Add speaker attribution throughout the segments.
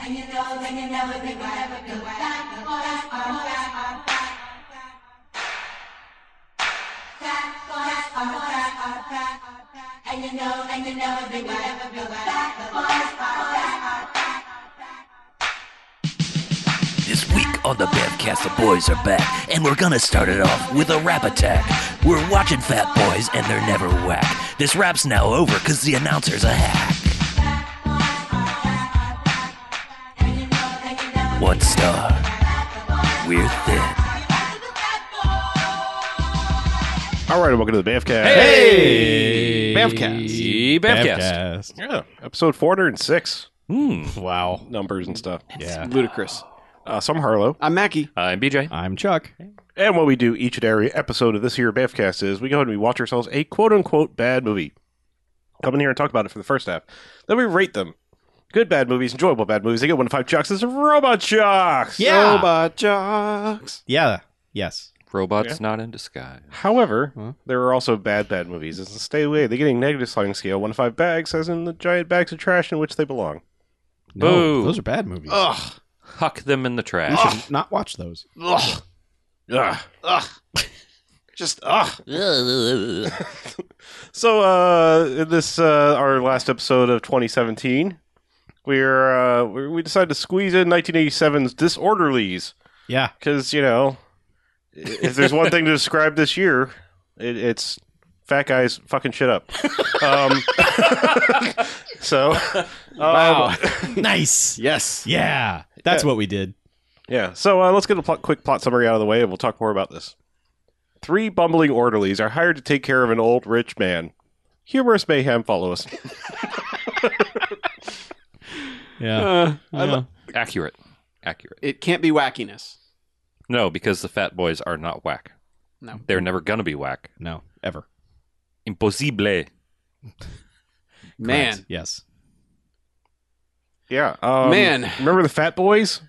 Speaker 1: road and you never think we'll ever go back. Horas, on horas, on track. Track, horas, on horas, on track. And you know, and you never think we'll ever go back. Horas, on horas, on track.
Speaker 2: This week on the Bamcast, the boys are back, and we're gonna start it off with a rap attack. We're watching Fat Boys, and they're never whack. This rap's now over, cause the announcer's a hack. One star. We're thin.
Speaker 3: All right, welcome to the Bamfcast.
Speaker 4: Hey!
Speaker 3: Bamfcast.
Speaker 4: Bamfcast.
Speaker 3: Yeah, episode 406.
Speaker 4: Wow.
Speaker 3: Numbers and stuff.
Speaker 4: Yeah.
Speaker 5: Ludicrous.
Speaker 3: Uh, so I'm Harlow.
Speaker 5: I'm Mackie.
Speaker 6: I'm BJ.
Speaker 4: I'm Chuck.
Speaker 3: And what we do each and every episode of this here Bamfcast is we go ahead and we watch ourselves a quote unquote bad movie. Come in here and talk about it for the first half. Then we rate them. Good bad movies, enjoyable bad movies. They get one to five jocks. This is Robot Jocks.
Speaker 4: Yeah.
Speaker 5: Robot jocks.
Speaker 4: Yeah. Yes.
Speaker 6: Robots not in disguise.
Speaker 3: However, there are also bad bad movies. It's a stay away. They're getting negative sliding scale, one to five bags, as in the giant bags of trash in which they belong.
Speaker 6: Boo.
Speaker 4: Those are bad movies.
Speaker 5: Ugh.
Speaker 6: Huck them in the
Speaker 4: You
Speaker 6: trash.
Speaker 4: should not watch those.
Speaker 5: Ugh.
Speaker 3: Ugh.
Speaker 5: Ugh. Just ugh.
Speaker 3: So, uh, in this uh, our last episode of 2017, we're uh, we we decided to squeeze in 1987's Disorderlies
Speaker 4: Yeah.
Speaker 3: because you know, i- if there's one thing to describe this year, it, it's fat guys fucking shit up. Um, so, um,
Speaker 5: Wow.
Speaker 4: nice.
Speaker 5: yes.
Speaker 4: Yeah. That's what we did.
Speaker 3: Yeah. So uh, let's get a pl- quick plot summary out of the way, and we'll talk more about this. Three bumbling orderlies are hired to take care of an old rich man. Humorous mayhem follows.
Speaker 4: Yeah.
Speaker 5: Uh,
Speaker 4: Yeah.
Speaker 6: Accurate. Accurate.
Speaker 5: it can't be wackiness.
Speaker 6: No, because the fat boys are not whack.
Speaker 5: No.
Speaker 6: They're never going to be whack.
Speaker 4: No. Ever.
Speaker 6: Impossible.
Speaker 5: Man.
Speaker 4: Correct. Yes.
Speaker 3: Yeah. Um,
Speaker 5: Man.
Speaker 3: Remember the Fat Boys?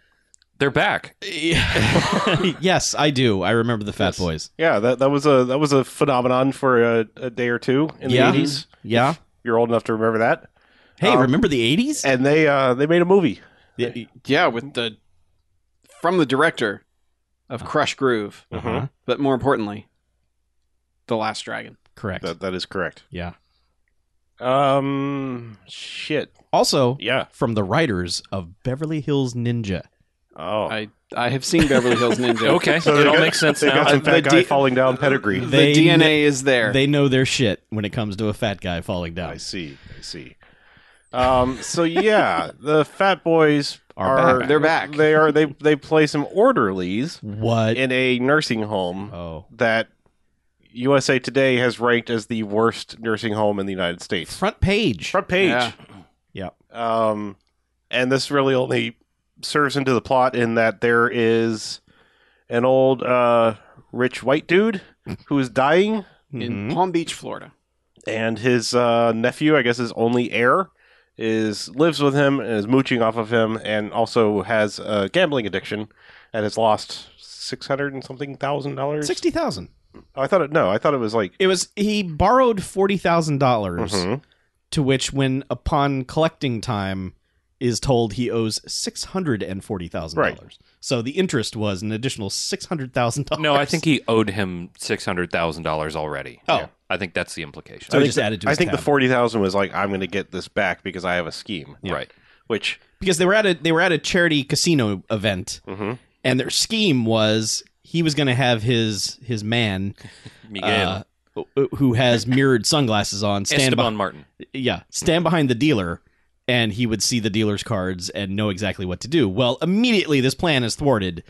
Speaker 6: They're back.
Speaker 4: yes, I do. I remember the Fat Boys.
Speaker 3: Yeah, that, that was a that was a phenomenon for a, a day or two in
Speaker 4: Yeah. Mm-hmm.
Speaker 3: the 80s.
Speaker 4: Yeah.
Speaker 3: You're old enough to remember that.
Speaker 4: Hey,
Speaker 3: Um,
Speaker 4: remember the 80s?
Speaker 3: And they uh, they made a movie.
Speaker 4: Yeah.
Speaker 5: Yeah, with the from the director of Crush Groove,
Speaker 4: Uh-huh.
Speaker 5: but more importantly, The Last Dragon.
Speaker 4: Correct.
Speaker 3: That that is correct.
Speaker 4: Yeah.
Speaker 3: Um shit.
Speaker 4: Also,
Speaker 3: Yeah.
Speaker 4: from the writers of Beverly Hills Ninja.
Speaker 3: Oh.
Speaker 5: I I have seen Beverly Hills Ninja.
Speaker 6: Okay.
Speaker 3: So
Speaker 6: it
Speaker 3: they
Speaker 6: all
Speaker 3: got-
Speaker 6: makes sense
Speaker 3: they
Speaker 6: now.
Speaker 3: got some
Speaker 5: Uh,
Speaker 3: fat
Speaker 5: the
Speaker 3: guy
Speaker 5: D-
Speaker 3: falling down pedigree.
Speaker 5: The
Speaker 4: They-
Speaker 5: DNA is there.
Speaker 4: They know their shit when it comes to a fat guy falling down.
Speaker 3: I see. I see. Um so yeah, the Fat Boys
Speaker 4: Are
Speaker 3: are,
Speaker 4: back.
Speaker 5: They're back.
Speaker 3: They are they they play some orderlies
Speaker 4: What?
Speaker 3: in a nursing home
Speaker 4: oh.
Speaker 3: that USA Today has ranked as the worst nursing home in the United States.
Speaker 4: Front page.
Speaker 3: Front page.
Speaker 5: Yeah.
Speaker 4: Yep.
Speaker 3: Um, and this really only serves into the plot in that there is an old uh, rich white dude who is dying,
Speaker 5: in
Speaker 6: Mm-hmm.
Speaker 4: Mhm.
Speaker 5: Palm Beach, Florida.
Speaker 3: and his uh, nephew, I guess his only heir, is lives with him and is mooching off of him, and also has a gambling addiction, and has lost six hundred and something thousand dollars.
Speaker 4: Sixty thousand.
Speaker 3: Oh, I thought it. No, I thought it was like.
Speaker 4: It was he borrowed forty dollars,
Speaker 6: Mm-hmm.
Speaker 3: Mhm.
Speaker 4: to which, when upon collecting time, is told he owes six hundred and forty thousand
Speaker 3: Right.
Speaker 4: dollars. So the interest was an additional six hundred thousand dollars.
Speaker 6: No, I think he owed him $600,000 already.
Speaker 4: Oh.
Speaker 6: I think that's the implication.
Speaker 4: so.
Speaker 3: I
Speaker 4: He
Speaker 3: think
Speaker 4: just
Speaker 3: the-
Speaker 4: added to
Speaker 3: I
Speaker 4: his
Speaker 3: think the
Speaker 4: tab.
Speaker 3: forty thousand was like I'm going to get this back because I have a scheme,
Speaker 6: Right.
Speaker 3: Which
Speaker 4: because they were at a they were at a charity casino event,
Speaker 6: Mm-hmm.
Speaker 3: Mhm.
Speaker 4: and their scheme was he was going to have his his man,
Speaker 6: Miguel.
Speaker 4: uh, who has mirrored sunglasses on, stand behind.
Speaker 6: Esteban Martin.
Speaker 4: yeah, stand behind the dealer, and he would see the dealer's cards and know exactly what to do. Well, immediately this plan is thwarted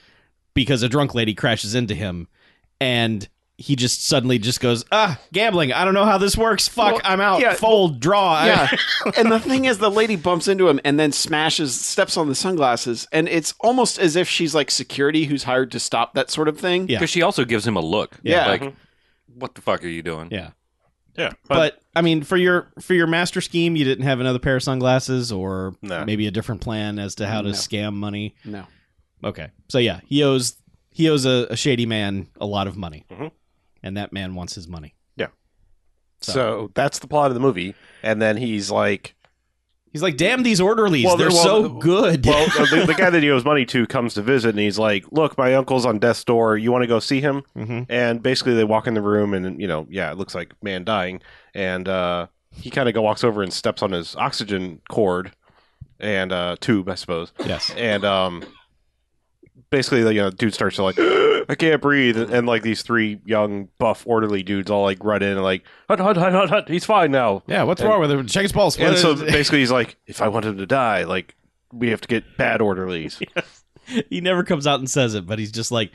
Speaker 4: because a drunk lady crashes into him, and he just suddenly just goes, "Ah, gambling! I don't know how this works. Fuck,
Speaker 5: Well,
Speaker 4: I'm out.
Speaker 5: yeah,
Speaker 4: Fold, draw."
Speaker 5: Yeah. and the thing is, the lady bumps into him and then smashes, steps on the sunglasses. And it's almost as if she's like security who's hired to stop that sort of thing.
Speaker 4: Yeah.
Speaker 6: Because she also gives him a look.
Speaker 4: Yeah. Mm-hmm.
Speaker 6: Like, what the fuck are you doing?
Speaker 4: yeah.
Speaker 3: Yeah,
Speaker 4: But I mean, for your for your master scheme, you didn't have another pair of sunglasses, or
Speaker 3: No.
Speaker 4: maybe a different plan as to how to
Speaker 5: No.
Speaker 4: scam money.
Speaker 5: No.
Speaker 4: Okay, so yeah, he owes he owes a, a shady man a lot of money,
Speaker 5: Mm-hmm.
Speaker 3: Mhm.
Speaker 4: and that man wants his money.
Speaker 3: so. that's the plot of the movie, and then he's like,
Speaker 4: He's like, damn these orderlies.
Speaker 3: Well,
Speaker 4: they're
Speaker 3: they're-
Speaker 4: so
Speaker 3: well,
Speaker 4: good.
Speaker 3: Well, the, the guy that he owes money to comes to visit, and he's like, "Look, my uncle's on death's door. You want to go see him?"
Speaker 4: Mhm.
Speaker 3: And basically, they walk in the room, and you know, yeah, it looks like man dying, and uh, he kind of go walks over and steps on his oxygen cord and uh, tube, I suppose,
Speaker 4: yes.
Speaker 3: and um, basically, you know, dude starts to like, "I can't breathe," and like these three young buff orderly dudes all like run in and like, "Hut hut hut hut hut, he's fine now."
Speaker 4: Yeah, what's wrong with him? Check his pulse.
Speaker 3: And
Speaker 4: What
Speaker 3: so
Speaker 4: is-
Speaker 3: basically, he's like, "If I want him to die, like." We have to get bad orderlies.
Speaker 4: he never comes out and says it, but he's just like,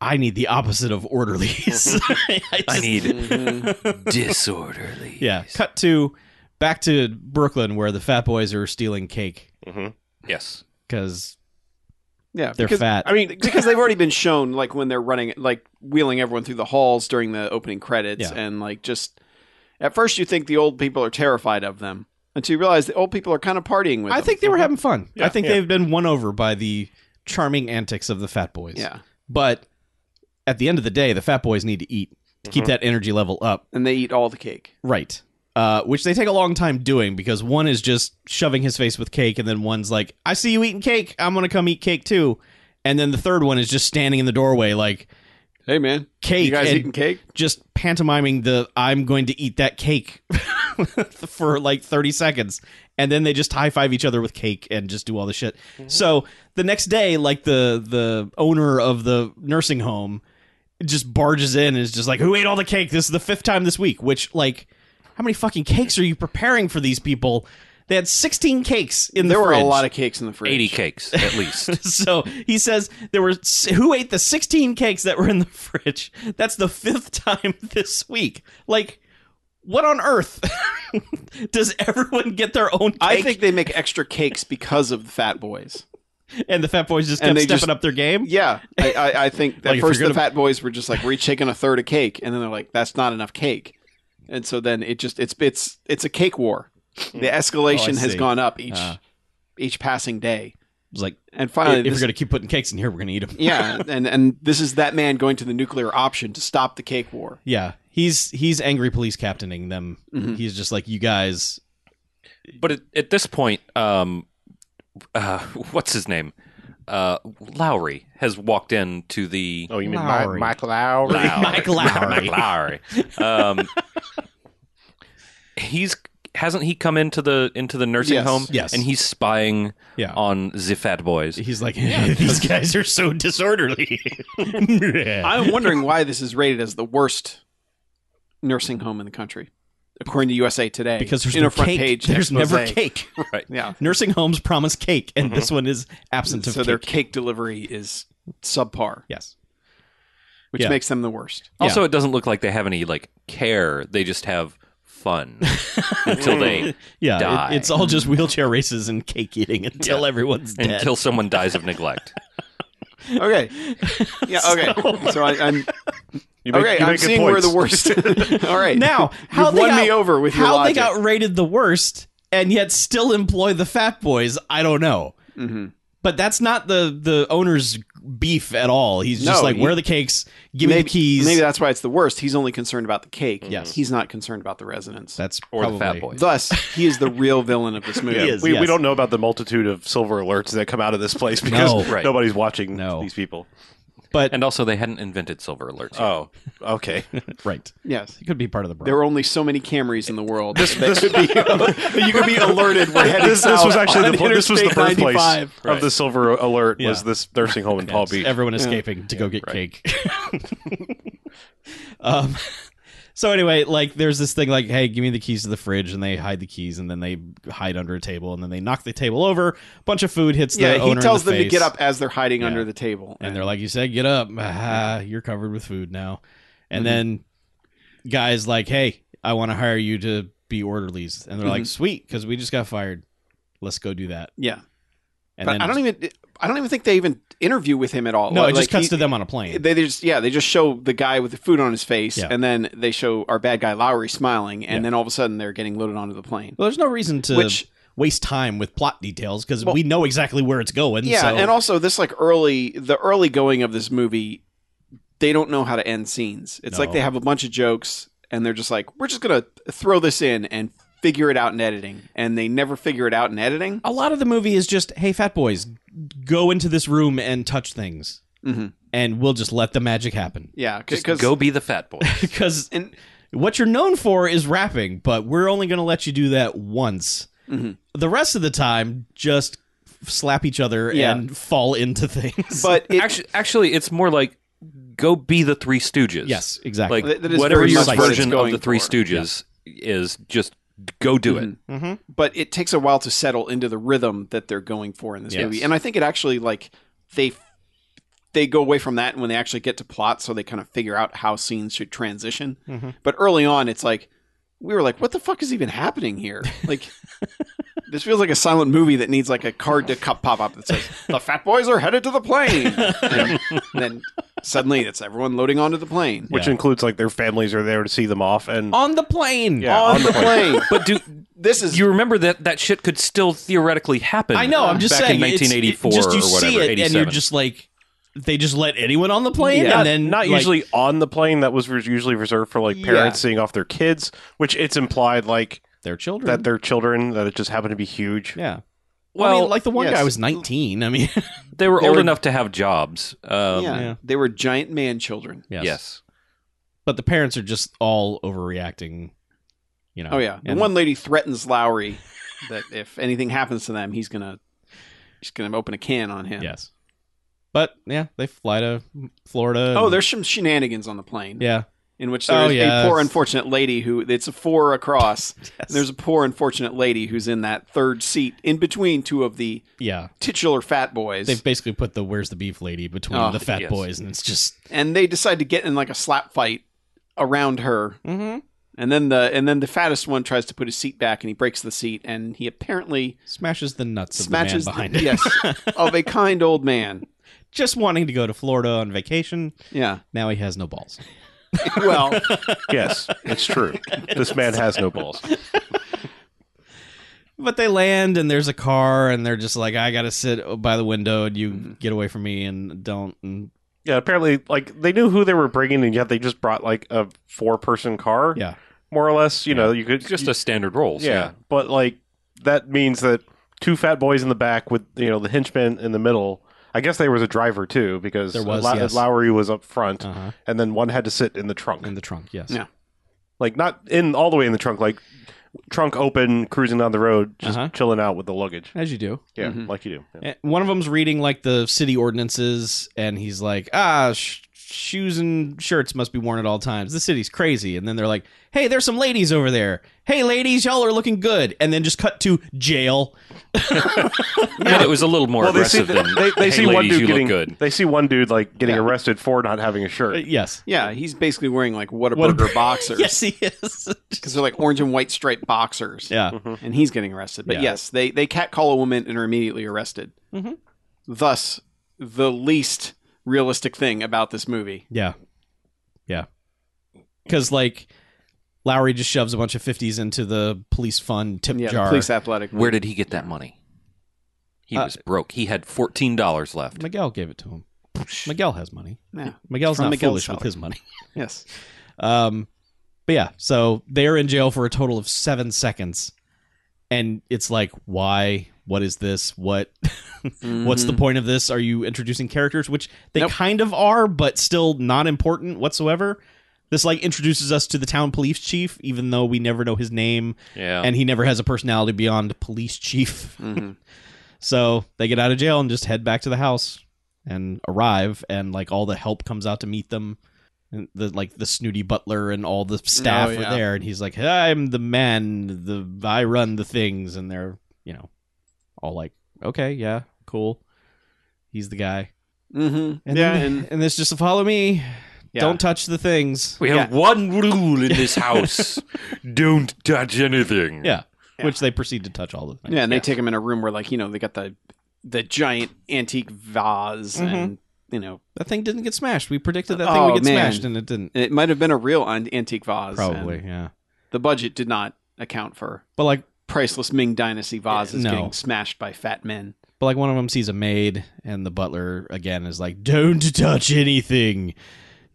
Speaker 4: I need the opposite of orderlies. I,
Speaker 2: I
Speaker 4: just-
Speaker 2: need disorderly.
Speaker 4: Yeah. Cut to back to Brooklyn where the fat boys are stealing cake
Speaker 6: Yes.
Speaker 4: because
Speaker 5: Yeah,
Speaker 4: they're
Speaker 5: because,
Speaker 4: fat.
Speaker 5: I mean, because they've already been shown like when they're running, like wheeling everyone through the halls during the opening credits,
Speaker 4: Yeah.
Speaker 5: and like just at first you think the old people are terrified of them until you realize the old people are kind of partying with.
Speaker 4: I
Speaker 5: them.
Speaker 4: think they were having fun. I think
Speaker 3: yeah.
Speaker 4: they've been won over by the charming antics of the fat boys.
Speaker 5: yeah,
Speaker 4: But at the end of the day, the fat boys need to eat to
Speaker 3: Mm-hmm.
Speaker 4: keep that energy level up.
Speaker 5: and they eat all the cake.
Speaker 4: Right. Uh, which they take a long time doing because one is just shoving his face with cake, and then one's like, I see you eating cake. I'm going to come eat cake too. And then the third one is just standing in the doorway, like
Speaker 5: Hey man,
Speaker 4: Cake
Speaker 5: You guys
Speaker 4: and-
Speaker 5: eating cake?
Speaker 4: just pantomiming the I'm going to eat that cake for like 30 seconds. And then they just high five each other with cake and just do all the shit.
Speaker 5: Mm-hmm.
Speaker 4: So the next day, like the the owner of the nursing home just barges in and is just like, Who ate all the cake? This is the fifth time this week, which like how many fucking cakes are you preparing for these people? They had 16 cakes in the
Speaker 5: There were
Speaker 4: fridge
Speaker 5: a lot of cakes in the fridge.
Speaker 6: 80 cakes at least.
Speaker 4: so he says there were who ate the 16 cakes that were in the fridge that's the fifth time this week like what on earth does everyone get their own cake
Speaker 5: I think they make extra cakes because of the fat boys.
Speaker 4: and the fat boys just
Speaker 5: And
Speaker 4: kept
Speaker 5: they
Speaker 4: stepping
Speaker 5: just-
Speaker 4: up their game
Speaker 5: Yeah, I, I, I think at
Speaker 4: Like, if
Speaker 5: first
Speaker 4: you're
Speaker 5: the
Speaker 4: gonna-
Speaker 5: fat boys were just like we're each taking a third of cake, and then they're like that's not enough cake, and so then it just it's it's it's a cake war. The escalation
Speaker 4: Oh, I
Speaker 5: has
Speaker 4: see.
Speaker 5: gone up each
Speaker 4: Ah.
Speaker 5: each passing day,
Speaker 4: it's like
Speaker 5: and finally,
Speaker 4: if we're
Speaker 5: Uh, this-
Speaker 4: gonna keep putting cakes in here we're gonna eat them
Speaker 5: yeah, and and this is that man going to the nuclear option to stop the cake war.
Speaker 4: yeah he's he's angry police captaining them
Speaker 5: Mm-hmm.
Speaker 4: he's just like you guys
Speaker 6: But at, at this point, um, uh, what's his name? Uh, Lowry has walked into the
Speaker 3: Oh, you mean
Speaker 4: Lowry.
Speaker 3: Mi- Mike Lowry?
Speaker 6: Lowry.
Speaker 4: Mike Lowry.
Speaker 6: Mike Lowry. Um, he's hasn't he come into the into the nursing
Speaker 5: Yes.
Speaker 6: home?
Speaker 4: Yes.
Speaker 6: and he's spying
Speaker 4: Yeah.
Speaker 6: on the fat boys.
Speaker 4: he's like these guys are so disorderly
Speaker 5: I'm wondering why this is rated as the worst nursing home in the country, according to USA Today.
Speaker 4: because there's
Speaker 5: in
Speaker 4: no
Speaker 5: a front
Speaker 4: cake
Speaker 5: page,
Speaker 4: there's never
Speaker 5: expose.
Speaker 4: cake
Speaker 6: Right.
Speaker 5: Yeah,
Speaker 4: nursing homes promise cake and this one is absent
Speaker 5: Mm-hmm. so
Speaker 4: of
Speaker 5: their
Speaker 4: cake
Speaker 5: cake delivery is subpar,
Speaker 4: yes
Speaker 5: which
Speaker 4: Yeah.
Speaker 5: makes them the worst.
Speaker 6: Also, it doesn't look like they have any like care. They just have fun until they
Speaker 4: Yeah, it-
Speaker 6: die.
Speaker 4: it's all just wheelchair races and cake eating until everyone's dead.
Speaker 6: until someone dies of neglect.
Speaker 5: Okay. Yeah. Okay. so, I, I'm
Speaker 3: You make-
Speaker 5: okay.
Speaker 3: you
Speaker 5: I'm
Speaker 3: make good
Speaker 5: seeing where the
Speaker 3: points.
Speaker 5: worst. All right.
Speaker 4: now, how
Speaker 5: You've
Speaker 4: they
Speaker 5: won
Speaker 4: got,
Speaker 5: me over with your
Speaker 4: how
Speaker 5: logic.
Speaker 4: they got rated the worst and yet still employ the fat boys, I don't know.
Speaker 5: Mhm.
Speaker 4: But that's not the the owner's beef at all. He's just
Speaker 5: No,
Speaker 4: like,
Speaker 5: he-
Speaker 4: where are the cakes? Give
Speaker 5: maybe,
Speaker 4: me the keys.
Speaker 5: Maybe that's why it's the worst. He's only concerned about the cake.
Speaker 4: Yes.
Speaker 5: He's not concerned about the residents.
Speaker 4: that's
Speaker 6: Or
Speaker 4: probably
Speaker 6: the fat boys.
Speaker 5: Thus, he is the real villain of this movie.
Speaker 4: He is.
Speaker 3: We,
Speaker 4: yes.
Speaker 3: we don't know about the multitude of silver alerts that come out of this place because
Speaker 4: No.
Speaker 6: Right.
Speaker 3: nobody's watching
Speaker 4: No.
Speaker 3: these people.
Speaker 4: But
Speaker 6: and also, they hadn't invented silver alerts. yet.
Speaker 3: Oh, okay.
Speaker 4: right,
Speaker 5: Yes.
Speaker 4: it could be part of the problem.
Speaker 5: There were only so many Camrys in the world. This, could be, you could be alerted. We're heading
Speaker 3: this, this was
Speaker 5: south
Speaker 3: actually
Speaker 5: on
Speaker 3: the, this was the
Speaker 5: Interstate
Speaker 3: birthplace
Speaker 5: 95.
Speaker 3: of the silver alert was
Speaker 4: Yeah.
Speaker 3: this nursing home in Palm
Speaker 4: Yes,
Speaker 3: Beach.
Speaker 4: Everyone escaping to go get cake. um, so anyway, like there's this thing like, hey, give me the keys to the fridge, and they hide the keys, and then they hide under a table, and then they knock the table over. Bunch of food hits
Speaker 5: Yeah,
Speaker 4: the owner.
Speaker 5: he
Speaker 4: in
Speaker 5: tells
Speaker 4: the
Speaker 5: them to
Speaker 4: face,
Speaker 5: get up as they're hiding under the table.
Speaker 4: and they're like, "You said get up. Ah, you're covered with food now." And
Speaker 5: Mm-hmm.
Speaker 4: then guys like, "Hey, I want to hire you to be orderlies," and they're
Speaker 5: Mm-hmm.
Speaker 4: like, "Sweet, because we just got fired. Let's go do that."
Speaker 5: yeah.
Speaker 4: And
Speaker 5: But
Speaker 4: then
Speaker 5: I don't even. I don't even think they even interview with him at all.
Speaker 4: no, it just
Speaker 5: Like,
Speaker 4: cuts
Speaker 5: he-
Speaker 4: to them on a plane.
Speaker 5: they they just yeah they just show the guy with the food on his face
Speaker 4: Yeah.
Speaker 5: and then they show our bad guy Lowry smiling and
Speaker 4: Yeah.
Speaker 5: then all of a sudden they're getting loaded onto the plane
Speaker 4: Well, there's no reason to
Speaker 5: Which-
Speaker 4: waste time with plot details because
Speaker 5: Well-
Speaker 4: we know exactly where it's going.
Speaker 5: yeah
Speaker 4: so-
Speaker 5: and also this like early the early going of this movie they don't know how to end scenes it's like
Speaker 4: No.
Speaker 5: they have a bunch of jokes and they're just like we're just gonna throw this in and figure it out in editing, and they never figure it out in editing.
Speaker 6: Oh.
Speaker 4: a lot of the movie is just hey fat boys go into this room and touch things
Speaker 5: Mm-hmm.
Speaker 4: and we'll just let the magic happen
Speaker 5: Yeah,
Speaker 6: Just
Speaker 5: because
Speaker 6: go be the fat boy.
Speaker 4: because
Speaker 5: And-
Speaker 4: what you're known for is rapping but we're only going to let you do that once
Speaker 5: Mm-hmm.
Speaker 4: the rest of the time just slap each other
Speaker 5: Yeah.
Speaker 4: and fall into things
Speaker 5: but it,
Speaker 6: actually, actually, it's more like go be the Three Stooges.
Speaker 4: yes exactly
Speaker 6: Like
Speaker 5: That- that is
Speaker 6: whatever
Speaker 5: very
Speaker 6: your
Speaker 4: much what it's
Speaker 6: version of
Speaker 5: going
Speaker 6: the Three
Speaker 5: for.
Speaker 6: Stooges is, just go do it.
Speaker 4: Mm-hmm.
Speaker 5: but it takes a while to settle into the rhythm that they're going for in this
Speaker 4: Yes.
Speaker 5: movie. And I think it actually like they they go away from that when they actually get to plot, so they kind of figure out how scenes should transition. But early on, it's like we were like, "What the fuck is even happening here?" Like. This feels like a silent movie that needs like a card to cup pop up that says the Fat Boys are headed to the plane, and then suddenly it's everyone loading onto the plane
Speaker 3: which
Speaker 4: Yeah. Oh,
Speaker 3: includes like their families are there to see them off and
Speaker 4: on the plane
Speaker 3: yeah,
Speaker 5: on the plane.
Speaker 6: But do
Speaker 5: this is
Speaker 6: you remember that that shit could still theoretically happen?
Speaker 4: i know i'm just
Speaker 6: back
Speaker 4: saying
Speaker 6: in
Speaker 4: it's- it-
Speaker 6: 1984
Speaker 4: just you
Speaker 6: or whatever.
Speaker 4: see it and
Speaker 6: 87.
Speaker 4: you're just like they just let anyone on the plane
Speaker 5: Yeah.
Speaker 4: and then
Speaker 3: not
Speaker 4: like,
Speaker 3: usually on the plane that was res- usually reserved for like parents seeing off their kids which it's implied like
Speaker 4: their children
Speaker 3: that their children that it just happened to be huge
Speaker 4: yeah well
Speaker 6: well,
Speaker 4: I mean, like the one
Speaker 5: yes.
Speaker 4: guy was 19 i mean
Speaker 6: they were
Speaker 5: they
Speaker 6: old
Speaker 5: were-
Speaker 6: enough to have jobs. Um,
Speaker 5: yeah,
Speaker 4: yeah.
Speaker 5: they were giant man children.
Speaker 6: Yes.
Speaker 4: but the parents are just all overreacting. You know.
Speaker 5: Oh yeah, the
Speaker 4: And-
Speaker 5: one lady threatens Lowry that if anything happens to them, he's gonna she's gonna open a can on him.
Speaker 4: Yes. But yeah, they fly to Florida.
Speaker 5: Oh,
Speaker 4: and-
Speaker 5: there's some shenanigans on the plane
Speaker 4: Um, yeah.
Speaker 5: in which there
Speaker 4: Oh,
Speaker 5: is
Speaker 4: yeah.
Speaker 5: a poor unfortunate lady who it's a four across. and there's a poor unfortunate lady who's in that third seat in between two of the
Speaker 4: yeah.
Speaker 5: titular fat boys,
Speaker 4: They've basically put the "Where's the beef?" lady between
Speaker 5: Oh,
Speaker 4: the fat
Speaker 6: yes.
Speaker 4: boys, and it's just
Speaker 5: and they decide to get in like a slap fight around her.
Speaker 4: Mm-hmm.
Speaker 5: And then the and then the fattest one tries to put his seat back, and he breaks the seat, and he apparently
Speaker 4: smashes the nuts of
Speaker 5: smashes
Speaker 4: the man behind
Speaker 5: the-
Speaker 4: it.
Speaker 5: yes of a kind old man.
Speaker 4: Just wanting to go to Florida on vacation.
Speaker 5: Yeah.
Speaker 4: Now he has no balls.
Speaker 5: Well,
Speaker 3: yes it's true this man has no balls
Speaker 4: But they land and there's a car and they're just like, I gotta sit by the window and you get away from me and don't. And
Speaker 3: yeah apparently like they knew who they were bringing and yet they just brought like a four person car
Speaker 4: yeah,
Speaker 3: more or less you know you could
Speaker 6: It's just a standard roles.
Speaker 3: yeah, but like that means that two fat boys in the back with you know the henchman in the middle. I guess there was a driver too because
Speaker 4: There was,
Speaker 3: Low-
Speaker 4: yes.
Speaker 3: Lowry was up front,
Speaker 4: uh-huh.
Speaker 3: and then one had to sit in the trunk,
Speaker 4: in the trunk. Yes.
Speaker 5: Yeah.
Speaker 3: like not in all the way in the trunk, like trunk open, cruising down the road, just
Speaker 4: Uh-huh.
Speaker 3: chilling out with the luggage.
Speaker 4: As you do.
Speaker 3: Yeah,
Speaker 6: Mm-hmm.
Speaker 3: like you do. Yeah.
Speaker 4: And One of them's reading like the city ordinances, and he's like, "Ah, sh- shoes and shirts must be worn at all times. The city's crazy." And then they're like, "Hey, there's some ladies over there. Hey, ladies, y'all are looking good." And then just cut to jail.
Speaker 6: And it was a little more aggressive
Speaker 3: the-
Speaker 6: than
Speaker 3: they, they
Speaker 6: "Hey,
Speaker 3: see
Speaker 6: ladies,
Speaker 3: one dude
Speaker 6: you
Speaker 3: getting
Speaker 6: look good.
Speaker 3: they see one dude like getting
Speaker 5: Yeah.
Speaker 3: arrested for not having a
Speaker 4: Uh,
Speaker 3: shirt.
Speaker 4: yes,
Speaker 5: Yeah, he's basically wearing like
Speaker 4: Whataburger
Speaker 5: Whataburger boxers.
Speaker 4: yes, he is.
Speaker 5: Because they're like orange and white striped boxers.
Speaker 4: yeah,
Speaker 5: And he's getting arrested. But
Speaker 4: Yeah.
Speaker 5: yes, they, they catcall a woman and are immediately arrested.
Speaker 4: Mhm.
Speaker 5: Thus, the least realistic thing about this movie.
Speaker 4: yeah, yeah. Because like Lowry just shoves a bunch of fifties into the police fund tip
Speaker 5: Yeah, the
Speaker 4: jar.
Speaker 5: police athletic.
Speaker 6: Where did he get that money? He
Speaker 4: Uh,
Speaker 6: was broke. He had fourteen dollars left.
Speaker 4: Miguel gave it to him. Miguel has money.
Speaker 5: Yeah,
Speaker 4: Miguel's
Speaker 5: From
Speaker 4: not
Speaker 5: Miguel's
Speaker 4: foolish with
Speaker 5: salary.
Speaker 4: his money.
Speaker 5: yes.
Speaker 4: Um, but yeah, so they're in jail for a total of seven seconds, and it's like, why? What is this? What? What's the point of this? Are you introducing characters, which they
Speaker 5: Mm-hmm. Nope.
Speaker 4: kind of are, but still not important whatsoever? This like introduces us to the town police chief, even though we never know his name,
Speaker 6: Yeah.
Speaker 4: and he never has a personality beyond police chief.
Speaker 5: Mhm.
Speaker 4: So they get out of jail and just head back to the house and arrive, and like all the help comes out to meet them. And the like the snooty butler and all the staff
Speaker 5: Oh,
Speaker 4: are
Speaker 5: yeah.
Speaker 4: there, and he's like, "I'm the man, the I run the things," and they're you know all like, "Okay, yeah, cool." He's the guy,
Speaker 5: Mhm.
Speaker 4: and
Speaker 5: yeah,
Speaker 4: and,
Speaker 5: and
Speaker 4: and it's just follow me.
Speaker 5: Yeah.
Speaker 4: Don't touch the things.
Speaker 6: we have one rule in this house: don't touch anything.
Speaker 4: Yeah. Which they proceed to touch all the things.
Speaker 5: yeah, and they take him in a room where like you know they got the the giant antique vase
Speaker 4: Mm-hmm.
Speaker 5: and you know
Speaker 4: That thing didn't get smashed. We predicted that thing
Speaker 5: Oh,
Speaker 4: would get
Speaker 5: man.
Speaker 4: smashed, and it didn't.
Speaker 5: it might have been a real an- antique vase. and
Speaker 4: Probably, yeah.
Speaker 5: the budget did not account for
Speaker 4: But like
Speaker 5: priceless Ming Dynasty vases
Speaker 4: No.
Speaker 5: getting smashed by fat men.
Speaker 4: But like one of them sees a maid, and the butler again is like, "Don't touch anything,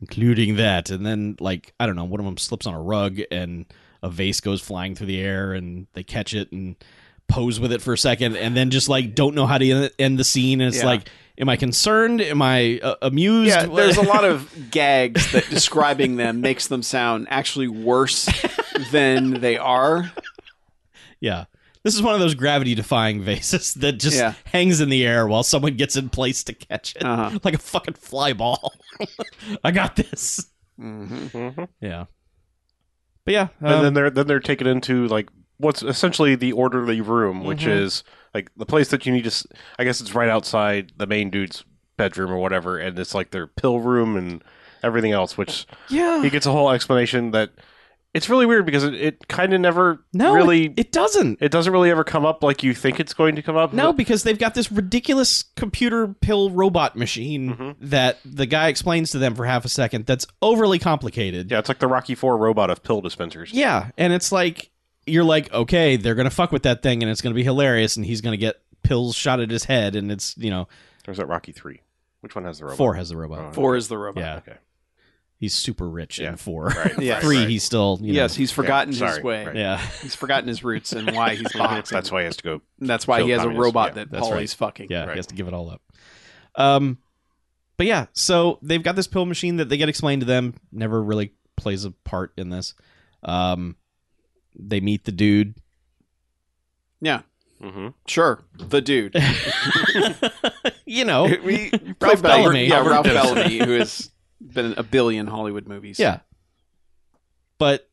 Speaker 4: including that." And then like I don't know, one of them slips on a rug, and a vase goes flying through the air and they catch it and pose with it for a second and then just like don't know how to end- end the scene and it's
Speaker 5: Yeah.
Speaker 4: like am i concerned am i uh, amused
Speaker 5: Yeah, there's a lot of gags that describing them makes them sound actually worse than they are.
Speaker 4: yeah this is one of those gravity defying vases that just
Speaker 5: Yeah.
Speaker 4: hangs in the air while someone gets in place to catch it
Speaker 5: Uh-huh.
Speaker 4: like a fucking fly ball i got this
Speaker 5: Mm-hmm.
Speaker 4: yeah but yeah
Speaker 3: and
Speaker 4: um,
Speaker 3: then they're then they're taken into like what's essentially the orderly room, which
Speaker 4: Mm-hmm.
Speaker 3: is like the place that you need to. s- I guess it's right outside the main dude's bedroom or whatever, and it's like their pill room and everything else. Which
Speaker 5: Yeah.
Speaker 3: he gets a whole explanation that it's really weird because it, it kind of never
Speaker 4: no
Speaker 3: really
Speaker 4: it, it doesn't
Speaker 3: it doesn't really ever come up like you think it's going to come up.
Speaker 4: No, because they've got this ridiculous computer pill robot machine
Speaker 3: Mm-hmm.
Speaker 4: that the guy explains to them for half a second that's overly complicated.
Speaker 3: yeah, it's like the Rocky Four robot of pill dispensers.
Speaker 4: Yeah, and it's like you're like, okay, they're gonna fuck with that thing, and it's gonna be hilarious, and he's gonna get pills shot at his head, and it's you know,
Speaker 3: Or is that Rocky Three? Which one has the robot?
Speaker 4: four has the robot.
Speaker 5: Four is the robot.
Speaker 4: Yeah,
Speaker 3: okay.
Speaker 4: he's super rich
Speaker 3: Yeah.
Speaker 4: in four.
Speaker 5: Oh. Yeah.
Speaker 4: Three, he's still you know-
Speaker 5: Yes, he's forgotten
Speaker 3: Yeah, sorry,
Speaker 5: his way.
Speaker 3: right.
Speaker 4: yeah,
Speaker 5: He's forgotten his roots and why he's boxing.
Speaker 3: Ah, That's why he has to go.
Speaker 5: And that's why he has a
Speaker 3: Communist,
Speaker 5: robot
Speaker 3: yeah,
Speaker 5: that
Speaker 4: that's
Speaker 5: Paulie's
Speaker 4: right.
Speaker 5: fucking.
Speaker 4: yeah,
Speaker 3: Right.
Speaker 4: he has to give it all up. Um, but yeah, so they've got this pill machine that they get explained to them. Never really plays a part in this. Um, they meet the dude.
Speaker 5: Yeah.
Speaker 3: Mm-hmm.
Speaker 5: Sure. The dude.
Speaker 4: you know,
Speaker 5: we
Speaker 4: Ralph
Speaker 5: played by-
Speaker 4: Bellamy.
Speaker 5: Yeah,
Speaker 4: Robert Dempsey.
Speaker 5: Ralph Bellamy, who has been in a billion Hollywood movies.
Speaker 4: yeah. But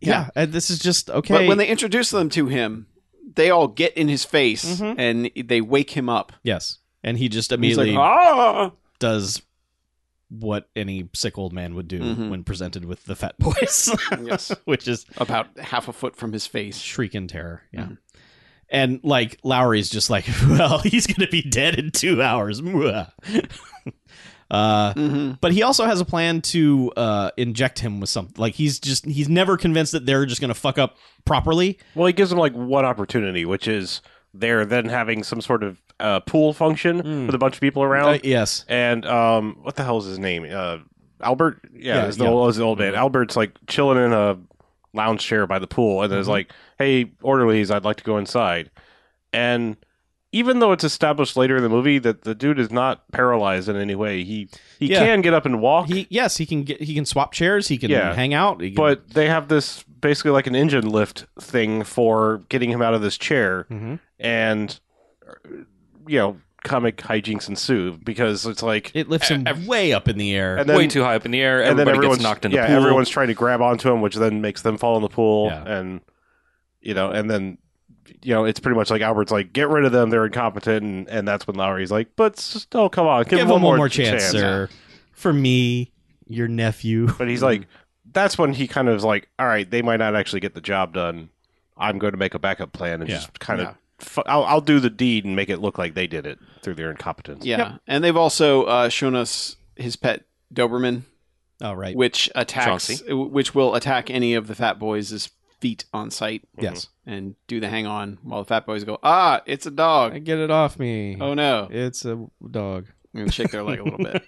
Speaker 4: yeah,
Speaker 5: Yeah.
Speaker 4: uh, this is just okay.
Speaker 5: But when they introduce them to him, they all get in his face
Speaker 4: Mhm.
Speaker 5: and they wake him up.
Speaker 4: yes, and he just
Speaker 5: He's
Speaker 4: immediately
Speaker 5: like, ah.
Speaker 4: does what any sick old man would do
Speaker 3: Mm-hmm.
Speaker 5: Mhm.
Speaker 4: when presented with the fat boys,
Speaker 5: Yes.
Speaker 4: which is
Speaker 5: About half a foot from his face.
Speaker 4: shriek in terror. Yeah.
Speaker 3: Mm-hmm.
Speaker 5: Mhm.
Speaker 4: And like Lowry's just like, well, he's gonna be dead in two hours. Mwah. uh,
Speaker 5: Mm-hmm.
Speaker 4: but he also has a plan to uh, inject him with something. Like he's just he's never convinced that they're just gonna fuck up properly.
Speaker 3: Well, he gives them like one opportunity, which is they're then having some sort of uh, pool function with a bunch of people around.
Speaker 4: Uh, yes.
Speaker 3: and um, what the hell is his name? Uh, Albert. Yeah,
Speaker 4: Yeah, Mm-hmm.
Speaker 3: is the,
Speaker 4: yeah.
Speaker 3: old- is the old man. Albert's like chilling in a lounge chair by the pool, and
Speaker 4: Mm-hmm.
Speaker 3: there's like, "Hey, orderlies, I'd like to go inside." And even though it's established later in the movie that the dude is not paralyzed in any way, he he
Speaker 4: Yeah.
Speaker 3: can get up and walk.
Speaker 4: He yes he can get he can swap chairs. He can
Speaker 3: Yeah.
Speaker 4: hang out. he can-
Speaker 3: but they have this basically like an engine lift thing for getting him out of this chair.
Speaker 4: Mhm.
Speaker 3: and uh, you know comic hijinks ensue because it's like
Speaker 4: it lifts him way up in the air.
Speaker 3: and then,
Speaker 6: Way too high up in the air.
Speaker 3: and then
Speaker 6: Everybody
Speaker 3: everyone's
Speaker 6: gets knocked in the
Speaker 3: yeah
Speaker 6: pool.
Speaker 3: everyone's trying to grab onto him which then makes them fall in the pool
Speaker 4: Yeah.
Speaker 3: and you know and then you know it's pretty much like Albert's like get rid of them they're incompetent and, and that's when Lowry's like but still come on give,
Speaker 4: Give
Speaker 3: him one more,
Speaker 4: chance, sir. For me, your nephew.
Speaker 3: but he's like that's when he kind of is like all right they might not actually get the job done I'm going to make a backup plan and
Speaker 4: Yeah.
Speaker 3: just kind
Speaker 5: Yeah.
Speaker 3: of fu- I'll, I'll do the deed and make it look like they did it through their incompetence
Speaker 5: Yeah, and they've also uh, shown us his pet Doberman,
Speaker 4: All Oh, right.
Speaker 5: which attacks,
Speaker 6: Chauncey.
Speaker 5: which will attack any of the Fat Boys' feet on sight
Speaker 4: Yes.
Speaker 5: and do the hang on while the Fat Boys go, ah, it's a dog.
Speaker 4: Get it off me.
Speaker 5: Oh no,
Speaker 4: It's a dog.
Speaker 5: and shake their leg a little bit.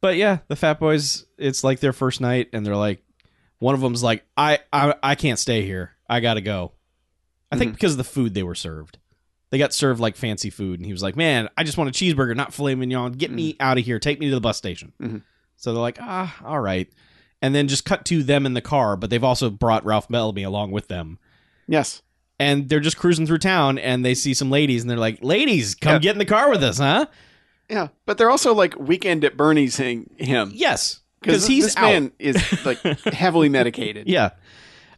Speaker 4: But yeah, the Fat Boys, it's like their first night, and they're like, one of them's like, I, I, I can't stay here. I gotta go. I think because of the food they were served. They got served like fancy food, and he was like, "Man, I just want a cheeseburger, not filet mignon. Get me out of here. Take me to the bus station."
Speaker 5: Mhm.
Speaker 4: So they're like, "Ah, all right." And then just cut to them in the car, but they've also brought Ralph Bellamy along with them,
Speaker 5: Yes,
Speaker 4: and they're just cruising through town, and they see some ladies, and they're like, "Ladies, come
Speaker 5: Yeah.
Speaker 4: get in the car with us, huh?"
Speaker 5: yeah, but they're also like weekend at Bernie's hang him
Speaker 4: Yes, because
Speaker 5: th-
Speaker 4: he's
Speaker 5: this
Speaker 4: out.
Speaker 5: man is like heavily medicated.
Speaker 4: Yeah.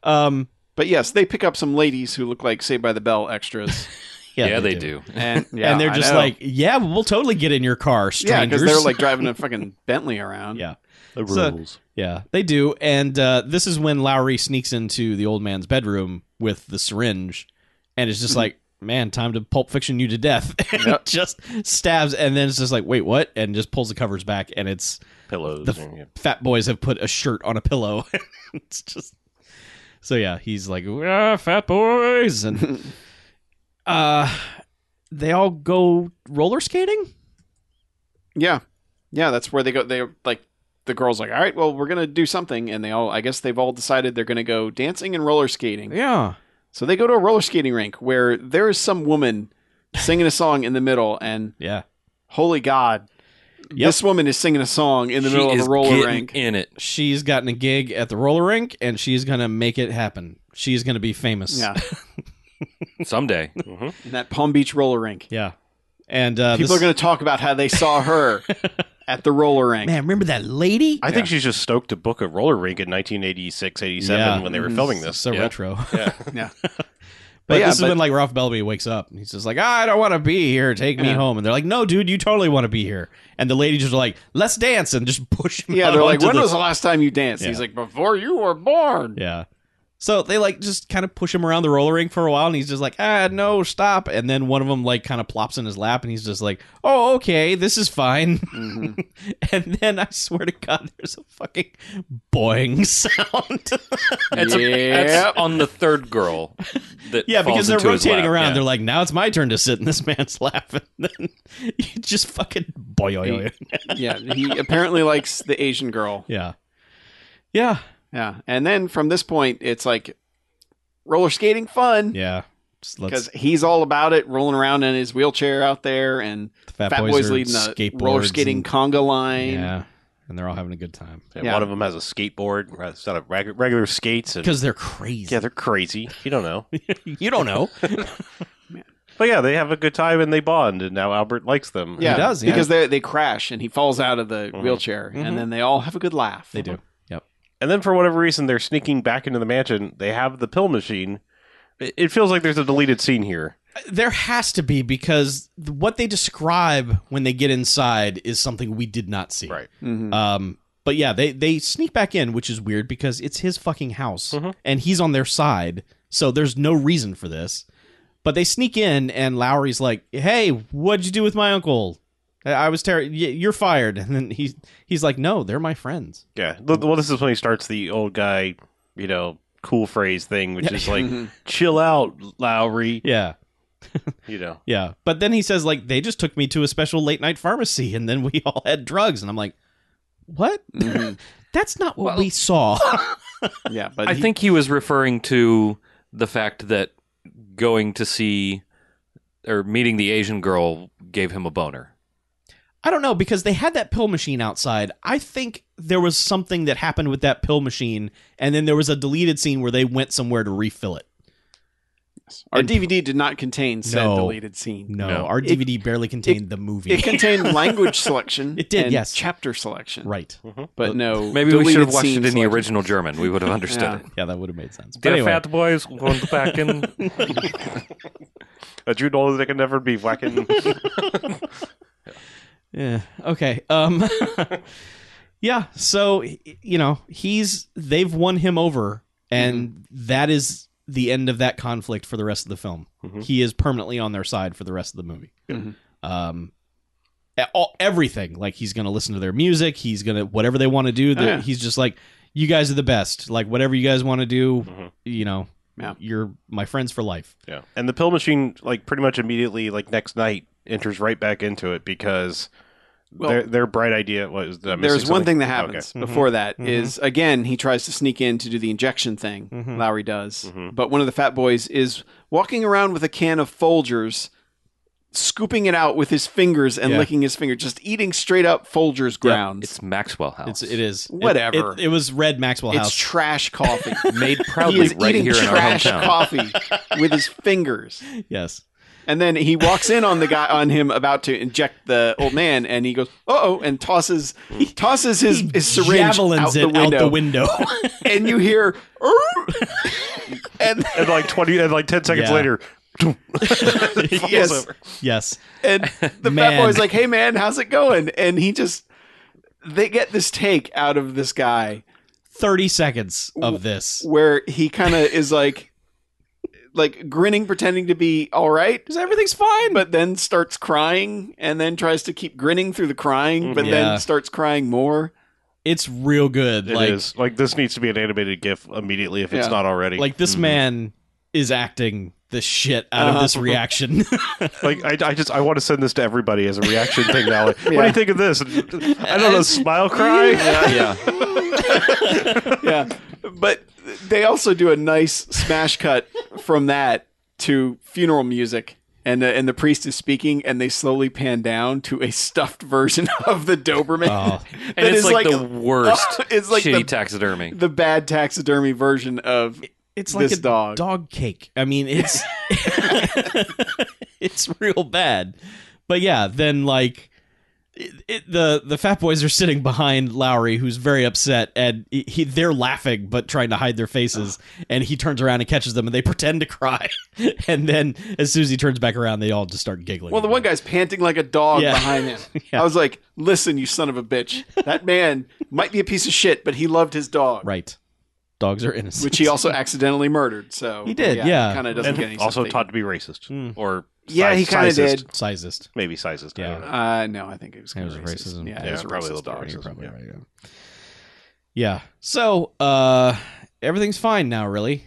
Speaker 4: Um.
Speaker 5: But yes, they pick up some ladies who look like Saved by the Bell extras,
Speaker 6: yeah, they, do.
Speaker 5: and yeah,
Speaker 4: and they're
Speaker 5: I
Speaker 4: just
Speaker 5: know.
Speaker 4: like, yeah, we'll totally get in your car,
Speaker 5: yeah,
Speaker 4: strangers.
Speaker 5: because they're like driving a fucking Bentley around.
Speaker 4: Yeah.
Speaker 3: the
Speaker 4: So-
Speaker 3: rules
Speaker 4: yeah, they do. And uh, this is when Lowry sneaks into the old man's bedroom with the syringe, and it's just like, man, time to pulp fiction you to death. And
Speaker 5: Yep.
Speaker 4: just stabs, and then it's just like, wait, what? And just pulls the covers back, and it's
Speaker 3: pillows
Speaker 4: The f-
Speaker 3: and, yeah.
Speaker 4: fat boys have put a shirt on a pillow. it's just so yeah, he's like, ah, fat boys, and uh, they all go roller skating.
Speaker 5: Yeah. Yeah, that's where they go. They like the girl's like, all right, well, we're gonna do something, and they all, I guess, they've all decided they're gonna go dancing and roller skating.
Speaker 4: Yeah.
Speaker 5: So they go to a roller skating rink where there is some woman singing a song in the middle, and
Speaker 4: Yeah.
Speaker 5: holy God,
Speaker 4: Yep.
Speaker 5: this woman is singing a song in the
Speaker 6: she
Speaker 5: middle of
Speaker 6: is
Speaker 5: a roller
Speaker 6: getting
Speaker 5: rink.
Speaker 6: in it.
Speaker 4: She's gotten a gig at the roller rink and she's going to make it happen. She's going to be famous.
Speaker 5: Yeah,
Speaker 6: Someday.
Speaker 5: in that Palm Beach roller rink.
Speaker 4: Yeah. And uh,
Speaker 5: People
Speaker 4: this-
Speaker 5: are gonna talk about how they saw her at the roller rink.
Speaker 4: Man, remember that lady?
Speaker 3: I think she's just stoked to book a roller rink in 1986, 87
Speaker 4: Yeah.
Speaker 3: when they
Speaker 5: Mm-hmm.
Speaker 3: were filming
Speaker 4: It's
Speaker 3: this.
Speaker 4: so
Speaker 6: Yeah.
Speaker 4: retro.
Speaker 5: Yeah.
Speaker 4: But
Speaker 5: yeah,
Speaker 4: this is
Speaker 5: but-
Speaker 4: when like Ralph Bellamy wakes up and he's just like, "Ah, I don't want to be here. Take me
Speaker 5: Yeah.
Speaker 4: home. And they're like, No, dude, you totally want to be here. And the lady just like, Let's dance and just push him.
Speaker 5: Yeah,
Speaker 4: out
Speaker 5: they're like,
Speaker 4: onto
Speaker 5: when
Speaker 4: the-
Speaker 5: was the last time you danced? He's
Speaker 4: Yeah.
Speaker 5: like, before you were born.
Speaker 4: Yeah. So they like just kind of push him around the roller rink for a while, and he's just like, ah, no, stop. And then one of them like kind of plops in his lap, and he's just like, oh, okay, this is fine.
Speaker 5: Mm-hmm.
Speaker 4: and then I swear to God, there's a fucking boing sound.
Speaker 6: It's, a- it's
Speaker 5: Yep.
Speaker 6: on the third girl. That
Speaker 4: yeah,
Speaker 6: falls
Speaker 4: because they're
Speaker 6: into his
Speaker 4: rotating
Speaker 6: lap.
Speaker 4: around.
Speaker 6: Yeah.
Speaker 4: They're like, now it's my turn to sit in this man's lap, and then you just fucking boing.
Speaker 5: yeah, he apparently likes the Asian girl.
Speaker 4: Yeah, yeah,
Speaker 5: Yeah, and then from this point, it's like roller skating fun
Speaker 4: yeah. Just let's
Speaker 5: because he's all about it, rolling around in his wheelchair out there, and Fat, Boy's,
Speaker 4: are
Speaker 5: leading the
Speaker 4: skateboards
Speaker 5: roller skating
Speaker 4: and-
Speaker 5: conga line.
Speaker 4: Yeah, and they're all having a good time.
Speaker 3: And
Speaker 5: Yeah.
Speaker 3: One of them has a skateboard rather- instead of reg- regular skates. And,
Speaker 4: because they're crazy.
Speaker 3: yeah, they're crazy. You don't know.
Speaker 4: you don't know.
Speaker 3: But yeah, they have a good time and they bond, and now Albert likes them.
Speaker 5: Yeah,
Speaker 4: does, yeah. Mm-hmm.
Speaker 5: because they they crash and he falls out of the
Speaker 6: Mm-hmm.
Speaker 5: wheelchair, and then they all have a good laugh.
Speaker 4: they do. Yep.
Speaker 3: And then for whatever reason, they're sneaking back into the mansion. They have the pill machine. It it feels like there's a deleted scene here.
Speaker 4: There has to be because th- what they describe when they get inside is something we did not see.
Speaker 3: Right.
Speaker 5: Mhm.
Speaker 4: Um. But yeah, they they sneak back in, which is weird because it's his fucking house and he's on their side, so there's no reason for this. But they sneak in, and Lowry's like, "Hey, what'd you do with my uncle? I, I was terrified. You're fired." And then he's he's like, "No, they're my friends."
Speaker 3: Yeah. Well, well, this is when he starts the old guy, you know, cool phrase thing, which is like, chill out, Lowry.
Speaker 4: Yeah.
Speaker 3: You know.
Speaker 4: Yeah. But then he says, like, they just took me to a special late night pharmacy and then we all had drugs. And I'm like, what? That's not what we saw.
Speaker 5: Mm-hmm. Yeah, but
Speaker 6: I
Speaker 5: he-
Speaker 6: think he was referring to the fact that going to see or meeting the Asian girl gave him a boner.
Speaker 4: I don't know because they had that pill machine outside. I think there was something that happened with that pill machine. And then there was a deleted scene where they went somewhere to refill it.
Speaker 5: our DVD did not contain said
Speaker 4: No.
Speaker 5: deleted scene.
Speaker 4: No,
Speaker 6: No.
Speaker 4: our DVD barely contained the movie.
Speaker 5: It contained language selection.
Speaker 4: It did,
Speaker 5: and
Speaker 4: yes.
Speaker 5: Chapter selection.
Speaker 4: right.
Speaker 5: but no.
Speaker 6: Maybe we should
Speaker 5: deleted
Speaker 6: have watched it
Speaker 5: scene
Speaker 6: in the
Speaker 5: selection.
Speaker 6: original German. We would have understood
Speaker 5: Yeah.
Speaker 6: it.
Speaker 4: Yeah, that would have made sense. But
Speaker 6: The
Speaker 4: anyway,
Speaker 6: fat boys went back in.
Speaker 3: A Jew knows they can never be whacking.
Speaker 4: Yeah. Okay. Um Yeah, so y- you know, he's they've won him over and
Speaker 5: Mm-hmm.
Speaker 4: that is the end of that conflict for the rest of the film.
Speaker 5: Mm-hmm.
Speaker 4: He is permanently on their side for the rest of the movie.
Speaker 5: Mhm.
Speaker 4: Um e- all, everything like he's going to listen to their music, he's going to whatever they want to do, the-
Speaker 5: Oh, yeah.
Speaker 4: he's just like you guys are the best. Like whatever you guys want to do,
Speaker 5: Mm-hmm.
Speaker 3: Mhm.
Speaker 4: you know,
Speaker 5: Yeah.
Speaker 4: you're my friends for life.
Speaker 3: Yeah. And the pill machine, like pretty much immediately, like next night, enters right back into it because
Speaker 5: Well-
Speaker 3: their their bright idea was. did I miss
Speaker 5: There's one
Speaker 3: something?
Speaker 5: thing that happens
Speaker 3: Okay. Mm-hmm.
Speaker 5: before that is again he tries to sneak in to do the injection thing. Lowry does, but one of the fat boys is walking around with a can of Folgers, scooping it out with his fingers and
Speaker 4: Yeah.
Speaker 5: licking his finger, just eating straight up Folgers grounds.
Speaker 6: It's Maxwell House.
Speaker 4: It's it is It-
Speaker 5: Whatever.
Speaker 4: It, it, was Red Maxwell
Speaker 5: It's
Speaker 4: House.
Speaker 5: trash coffee.
Speaker 6: made
Speaker 5: he
Speaker 6: proudly
Speaker 5: is
Speaker 6: right
Speaker 5: eating
Speaker 6: here in our
Speaker 5: trash
Speaker 6: hometown.
Speaker 5: coffee with his fingers,
Speaker 4: yes.
Speaker 5: and then he walks in on the guy on him about to inject the old man, and he goes, "Uh oh!" and tosses tosses his, his syringe
Speaker 4: javelins
Speaker 5: out
Speaker 4: it
Speaker 5: the window.
Speaker 4: out the window.
Speaker 5: and you hear "Urgh!" and
Speaker 3: And like twenty, and like ten seconds
Speaker 4: Yeah.
Speaker 3: later,
Speaker 5: yes,
Speaker 3: over.
Speaker 4: yes.
Speaker 5: and the
Speaker 4: Man.
Speaker 5: fat boy's like, "Hey man, how's it going?" And he just they get this take out of this guy
Speaker 4: 30 seconds of this.
Speaker 5: where he kind of is like like grinning pretending to be all right
Speaker 4: Everything's fine.
Speaker 5: but then starts crying and then tries to keep grinning through the crying but
Speaker 4: Mm-hmm. Yeah.
Speaker 5: then starts crying more
Speaker 4: It's real good.
Speaker 3: It is
Speaker 4: like
Speaker 3: like, this needs to be an animated GIF immediately if it's
Speaker 5: Yeah.
Speaker 3: not already. Mm.
Speaker 4: like this man is acting the shit out of this reaction.
Speaker 3: Like I, I just I want to send this to everybody as a reaction thing now. Like, What do you think of this? I don't know, smile cry.
Speaker 6: yeah.
Speaker 5: yeah. But they also do a nice smash cut from that to funeral music. And the, and the priest is speaking, and they slowly pan down to a stuffed version of the Doberman.
Speaker 4: Oh.
Speaker 5: that
Speaker 6: And it's
Speaker 5: is
Speaker 6: like, the worst
Speaker 5: it's like
Speaker 6: shitty
Speaker 5: the,
Speaker 6: taxidermy.
Speaker 5: the bad taxidermy version of
Speaker 4: it's like
Speaker 5: This
Speaker 4: a
Speaker 5: dog.
Speaker 4: cake. I mean, it's it's real bad. But yeah, then like it, it, the the fat boys are sitting behind Lowry, who's very upset, and he, he- they're laughing but trying to hide their faces. And he turns around and catches them, and they pretend to cry. and then as soon as he turns back around, they all just start giggling.
Speaker 5: Well, the one guy's panting like a dog
Speaker 4: Yeah.
Speaker 5: behind him.
Speaker 4: Yeah.
Speaker 5: I was like, "Listen, you son of a bitch! That man might be a piece of shit, but he loved his dog,
Speaker 4: right, dogs are innocent.
Speaker 5: which he also accidentally murdered." So
Speaker 4: He did, yeah.
Speaker 5: kind of doesn't get any.
Speaker 3: And also
Speaker 5: sympathy. Hmm.
Speaker 3: taught to be racist,
Speaker 6: or
Speaker 5: Yeah, he kind of
Speaker 3: sizes.
Speaker 5: did.
Speaker 4: sizest.
Speaker 3: maybe sizes. I
Speaker 4: Yeah.
Speaker 3: don't know.
Speaker 5: Uh, no, I think it was.
Speaker 4: It
Speaker 5: kinda
Speaker 4: was racism.
Speaker 5: Yeah,
Speaker 3: Yeah,
Speaker 5: it was a
Speaker 3: probably a
Speaker 5: racist
Speaker 3: little
Speaker 5: dog.
Speaker 3: bit
Speaker 4: You're
Speaker 3: racist.
Speaker 4: probably
Speaker 3: yeah.
Speaker 4: right, yeah. Yeah. So, uh, everything's fine now, really.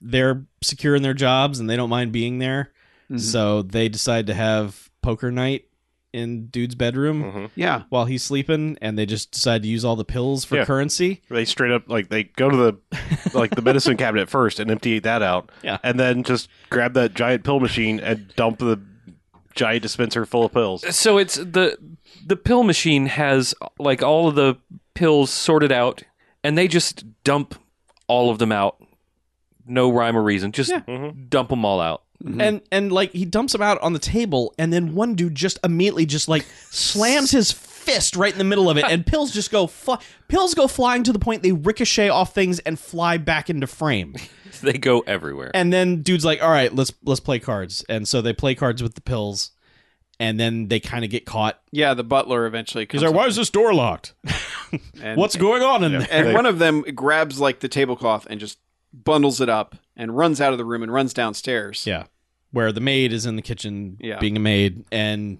Speaker 4: They're secure in their jobs and they don't mind being there.
Speaker 5: Mhm.
Speaker 4: So they decide to have poker night in dude's bedroom
Speaker 3: Mhm.
Speaker 5: Yeah,
Speaker 4: while he's sleeping, and they just decide to use all the pills for
Speaker 3: Yeah.
Speaker 4: currency.
Speaker 3: They straight up like they go to the like the medicine cabinet first and empty that out,
Speaker 4: Yeah.
Speaker 3: and then just grab that giant pill machine and dump the giant dispenser full of pills.
Speaker 6: so it's the the pill machine has like all of the pills sorted out and they just dump all of them out no rhyme or reason just dump them all out
Speaker 4: And and like he dumps them out on the table, and then one dude just immediately just like slams his fist right in the middle of it, and pills just go fly- pills go flying to the point they ricochet off things and fly back into frame.
Speaker 6: they go everywhere
Speaker 4: and then dude's like all right let's let's play cards and so they play cards with the pills and then they kind of get caught
Speaker 5: yeah. The butler eventually comes. up
Speaker 4: is this door locked
Speaker 5: and,
Speaker 4: what's going on in there
Speaker 5: and one of them grabs like the tablecloth and just bundles it up and runs out of the room and runs downstairs,
Speaker 4: yeah where the maid is in the kitchen
Speaker 5: Yeah.
Speaker 4: being a maid and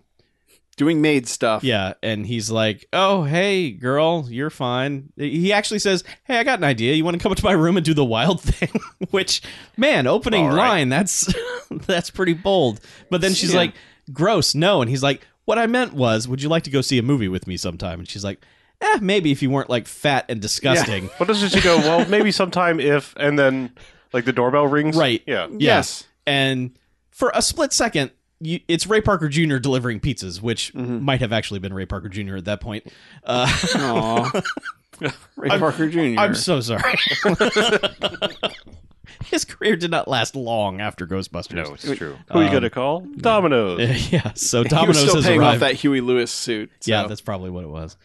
Speaker 5: doing maid stuff.
Speaker 4: yeah and he's like oh hey girl you're fine he actually says hey i got an idea you want to come up to my room and do the wild thing which man opening
Speaker 6: All right.
Speaker 4: line that's that's pretty bold but then she's
Speaker 5: Yeah.
Speaker 4: like gross no and he's like what i meant was would you like to go see a movie with me sometime and she's like eh maybe if you weren't like fat and disgusting
Speaker 3: What doesn't she go? Well, maybe sometime if, and then like the doorbell rings.
Speaker 4: Right.
Speaker 3: Yeah.
Speaker 4: Yeah.
Speaker 5: Yes.
Speaker 4: and for a split second you, it's ray parker jr delivering pizzas which might have actually been ray parker jr at that point uh,
Speaker 5: Aw. Ray Parker Jr.
Speaker 4: I'm so sorry. His career did not last long after Ghostbusters.
Speaker 3: Oh,
Speaker 6: no it's true
Speaker 3: Who you
Speaker 5: Um,
Speaker 3: gonna call? Dominoes.
Speaker 4: yeah, so
Speaker 5: he was
Speaker 4: Domino's
Speaker 5: still
Speaker 4: has
Speaker 5: paying
Speaker 4: arrived.
Speaker 5: off that Huey Lewis suit. so-
Speaker 4: Yeah, that's probably what it was.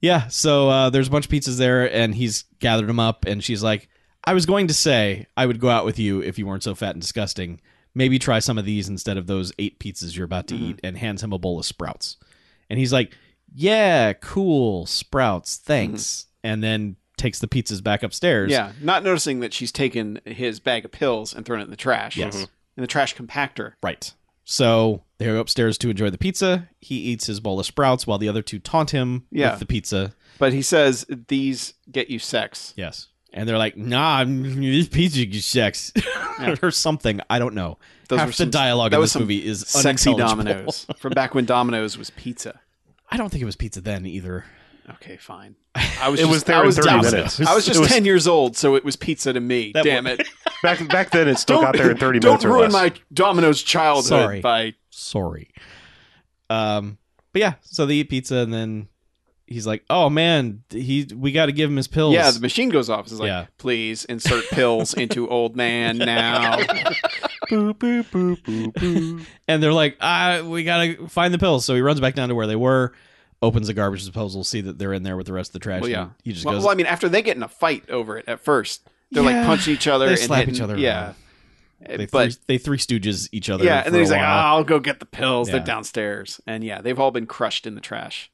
Speaker 4: Yeah, so uh, there's a bunch of pizzas there, and he's gathered them up, and she's like, "I was going to say I would go out with you if you weren't so fat and disgusting. Maybe try some of these instead of those eight pizzas you're about to
Speaker 5: Mm-hmm.
Speaker 4: eat." And hands him a bowl of sprouts, and he's like, "Yeah, cool sprouts, thanks." And then takes the pizzas back upstairs.
Speaker 5: Mm-hmm. yeah. Not noticing that she's taken his bag of pills and thrown it in the trash.
Speaker 4: Yes.
Speaker 3: Mm-hmm.
Speaker 5: In the trash compactor.
Speaker 4: Right. So they go upstairs to enjoy the pizza. He eats his bowl of sprouts while the other two taunt him
Speaker 5: Yeah.
Speaker 4: with the pizza.
Speaker 5: But he says these get you sex.
Speaker 4: Yes. And they're like, nah, mm, this pizza gives sex or something. I don't know.
Speaker 5: Those were
Speaker 4: Half the
Speaker 5: some-
Speaker 4: dialogue
Speaker 5: that
Speaker 4: in
Speaker 5: was
Speaker 4: this
Speaker 5: some
Speaker 4: movie is
Speaker 5: Sexy
Speaker 4: unintelligible.
Speaker 5: Dominoes. From back when Dominoes was pizza.
Speaker 4: I don't think it was pizza then either.
Speaker 5: Okay, fine. I was
Speaker 3: It
Speaker 5: just,
Speaker 3: was there
Speaker 5: I
Speaker 3: in
Speaker 5: was
Speaker 3: 30
Speaker 5: just-
Speaker 3: minutes.
Speaker 5: I was just
Speaker 3: It was-
Speaker 5: 10 years old, so it was pizza to me.
Speaker 4: That
Speaker 5: Damn
Speaker 4: was-
Speaker 5: it.
Speaker 3: Back back then, it still got there in 30
Speaker 5: Don't
Speaker 3: minutes or
Speaker 5: ruin
Speaker 3: less.
Speaker 5: my Domino's childhood
Speaker 4: Sorry.
Speaker 5: by.
Speaker 4: Sorry. Um, but yeah, so they eat pizza and then he's like, oh man, he we got to give him his pills.
Speaker 5: Yeah, the machine goes off. It's like,
Speaker 4: Yeah.
Speaker 5: please insert pills into old man now.
Speaker 4: and they're like, ah, we gotta find the pills. So he runs back down to where they were, opens the garbage disposal, see that they're in there with the rest of the trash.
Speaker 5: Well, yeah.
Speaker 4: and he just
Speaker 5: well,
Speaker 4: goes,
Speaker 5: well, I mean, after they get in a fight over it at first, they're
Speaker 4: Yeah.
Speaker 5: like punching each other,
Speaker 4: They
Speaker 5: and
Speaker 4: slap
Speaker 5: hitting-
Speaker 4: each other
Speaker 5: Yeah, Eh,
Speaker 4: they,
Speaker 5: but
Speaker 4: three, they three stooges each other.
Speaker 5: yeah, and
Speaker 4: for
Speaker 5: then
Speaker 4: a
Speaker 5: he's like, "Ah."
Speaker 4: while.
Speaker 5: "I'll go get the pills.
Speaker 4: Yeah.
Speaker 5: They're downstairs." And yeah, they've all been crushed in the trash.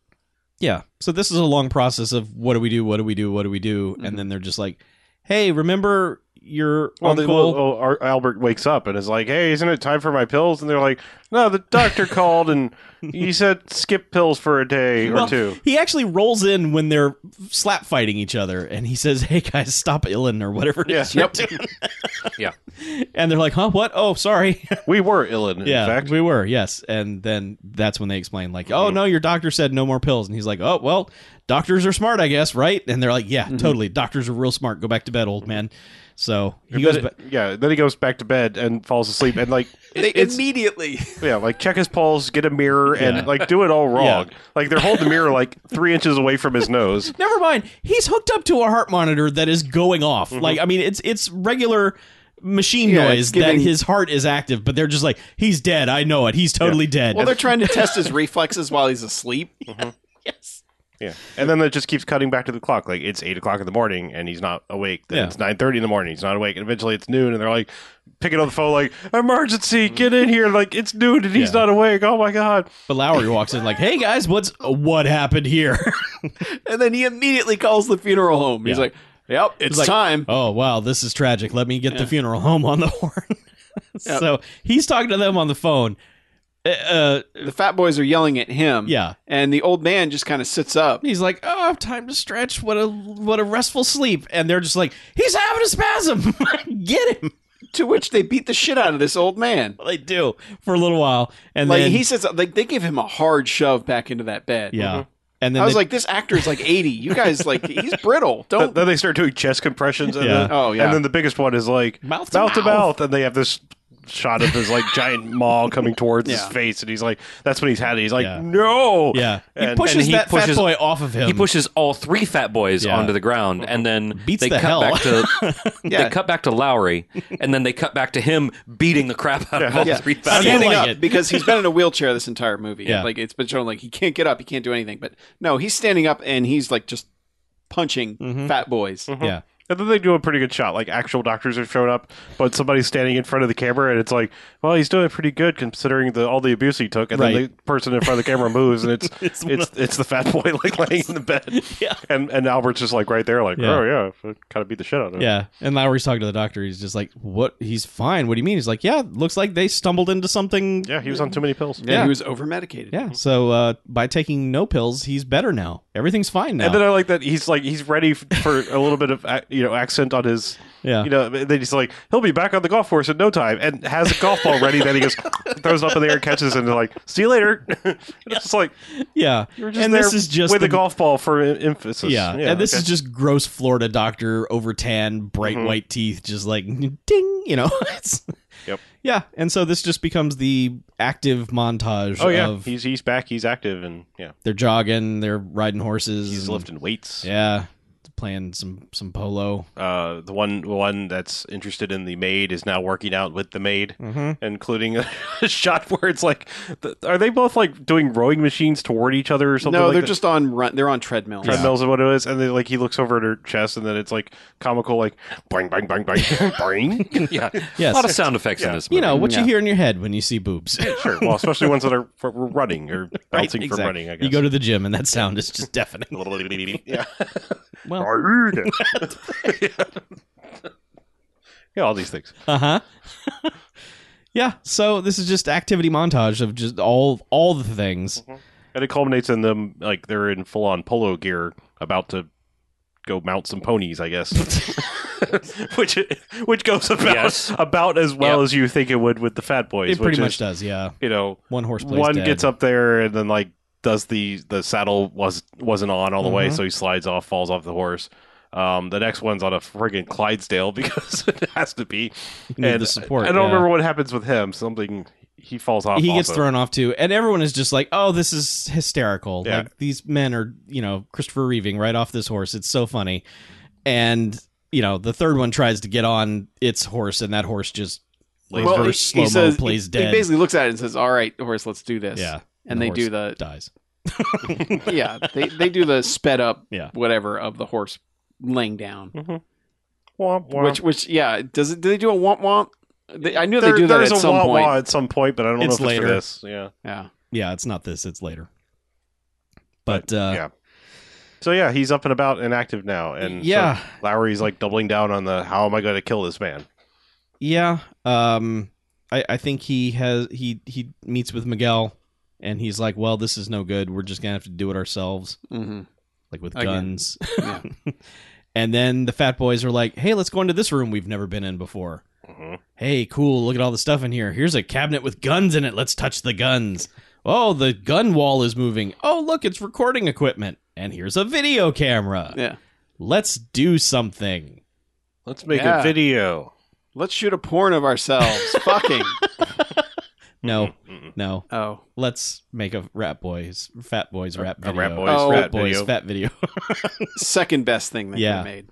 Speaker 4: Yeah. So
Speaker 5: Mm-hmm.
Speaker 4: this is a long process of what do we do? What do we do? What do we do? And then they're just like, hey, remember your
Speaker 3: Well, they,
Speaker 4: uncle.
Speaker 3: well, oh, Ar- Albert wakes up and is like, "Hey, isn't it time for my pills?" And they're like, "No, the doctor called and he said skip pills for a day or
Speaker 4: Well,
Speaker 3: two.
Speaker 4: He actually rolls in when they're slap fighting each other, and he says, "Hey guys, stop illing or whatever." it is
Speaker 3: Yeah.
Speaker 4: you're doing."
Speaker 6: Yeah.
Speaker 4: and they're like, "Huh? What? Oh, sorry."
Speaker 3: We were illin, in
Speaker 4: yeah,
Speaker 3: fact.
Speaker 4: we were. Yes, and then that's when they explain, like,
Speaker 5: Mm-hmm.
Speaker 4: "Oh no, your doctor said no more pills," and he's like, "Oh well, doctors are smart, I guess, right?" And they're like, "Yeah,
Speaker 5: Mm-hmm.
Speaker 4: totally. Doctors are real smart. Go back to bed, old man." So he goes.
Speaker 3: Then
Speaker 4: Ba-
Speaker 3: it- yeah, then he goes back to bed and falls asleep and like
Speaker 5: They
Speaker 3: it's
Speaker 5: immediately.
Speaker 3: yeah, like check his pulse, get a mirror,
Speaker 4: Yeah.
Speaker 3: and like do it all wrong.
Speaker 4: Yeah.
Speaker 3: Like they're holding the mirror like three inches away from his nose.
Speaker 4: Never mind. He's hooked up to a heart monitor that is going off. Like I mean, it's it's regular machine
Speaker 5: Mm-hmm. Yeah,
Speaker 4: noise
Speaker 5: it's giving-
Speaker 4: that his heart is active, but they're just like, he's dead. I know it. He's totally dead.
Speaker 5: Well, they're trying to test his reflexes while he's asleep.
Speaker 3: Mm-hmm.
Speaker 4: yes.
Speaker 3: Yeah, and then it just keeps cutting back to the clock. Like it's eight o'clock in the morning, and he's not awake. Then
Speaker 4: Yeah.
Speaker 3: it's nine thirty in the morning, he's not awake. And eventually, it's noon, and they're like picking up the phone, like "Emergency, get in here!" Like it's noon, and he's
Speaker 4: Yeah.
Speaker 3: not awake. Oh my god!
Speaker 4: But Lowry walks in like, "Hey guys, what's what happened here?"
Speaker 5: And then he immediately calls the funeral home. He's
Speaker 4: Yeah.
Speaker 5: like, Yep, it's
Speaker 4: like,
Speaker 5: time.
Speaker 4: oh wow, this is tragic. Let me get the
Speaker 5: Yeah.
Speaker 4: funeral home on the horn. So he's talking to them on the phone. Uh, Uh,
Speaker 5: The fat boys are yelling at him.
Speaker 4: Yeah.
Speaker 5: And the old man just kind of sits up.
Speaker 4: he's like, "Oh, I have time to stretch. What a what a restful sleep." And they're just like, "He's having a spasm. get him."
Speaker 5: To which they beat the shit out of this old man.
Speaker 4: They do for a little while, and
Speaker 5: Like
Speaker 4: then
Speaker 5: he says, like they give him a hard shove back into that bed.
Speaker 4: yeah,
Speaker 3: Mm-hmm.
Speaker 4: and then
Speaker 5: Mm-hmm. I was
Speaker 4: they-
Speaker 5: like, this actor's like eighty. You guys like he's brittle.
Speaker 3: Th-
Speaker 5: Don't
Speaker 3: then they start doing chest compressions. And
Speaker 4: Yeah.
Speaker 3: Then,
Speaker 5: Oh, yeah.
Speaker 3: And then the biggest one is like
Speaker 4: Mouth to
Speaker 3: mouth,
Speaker 4: mouth.
Speaker 3: and they have this shot of his like giant maw coming towards his
Speaker 5: Yeah.
Speaker 3: face, and he's like, "That's what he's had." He's like,
Speaker 4: Yeah.
Speaker 3: "No."
Speaker 4: yeah, he
Speaker 3: And-
Speaker 4: pushes
Speaker 6: and he
Speaker 4: that fat
Speaker 6: pushes-
Speaker 4: boy off of him.
Speaker 6: He pushes all three fat boys
Speaker 4: Um, Yeah.
Speaker 6: onto the ground, and then
Speaker 4: Beats
Speaker 6: they
Speaker 4: the
Speaker 6: cut
Speaker 4: hell.
Speaker 6: back to
Speaker 5: Yeah.
Speaker 6: they cut back to Lowry, and then they cut back to him beating the crap out of all
Speaker 5: Yeah.
Speaker 6: three
Speaker 4: I
Speaker 6: fat
Speaker 4: mean,
Speaker 6: boys.
Speaker 5: standing
Speaker 4: like
Speaker 5: up
Speaker 4: it.
Speaker 5: because he's been in a wheelchair this entire movie.
Speaker 4: Yeah.
Speaker 5: Like it's been shown like he can't get up, he can't do anything. But no, he's standing up and he's like just punching fat boys.
Speaker 4: yeah,
Speaker 3: And then they do a pretty good shot. Like actual doctors have shown up, but somebody's standing in front of the camera, and it's like, well, he's doing pretty good considering the all the abuse he took. And then
Speaker 4: Right.
Speaker 3: the person in front of the camera moves, and it's it's
Speaker 4: one
Speaker 3: it's, the fat boy like laying in the bed,
Speaker 4: Yeah.
Speaker 3: and and Albert's just like right there, like,
Speaker 4: Yeah.
Speaker 3: oh yeah, kind of beat the shit out of him.
Speaker 4: yeah. And Lowry's talking to the doctor. He's just like, "What? He's fine. What do you mean?" He's like, "Yeah, looks like they stumbled into something."
Speaker 3: yeah, he was on too many pills.
Speaker 5: And
Speaker 4: Yeah.
Speaker 5: he was over medicated.
Speaker 3: Mm-hmm.
Speaker 4: Yeah, So uh, by taking no pills, he's better now. Everything's fine now.
Speaker 3: And then uh, I like that he's like he's ready f- for a little bit of ac- you know accent on his
Speaker 4: Yeah.
Speaker 3: you know then he's like he'll be back on the golf course in no time and has a golf ball ready that he just throws up in the air and catches and they're like see you later it's just like
Speaker 4: yeah.
Speaker 3: just
Speaker 4: and this
Speaker 3: there
Speaker 4: is just
Speaker 3: with
Speaker 4: the
Speaker 3: a golf ball for em- emphasis.
Speaker 4: Yeah. and this
Speaker 3: okay. Mm-hmm.
Speaker 4: is just gross Florida doctor over tan, bright white teeth, just like ding, you know. It's-
Speaker 3: Yep.
Speaker 4: Yeah, and so this just becomes the active montage
Speaker 3: oh yeah,
Speaker 4: of
Speaker 3: he's he's back, he's active, and yeah,
Speaker 4: they're jogging, they're riding horses,
Speaker 3: he's
Speaker 4: and-
Speaker 3: lifting weights.
Speaker 4: Mm. Yeah, playing some some polo.
Speaker 3: Uh, the one one that's interested in the maid is now working out with the maid, including a, shot where it's like, th- are they both like doing rowing machines toward each other or something?
Speaker 5: No,
Speaker 3: like
Speaker 5: they're
Speaker 3: that?
Speaker 5: just on run. They're on treadmills.
Speaker 3: treadmills and what it is, and then like he looks over at her chest, and then it's like comical, like bang bang bang bang bang.
Speaker 6: Yeah, a
Speaker 4: Yes.
Speaker 6: lot of sound effects in
Speaker 3: Yeah.
Speaker 6: this. Movie.
Speaker 4: You know what you
Speaker 5: Yeah.
Speaker 4: hear in your head when you see boobs.
Speaker 3: sure, well, especially ones that are for, were running or bouncing
Speaker 4: Exactly.
Speaker 3: from running. I guess
Speaker 4: You go to the gym and that sound is just deafening.
Speaker 3: yeah.
Speaker 4: Well-
Speaker 3: yeah, all these things.
Speaker 4: Uh huh. yeah. So this is just activity montage of just all all the things.
Speaker 3: And it culminates in them like they're in full on polo gear, about to go mount some ponies, I guess. which which goes about
Speaker 6: Yes.
Speaker 3: about as well
Speaker 6: Yep.
Speaker 3: as you think it would with the Fat Boys.
Speaker 4: It pretty
Speaker 3: which
Speaker 4: much
Speaker 3: is,
Speaker 4: does. Yeah.
Speaker 3: You know,
Speaker 4: One horse. plays
Speaker 3: one
Speaker 4: dead.
Speaker 3: gets up there and then like does the the saddle was wasn't on all the way,
Speaker 4: Mhm.
Speaker 3: so he slides off, falls off the horse. Um, the next one's on a friggin' Clydesdale because it has to be.
Speaker 4: need the support,
Speaker 3: I don't
Speaker 4: yeah.
Speaker 3: remember what happens with him. Something he falls off.
Speaker 4: He gets
Speaker 3: also.
Speaker 4: thrown off too, and everyone is just like, "Oh, this is hysterical!
Speaker 3: Yeah.
Speaker 4: Like these men are, you know, Christopher Reeving right off this horse. It's so funny." And you know, the third one tries to get on its horse, and that horse just
Speaker 3: Lays
Speaker 5: Well, he,
Speaker 4: reverse slow
Speaker 5: he
Speaker 4: mo
Speaker 5: says
Speaker 4: plays
Speaker 5: he,
Speaker 4: dead.
Speaker 5: he basically looks at it and says, "All right, horse, let's do this."
Speaker 4: yeah,
Speaker 5: and, they
Speaker 4: horse
Speaker 5: do the
Speaker 4: dies.
Speaker 5: yeah they they do the sped up
Speaker 4: Yeah.
Speaker 5: whatever of the horse laying down.
Speaker 3: Womp, womp.
Speaker 5: Which which yeah does it? Do they do a womp womp? They, I knew
Speaker 3: There-
Speaker 5: they do that
Speaker 3: there's
Speaker 5: at
Speaker 3: a
Speaker 5: some
Speaker 3: wah
Speaker 5: point.
Speaker 3: wah at some point, but I don't
Speaker 4: It's
Speaker 3: know if
Speaker 4: later.
Speaker 3: it's for this. Yeah,
Speaker 5: Yeah.
Speaker 4: Yeah, it's not this; it's later. But uh,
Speaker 3: yeah. So yeah, he's up and about and active now, and so
Speaker 4: Yeah.
Speaker 3: Lowry's like doubling down on the how am I going to kill this man?
Speaker 4: Yeah. Um I, I think he has he he meets with Miguel and he's like, Well, this is no good. We're just gonna have to do it ourselves.
Speaker 5: Mm-hmm.
Speaker 4: Like with
Speaker 5: Again.
Speaker 4: guns.
Speaker 5: Yeah.
Speaker 4: and then the fat boys are like, Hey, let's go into this room we've never been in before. Hey, cool, look at all the stuff in here. Here's a cabinet with guns in it. Let's touch the guns. Oh, the gun wall is moving. Oh, look, it's recording equipment. And here's a video camera.
Speaker 5: Yeah.
Speaker 4: Let's do something.
Speaker 3: Let's make
Speaker 5: Yeah.
Speaker 3: a video.
Speaker 5: Let's shoot a porn of ourselves. Fucking.
Speaker 3: Mm-hmm.
Speaker 4: No, no.
Speaker 5: Oh.
Speaker 4: let's make a rap boys fat boys rap
Speaker 3: a
Speaker 4: video.
Speaker 3: Rat Boys
Speaker 5: Oh,
Speaker 3: Rat
Speaker 4: boys
Speaker 3: video.
Speaker 4: fat video.
Speaker 5: Second best thing that
Speaker 4: Yeah.
Speaker 5: they made.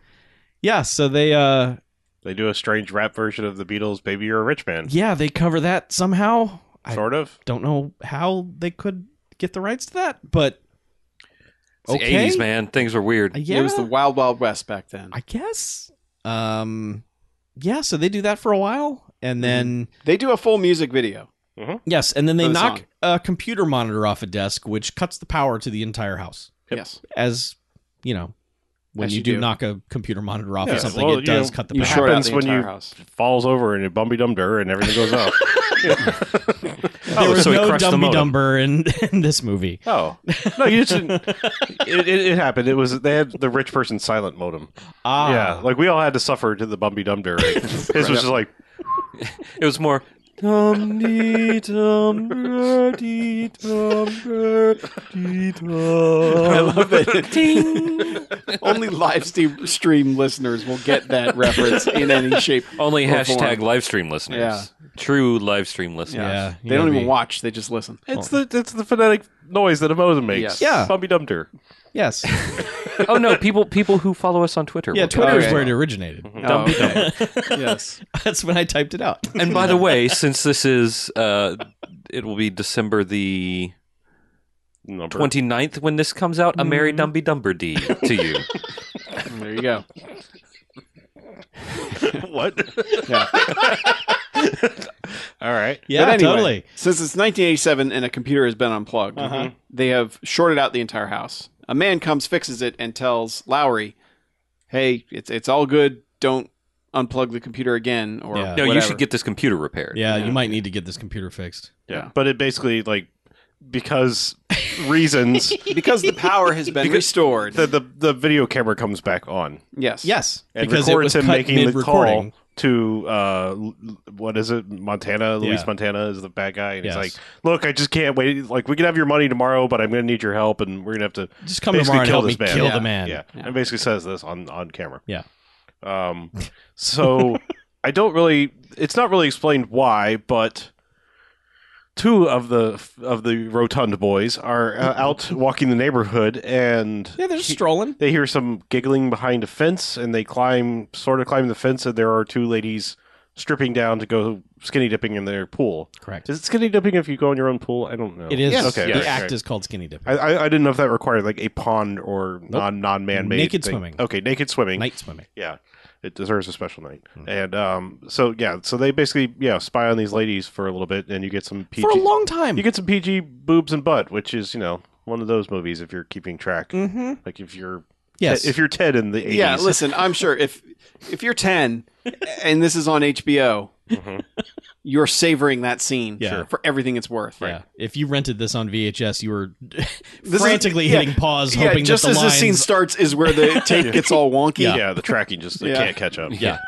Speaker 4: yeah, so they uh
Speaker 3: They do a strange rap version of the Beatles' "Baby You're a Rich Man,"
Speaker 4: yeah, they cover that somehow. I
Speaker 3: sort of.
Speaker 4: don't know how they could get the rights to that, but
Speaker 6: It's the 80s, man. Things were weird.
Speaker 4: Uh, Yeah,
Speaker 5: It was the Wild Wild West back then.
Speaker 4: I guess. Um yeah, so they do that for a while
Speaker 5: Mm-hmm.
Speaker 4: and then
Speaker 5: They do a full music video.
Speaker 4: yes, and then they
Speaker 5: For the
Speaker 4: knock
Speaker 5: song.
Speaker 4: a computer monitor off a desk which cuts the power to the entire house.
Speaker 5: Yes.
Speaker 4: As, you know, when
Speaker 5: As
Speaker 4: you,
Speaker 5: you
Speaker 4: do,
Speaker 5: do.
Speaker 4: knock a computer monitor off or
Speaker 3: Yeah,
Speaker 4: something,
Speaker 3: well,
Speaker 4: it
Speaker 3: you
Speaker 4: does
Speaker 3: know,
Speaker 4: cut the
Speaker 5: you
Speaker 4: power.
Speaker 3: It
Speaker 5: short out
Speaker 3: happens
Speaker 5: the
Speaker 3: when
Speaker 5: entire
Speaker 3: you
Speaker 5: house.
Speaker 3: falls over and it bumby dumber and everything goes off.
Speaker 4: there
Speaker 6: Oh,
Speaker 4: was
Speaker 6: so he
Speaker 4: no
Speaker 6: crushed the
Speaker 4: Dumby
Speaker 6: modem.
Speaker 4: Dumber in, in this movie.
Speaker 3: Oh no, you just didn't. It, it, it happened. It was they had the rich person silent modem.
Speaker 4: Ah,
Speaker 3: Yeah, like we all had to suffer to the bumby dumber. His was just like
Speaker 6: It was more. Dum dee dum brr, dee dum brr, dee dum.
Speaker 5: I love that
Speaker 6: Ding.
Speaker 5: only live ste- stream listeners will get that reference in any shape.
Speaker 6: Only
Speaker 5: or
Speaker 6: hashtag
Speaker 5: form.
Speaker 6: live stream listeners.
Speaker 5: Yeah.
Speaker 6: True live stream listeners.
Speaker 4: Yeah, you
Speaker 5: they don't
Speaker 4: gotta
Speaker 5: even
Speaker 4: be-
Speaker 5: watch; they just listen. Oh,
Speaker 3: it's the it's the phonetic noise that a modem makes.
Speaker 5: Yes.
Speaker 4: Yeah.
Speaker 3: bumby dumber.
Speaker 4: Yes.
Speaker 6: Oh no, people people who follow us on Twitter.
Speaker 4: Yeah,
Speaker 6: will-
Speaker 4: Twitter is
Speaker 5: Okay.
Speaker 4: where it originated.
Speaker 5: Oh, okay. yes,
Speaker 4: That's when I typed it out.
Speaker 6: And by the way, since this is uh it will be December the
Speaker 3: Number.
Speaker 6: 29th when this comes out, a merry dumby dumber D to you.
Speaker 5: there you go.
Speaker 3: what?
Speaker 5: Yeah.
Speaker 3: all right.
Speaker 4: Yeah,
Speaker 5: But anyway,
Speaker 4: totally. Mm-hmm.
Speaker 5: Since it's 1987 and a computer has been unplugged, they have shorted out the entire house. A man comes, fixes it, and tells Lowry, "Hey, it's it's all good. Don't unplug the computer again." Or
Speaker 4: Yeah.
Speaker 6: No, you
Speaker 5: whatever."
Speaker 6: should get this computer repaired.
Speaker 4: Yeah, you might need to get this computer fixed.
Speaker 3: Yeah, but it basically like because reasons
Speaker 5: because the power has been restored.
Speaker 3: the, the the video camera comes back on
Speaker 5: yes,
Speaker 4: Yes,
Speaker 3: and
Speaker 4: because it
Speaker 3: records
Speaker 4: was
Speaker 3: him
Speaker 4: cut
Speaker 3: making the
Speaker 4: mid-recording.
Speaker 3: call to uh l- what is it Montana Luis
Speaker 4: Yeah.
Speaker 3: Montana is the bad guy and
Speaker 4: Yes.
Speaker 3: he's like look I just can't wait like we can have your money tomorrow but I'm gonna need your help and we're gonna have to
Speaker 4: Just come
Speaker 3: basically
Speaker 4: tomorrow and
Speaker 3: kill
Speaker 4: help me
Speaker 3: this man
Speaker 4: kill
Speaker 5: Yeah.
Speaker 4: the man.
Speaker 3: yeah. and basically says this on on camera
Speaker 4: Yeah.
Speaker 3: um so I don't really it's not really explained why but two of the of the rotund boys are uh, out walking the neighborhood and
Speaker 4: Yeah, they're just strolling.
Speaker 3: they hear some giggling behind a fence and they climb sort of climb the fence and there are two ladies stripping down to go skinny dipping in their pool
Speaker 4: Correct.
Speaker 3: is it skinny dipping if you go in your own pool i don't know
Speaker 4: It is.
Speaker 5: Yes.
Speaker 4: Okay.
Speaker 3: Okay,
Speaker 4: The
Speaker 3: right,
Speaker 4: act
Speaker 3: right.
Speaker 4: is called skinny dipping.
Speaker 3: I, I, I didn't know if that required like a pond or non non man made
Speaker 4: Naked swimming.
Speaker 3: okay naked swimming
Speaker 4: Night Hmm. swimming.
Speaker 3: yeah it deserves a special night and um so yeah so they basically yeah spy on these ladies for a little bit and you get some PG
Speaker 4: For a long time.
Speaker 3: you get some PG boobs and butt which is you know one of those movies if you're keeping track mm-hmm. like if you're
Speaker 4: yes.
Speaker 3: if you're Ted in the 80s
Speaker 5: Yeah, listen, I'm sure if if you're 10 and this is on HBO, you're savoring that scene
Speaker 4: Yeah. Sure.
Speaker 5: for everything it's worth.
Speaker 4: yeah. If you rented this on VHS, you were
Speaker 5: is-
Speaker 4: frantically
Speaker 5: yeah.
Speaker 4: hitting pause,
Speaker 5: Yeah,
Speaker 4: hoping
Speaker 5: just
Speaker 4: that the
Speaker 5: as
Speaker 4: lines.
Speaker 5: the scene starts is where the tape gets all wonky.
Speaker 3: yeah. the tracking just they
Speaker 5: Yeah.
Speaker 3: can't catch up.
Speaker 4: yeah.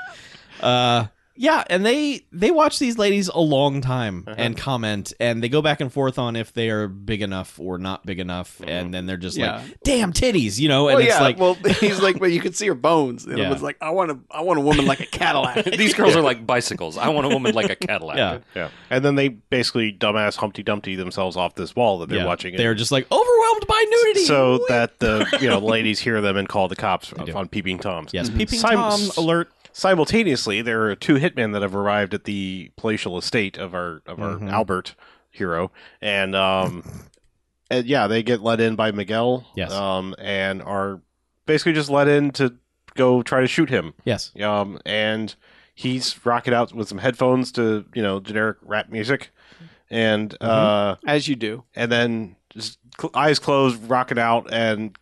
Speaker 4: Uh, yeah, and they they watch these ladies a long time
Speaker 3: Uh-huh.
Speaker 4: and comment, and they go back and forth on if they are big enough or not big enough,
Speaker 3: Mm-hmm.
Speaker 4: and then they're just
Speaker 5: Yeah.
Speaker 4: like, "Damn titties," you know, and
Speaker 5: Well,
Speaker 4: it's
Speaker 5: yeah.
Speaker 4: like,
Speaker 5: well, he's like, well, you can see her bones. And
Speaker 4: Yeah.
Speaker 5: I was like, I want a, I want a woman like a Cadillac.
Speaker 6: These girls are like bicycles. I want a woman like a Cadillac.
Speaker 4: yeah,
Speaker 3: Yeah. And then they basically dumbass Humpty Dumpty themselves off this wall that they're
Speaker 4: yeah.
Speaker 3: watching.
Speaker 4: They're just like overwhelmed by nudity.
Speaker 3: so that the you know ladies hear them and call the cops on peeping toms.
Speaker 4: yes, peeping
Speaker 3: Sim-
Speaker 4: tom alert.
Speaker 3: Simultaneously, there are two hitmen that have arrived at the palatial estate of our of
Speaker 4: Mm-hmm.
Speaker 3: our Albert hero, and um, and yeah, they get let in by Miguel.
Speaker 4: Yes.
Speaker 3: Um, and are basically just let in to go try to shoot him.
Speaker 4: Yes,
Speaker 3: um, and he's rocking out with some headphones to you know generic rap music, and
Speaker 4: Mm-hmm.
Speaker 3: uh,
Speaker 5: As you do.
Speaker 3: and then just cl- eyes closed, rocking out, and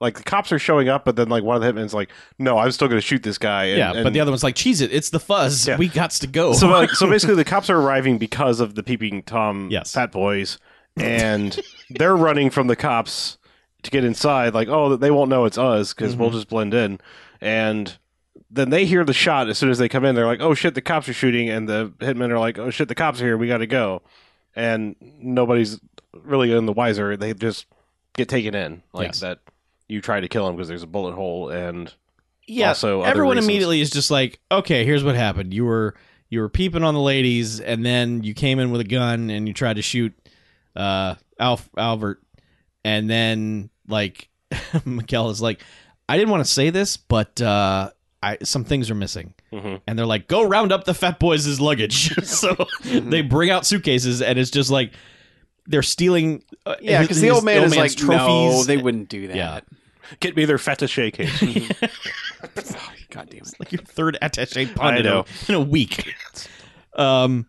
Speaker 3: Like the cops are showing up, but then like one of the hitmen's like, "No, I'm still going to shoot this guy." And,
Speaker 4: yeah, but
Speaker 3: and-
Speaker 4: the other one's like, cheese it, it's the fuzz.
Speaker 3: Yeah.
Speaker 4: We got to go.
Speaker 3: So like, so basically, the cops are arriving because of the peeping tom
Speaker 4: Yes.
Speaker 3: fat boys, and they're running from the cops to get inside. Like, oh, they won't know it's us because we'll just blend in. And then they hear the shot as soon as they come in. They're like, oh shit, the cops are shooting, and the hitmen are like, oh shit, the cops are here. We got to go. And nobody's really in the wiser. They just get taken in like
Speaker 4: Yes.
Speaker 3: that. You try to kill them because there's a bullet hole, and
Speaker 4: yeah,
Speaker 3: also other
Speaker 4: everyone
Speaker 3: reasons.
Speaker 4: immediately is just like, okay, here's what happened. You were you were peeping on the ladies, and then you came in with a gun and you tried to shoot uh, Alf Albert, and then like Mikel is like, I didn't want to say this, but uh, I some things are missing,
Speaker 3: Mhm.
Speaker 4: and they're like, go round up the fat boys' luggage. so
Speaker 5: Mm-hmm.
Speaker 4: they bring out suitcases, and it's just like. They're stealing. Uh,
Speaker 5: Yeah, because the
Speaker 4: his-
Speaker 5: old man is
Speaker 4: man's
Speaker 5: like, no, they wouldn't do that.
Speaker 4: Yeah.
Speaker 3: get me their feta shake.
Speaker 5: Oh, God damn it.
Speaker 4: like your third attache pond
Speaker 3: I
Speaker 4: in a,
Speaker 3: know.
Speaker 4: in a week. um,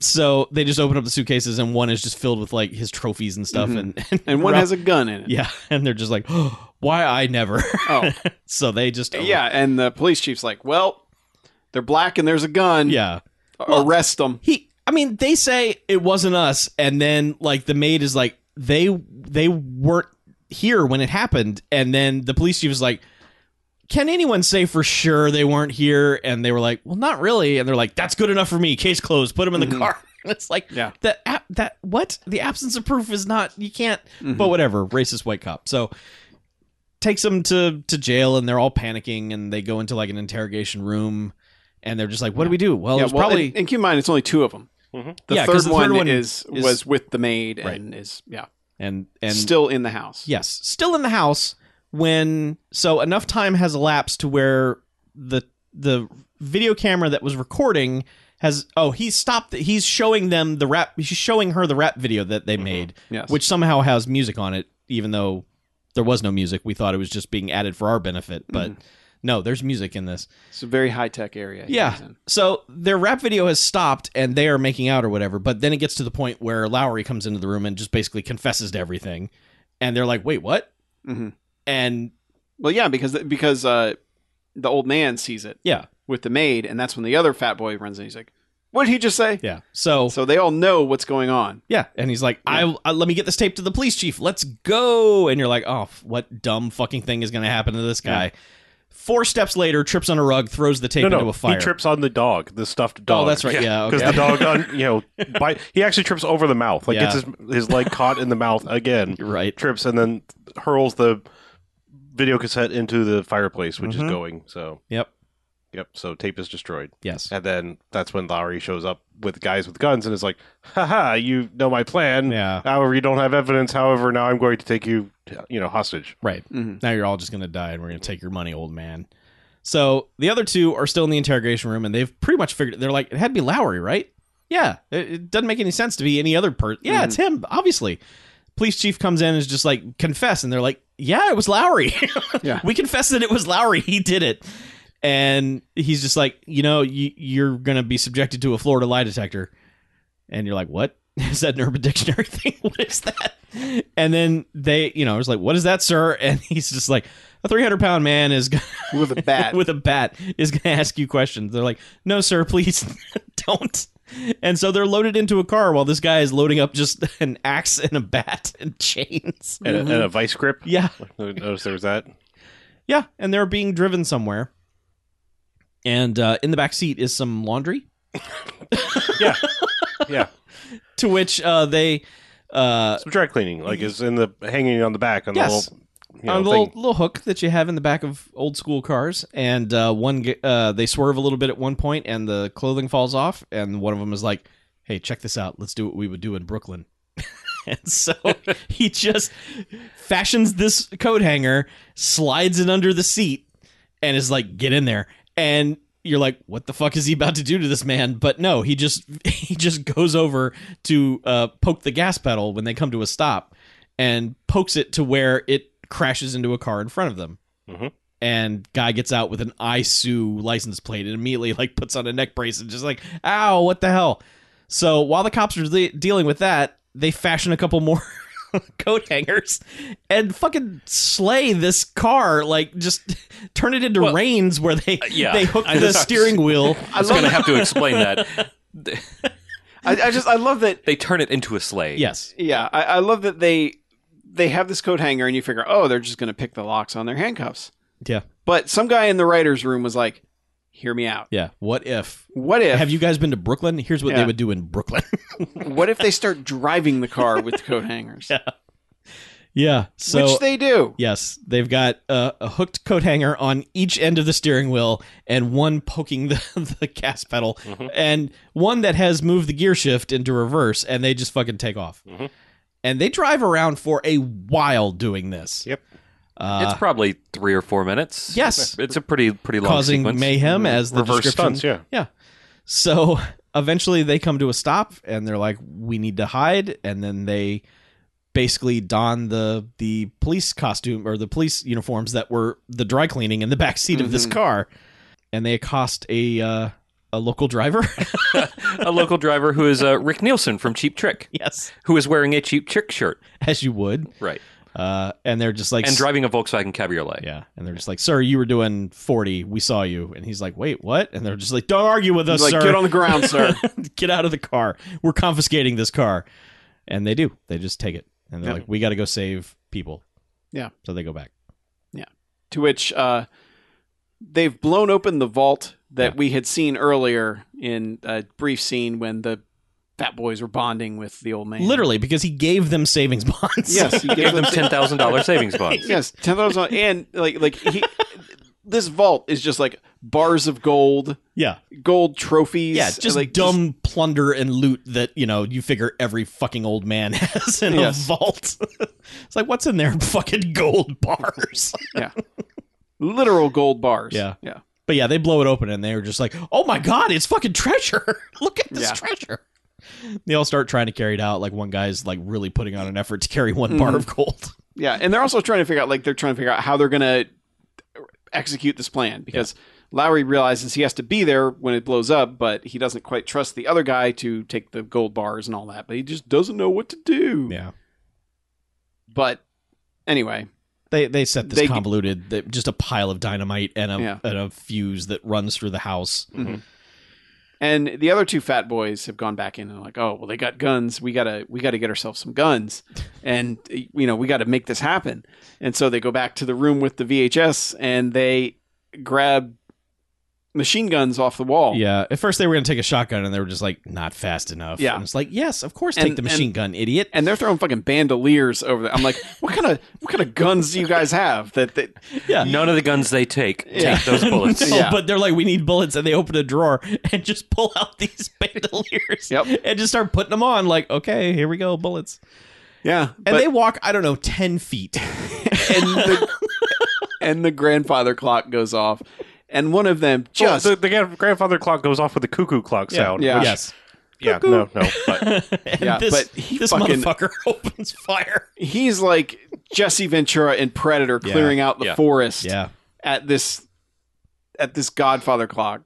Speaker 4: so they just open up the suitcases, and one is just filled with like his trophies and stuff,
Speaker 5: Mhm.
Speaker 4: and,
Speaker 5: And one
Speaker 4: Rob-
Speaker 5: has a gun in it.
Speaker 4: yeah, and they're just like, "Oh, why I never.
Speaker 5: Oh,
Speaker 4: so they just
Speaker 5: yeah. And the police chief's like, well, they're black and there's a gun.
Speaker 4: yeah.
Speaker 5: Arrest them.
Speaker 4: He, I mean, they say it wasn't us, and then like the maid is like, they they weren't here when it happened, and then the police chief is like. Can anyone say for sure they weren't here? And they were like, "Well, not really." And they're like, "That's good enough for me. Case closed. Put him in the car." It's like
Speaker 5: Mm-hmm. Yeah.
Speaker 4: that ap- that what the absence of proof is not you can't.
Speaker 5: Mm-hmm.
Speaker 4: But whatever, racist white cop. So takes them to to jail, and they're all panicking, and they go into like an interrogation room, and they're just like, "What do we do?" Well,
Speaker 5: yeah,
Speaker 4: it's
Speaker 5: well,
Speaker 4: probably
Speaker 5: and, and keep in mind, it's only two of them. The,
Speaker 4: Yeah, 'cause the
Speaker 5: third
Speaker 4: third
Speaker 5: one
Speaker 4: one
Speaker 5: is,
Speaker 4: is-
Speaker 5: was with the maid
Speaker 4: Right.
Speaker 5: and is yeah
Speaker 4: and and
Speaker 5: still in the house.
Speaker 4: yes still in the house when so enough time has elapsed to where the the video camera that was recording has oh he stopped he's showing them the rap he's showing her the rap video that they made
Speaker 5: Mm-hmm. Yes.
Speaker 4: which somehow has music on it even though there was no music we thought it was just being added for our benefit but
Speaker 5: Mm-hmm.
Speaker 4: no there's music in this
Speaker 5: It's a very high tech area. he
Speaker 4: yeah.
Speaker 5: was in.
Speaker 4: So their rap video has stopped and they are making out or whatever, but then it gets to the point where Lowry comes into the room and just basically confesses to everything. And they're like, wait, what?
Speaker 3: Mm-hmm.
Speaker 5: Mhm.
Speaker 4: And
Speaker 5: Well, yeah, because because uh, the old man sees it
Speaker 4: yeah,
Speaker 5: with the maid, and that's when the other fat boy runs in. He's like, "What did he just say?"
Speaker 4: yeah. So,
Speaker 5: So they all know what's going on.
Speaker 4: yeah. And he's like, I, I let me get this tape to the police chief. Let's go. And you're like, oh, f- what dumb fucking thing is going to happen to this guy? Four steps later, trips on a rug, throws the tape
Speaker 3: No,
Speaker 4: into
Speaker 3: no,
Speaker 4: a fire. Oh,
Speaker 3: he trips on the dog, the stuffed dog.
Speaker 4: that's right, yeah, okay.
Speaker 3: because the dog, un, you know, bite, he actually trips over the mouth, like gets his his leg caught in the mouth again.
Speaker 4: right.
Speaker 3: Trips and then hurls the video cassette into the fireplace, which
Speaker 4: Mm-hmm.
Speaker 3: is going. So,
Speaker 4: Yep.
Speaker 3: yep. So tape is destroyed,
Speaker 4: Yes.
Speaker 3: and then that's when Lowry shows up with guys with guns and is like, "Haha, you know my plan.
Speaker 4: Yeah.
Speaker 3: However, you don't have evidence. However, now I'm going to take you, you know, hostage."
Speaker 4: Right.
Speaker 5: Mhm.
Speaker 4: Now you're all just going to die and we're going to take your money, old man. So the other two are still in the interrogation room and they've pretty much figured They're like, it had to be Lowry, right? Yeah. It, it doesn't make any sense to be any other person. Yeah, it's him, obviously. Police chief comes in and is just like, confess. And they're like, yeah, it was Lowry.
Speaker 5: Yeah.
Speaker 4: we confess that it was Lowry. He did it. And he's just like, you know, you, you're going to be subjected to a Florida lie detector. And you're like, what? Is that an urban dictionary thing? what is that? And then they, you know, I was like, what is that, sir? And he's just like, a 300 pound man is gonna,
Speaker 5: With a bat.
Speaker 4: with a bat is going to ask you questions. They're like, no, sir, please don't. And so they're loaded into a car while this guy is loading up just an axe and a bat and chains.
Speaker 3: And, a, and a vice grip.
Speaker 4: Yeah.
Speaker 3: I noticed there was that.
Speaker 4: Yeah, and they're being driven somewhere. And uh, in the back seat is some laundry.
Speaker 3: Yeah, yeah.
Speaker 4: To which uh, they, uh,
Speaker 3: some dry cleaning, like is in the hanging on the back Mm-hmm. on the little, you
Speaker 4: Yes.
Speaker 3: know,
Speaker 4: a little
Speaker 3: thing.
Speaker 4: little hook that you have in the back of old school cars, and uh, one ge- uh, they swerve a little bit at one point, and the clothing falls off, and one of them is like, "Hey, check this out. Let's do what we would do in Brooklyn." and so he just fashions this coat hanger, slides it under the seat, and is like, "Get in there." And you're like, "What the fuck is he about to do to this man?" But no, he just he just goes over to uh, poke the gas pedal when they come to a stop, and pokes it to where it crashes into a car in front of them.
Speaker 3: Mhm.
Speaker 4: And guy gets out with an ISU license plate and immediately like puts on a neck brace and just like, "Ow, what the hell?" So while the cops are de- dealing with that, they fashion a couple more coat hangers and fucking slay this car. Like just turn it into reins where they
Speaker 6: yeah.
Speaker 4: they hook
Speaker 6: I
Speaker 4: the
Speaker 6: just-
Speaker 4: steering wheel.
Speaker 6: I was going to have to explain that. They-
Speaker 5: I, I just I love that.
Speaker 6: They turn it into a sleigh.
Speaker 4: yes.
Speaker 5: Yeah, I, I love that they they have this coat hanger, and you figure, oh, they're just going to pick the locks on their handcuffs.
Speaker 4: Yeah.
Speaker 5: But some guy in the writers' room was like, "Hear me out.
Speaker 4: Yeah. What if?
Speaker 5: What if
Speaker 4: Have you guys been to Brooklyn? Here's what they
Speaker 5: Yeah.
Speaker 4: would do in Brooklyn.
Speaker 5: what if they start driving the car with coat hangers,
Speaker 4: yeah. So
Speaker 5: which they do?
Speaker 4: Yes, they've got uh, a hooked coat hanger on each end of the steering wheel and one poking the, the gas pedal
Speaker 3: Mm-hmm.
Speaker 4: and one that has moved the gear shift into reverse and they just fucking take off.
Speaker 3: Mm-hmm.
Speaker 4: And they drive around for a while doing this.
Speaker 3: Yep.
Speaker 4: Uh,
Speaker 6: It's probably three or four minutes.
Speaker 4: Yes.
Speaker 6: It's a pretty pretty long
Speaker 4: causing
Speaker 6: sequence.
Speaker 4: mayhem as the
Speaker 3: Mm-hmm. Reverse
Speaker 4: description.
Speaker 3: stunts, yeah.
Speaker 4: Yeah. So eventually they come to a stop and they're like, we need to hide. And then they basically don the the police costume or the police uniforms that were the dry cleaning in the back seat of this car. And they accost a uh, a local driver.
Speaker 6: a local driver who is uh, Rick Nielsen from Cheap Trick,
Speaker 4: yes.
Speaker 6: who is wearing a Cheap Trick shirt.
Speaker 4: As you would.
Speaker 6: Right.
Speaker 4: Uh, and they're just like
Speaker 6: And driving a Volkswagen Cabriolet.
Speaker 4: Yeah. And they're just like, Sir, you were doing forty. We saw you. And he's like, Wait, what? And they're just like, Don't argue with us,
Speaker 5: He's like,
Speaker 4: sir.
Speaker 5: get on the ground, sir.
Speaker 4: get out of the car. We're confiscating this car. And they do. They just take it. And they're
Speaker 5: Yeah.
Speaker 4: like, we got to go save people.
Speaker 5: Yeah.
Speaker 4: So they go back.
Speaker 5: to which uh, they've blown open the vault that we had seen earlier in a brief scene when the fat boys were bonding with the old man.
Speaker 4: Literally, because he gave them savings bonds.
Speaker 5: Yes, he
Speaker 6: Gave them ten thousand dollars savings bonds.
Speaker 5: Yes, ten thousand, and like like he, this vault is just like bars of gold,
Speaker 4: yeah.
Speaker 5: gold trophies.
Speaker 4: Yeah. Just
Speaker 5: like,
Speaker 4: dumb plunder and loot that, you know, you figure every fucking old man has in
Speaker 5: Yes.
Speaker 4: a vault. it's like, what's in there? Fucking gold bars.
Speaker 5: literal gold bars.
Speaker 4: Yeah.
Speaker 5: yeah.
Speaker 4: but yeah, they blow it open and they were just like, oh my God, it's fucking treasure. Look at this
Speaker 5: Yeah.
Speaker 4: treasure. They all start trying to carry it out. Like one guy's like really putting on an effort to carry
Speaker 5: Mm-hmm.
Speaker 4: one bar of gold.
Speaker 5: Yeah, and they're also trying to figure out like they're trying to figure out how they're gonna execute this plan because Lowry realizes he has to be there when it blows up, but he doesn't quite trust the other guy to take the gold bars and all that. But he just doesn't know what to do.
Speaker 4: Yeah.
Speaker 5: But anyway,
Speaker 4: They they set this
Speaker 5: They-
Speaker 4: convoluted, they- just a pile of dynamite and a
Speaker 5: Yeah. Mm.
Speaker 4: and a fuse that runs through the house.
Speaker 5: and the other two fat boys have gone back in and like, oh well, they got guns. We gotta we gotta get ourselves some guns, and you know we gotta make this happen. And so they go back to the room with the VHS and they grab machine guns off the wall.
Speaker 4: Yeah. At first they were gonna take a shotgun and they were just like not fast enough.
Speaker 5: Yeah.
Speaker 4: And it's like yes, of course,
Speaker 5: And-
Speaker 4: take the machine
Speaker 5: and-
Speaker 4: gun, idiot.
Speaker 5: and they're throwing fucking bandoliers over there. I'm like, what kind of what kind of guns do you guys have? That, that
Speaker 4: yeah.
Speaker 6: None of the guns they take
Speaker 5: Yeah.
Speaker 6: take those bullets.
Speaker 4: No,
Speaker 5: Yeah.
Speaker 4: but they're like, we need bullets, and they open a drawer and just pull out these bandoliers
Speaker 5: Yep.
Speaker 4: and just start putting them on. Like, okay, here we go, bullets.
Speaker 5: yeah,
Speaker 4: And
Speaker 5: but-
Speaker 4: they walk, I don't know, ten feet.
Speaker 5: and the, and the grandfather clock goes off, and one of them just
Speaker 3: Well, the, the gran- grandfather clock goes off with the cuckoo clock
Speaker 4: Yeah.
Speaker 3: sound.
Speaker 5: Yeah.
Speaker 3: which-
Speaker 4: Yes,
Speaker 3: yeah, no, no. But
Speaker 4: and
Speaker 5: Yeah,
Speaker 4: this,
Speaker 5: but he
Speaker 4: this
Speaker 5: fucking-
Speaker 4: motherfucker opens fire.
Speaker 5: he's like Jesse Ventura in Predator
Speaker 4: Yeah.
Speaker 5: clearing out the
Speaker 6: Yeah.
Speaker 5: forest
Speaker 4: Yeah,
Speaker 5: at this at this Godfather clock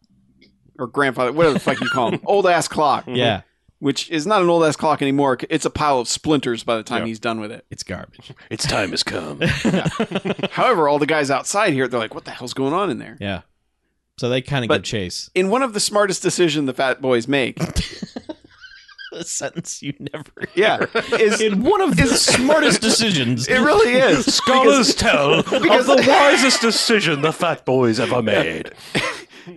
Speaker 5: or grandfather, whatever the fuck you call him, old ass clock,
Speaker 4: yeah,
Speaker 5: which is not an old ass clock anymore. It's a pile of splinters by the time
Speaker 3: Yeah.
Speaker 5: he's done with it.
Speaker 4: it's garbage.
Speaker 2: Its time has come.
Speaker 5: However, all the guys outside here, they're like, what the hell's going on in there?
Speaker 4: Yeah, so they kind of
Speaker 5: But-
Speaker 4: give chase.
Speaker 5: in one of the smartest decisions the fat boys make
Speaker 4: A sentence you never
Speaker 5: yeah is it
Speaker 4: in one of the smartest decisions.
Speaker 5: really is
Speaker 2: Scholars tell of
Speaker 5: Because-
Speaker 2: the wisest decision the fat boys ever made.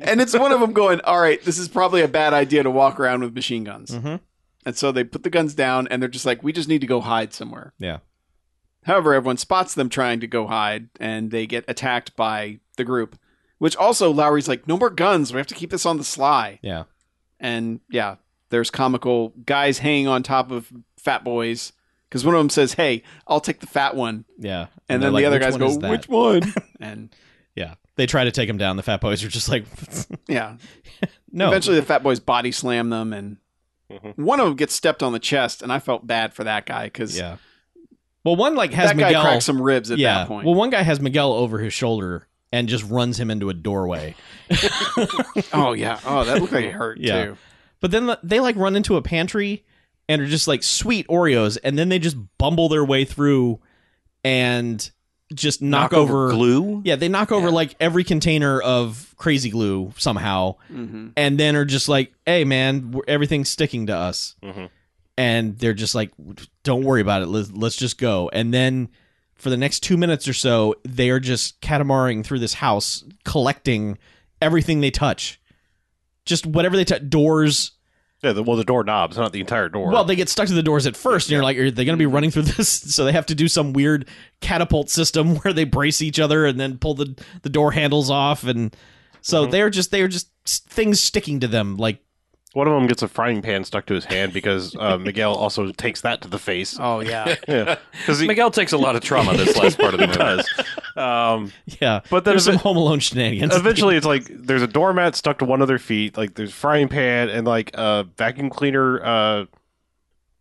Speaker 5: and it's one of them going all right this is probably a bad idea to walk around with machine guns
Speaker 4: Mhm.
Speaker 5: and so they put the guns down and they're just like we just need to go hide somewhere
Speaker 4: Yeah.
Speaker 5: however everyone spots them trying to go hide and they get attacked by the group which also lowry's like no more guns we have to keep this on the sly
Speaker 4: Yeah.
Speaker 5: and yeah there's comical guys hanging on top of fat boys because one of them says hey i'll take the fat one
Speaker 4: Yeah.
Speaker 5: and,
Speaker 4: they're
Speaker 5: then the
Speaker 4: like,
Speaker 5: other
Speaker 4: "Which
Speaker 5: guys
Speaker 4: one
Speaker 5: go
Speaker 4: is that?"
Speaker 5: which one and
Speaker 4: Yeah. They try to take him down. The fat boys are just like,
Speaker 5: yeah
Speaker 4: no.
Speaker 5: eventually the fat boys body slam them and
Speaker 3: Mm-hmm.
Speaker 5: one of them gets stepped on the chest and i felt bad for that guy because
Speaker 4: Yeah. Well, one like has
Speaker 5: that guy
Speaker 4: Miguel.
Speaker 5: cracked some ribs at that point
Speaker 4: Well, one guy has Miguel over his shoulder and just runs him into a doorway.
Speaker 5: oh yeah oh that looked like it hurt
Speaker 4: Yeah.
Speaker 5: too
Speaker 4: But then the- they like run into a pantry and are just like sweet Oreos, and then they just bumble their way through and just knock, over,
Speaker 6: glue.
Speaker 4: Yeah, they knock over like every container of crazy glue somehow,
Speaker 5: Mm-hmm.
Speaker 4: and then are just like, "Hey, man, we're- everything's sticking to us,"
Speaker 3: Mhm.
Speaker 4: and they're just like, "Don't worry about it. Let's, let's just go." And then for the next two minutes or so, they are just catamaring through this house, collecting everything they touch, just whatever they touch, doors.
Speaker 3: Yeah, the, well, the door knobs, not the entire door.
Speaker 4: Well, they get stuck to the doors at first, and you're like, are they going to be running through this? So they have to do some weird catapult system where they brace each other and then pull the, the door handles off, and so
Speaker 3: Mm-hmm.
Speaker 4: they're just they're just s- things sticking to them. Like
Speaker 3: One of them gets a frying pan stuck to his hand because uh, Miguel also takes that to the face.
Speaker 5: Oh yeah.
Speaker 3: Yeah, because he
Speaker 6: Miguel takes a lot of trauma this last part of the movie.
Speaker 3: does. Um,
Speaker 4: yeah,
Speaker 3: But then
Speaker 4: there's some
Speaker 3: ev-
Speaker 4: Home Alone shenanigans.
Speaker 3: eventually, it's like there's a doormat stuck to one of their feet. Like there's frying pan and like a vacuum cleaner, uh,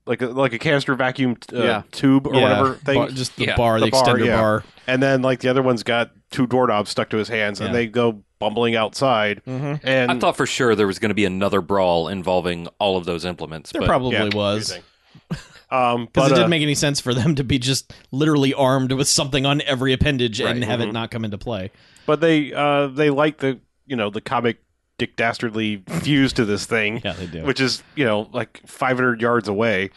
Speaker 3: like a, like a canister vacuum uh,
Speaker 5: Yeah.
Speaker 3: tube or
Speaker 4: Yeah,
Speaker 3: whatever thing.
Speaker 4: bar- just the
Speaker 6: Yeah,
Speaker 4: bar, the,
Speaker 3: the bar,
Speaker 4: extender
Speaker 3: yeah.
Speaker 4: bar.
Speaker 3: And then like the other one's got two doorknobs stuck to his hands,
Speaker 4: Yeah. Mm-hmm.
Speaker 3: and they go bumbling outside. And
Speaker 6: I thought for sure there was going to be another brawl involving all of those implements.
Speaker 4: There
Speaker 6: but
Speaker 4: probably
Speaker 3: yeah,
Speaker 4: was
Speaker 3: everything. um,
Speaker 4: because
Speaker 3: but,
Speaker 4: it
Speaker 3: uh,
Speaker 4: didn't make any sense for them to be just literally armed with something on every appendage and have
Speaker 3: mm-hmm.
Speaker 4: it not come into play.
Speaker 3: but they uh, they like the you know the comic Dick Dastardly fuse to this thing.
Speaker 4: Yeah, they do.
Speaker 3: which is you know like 500 yards away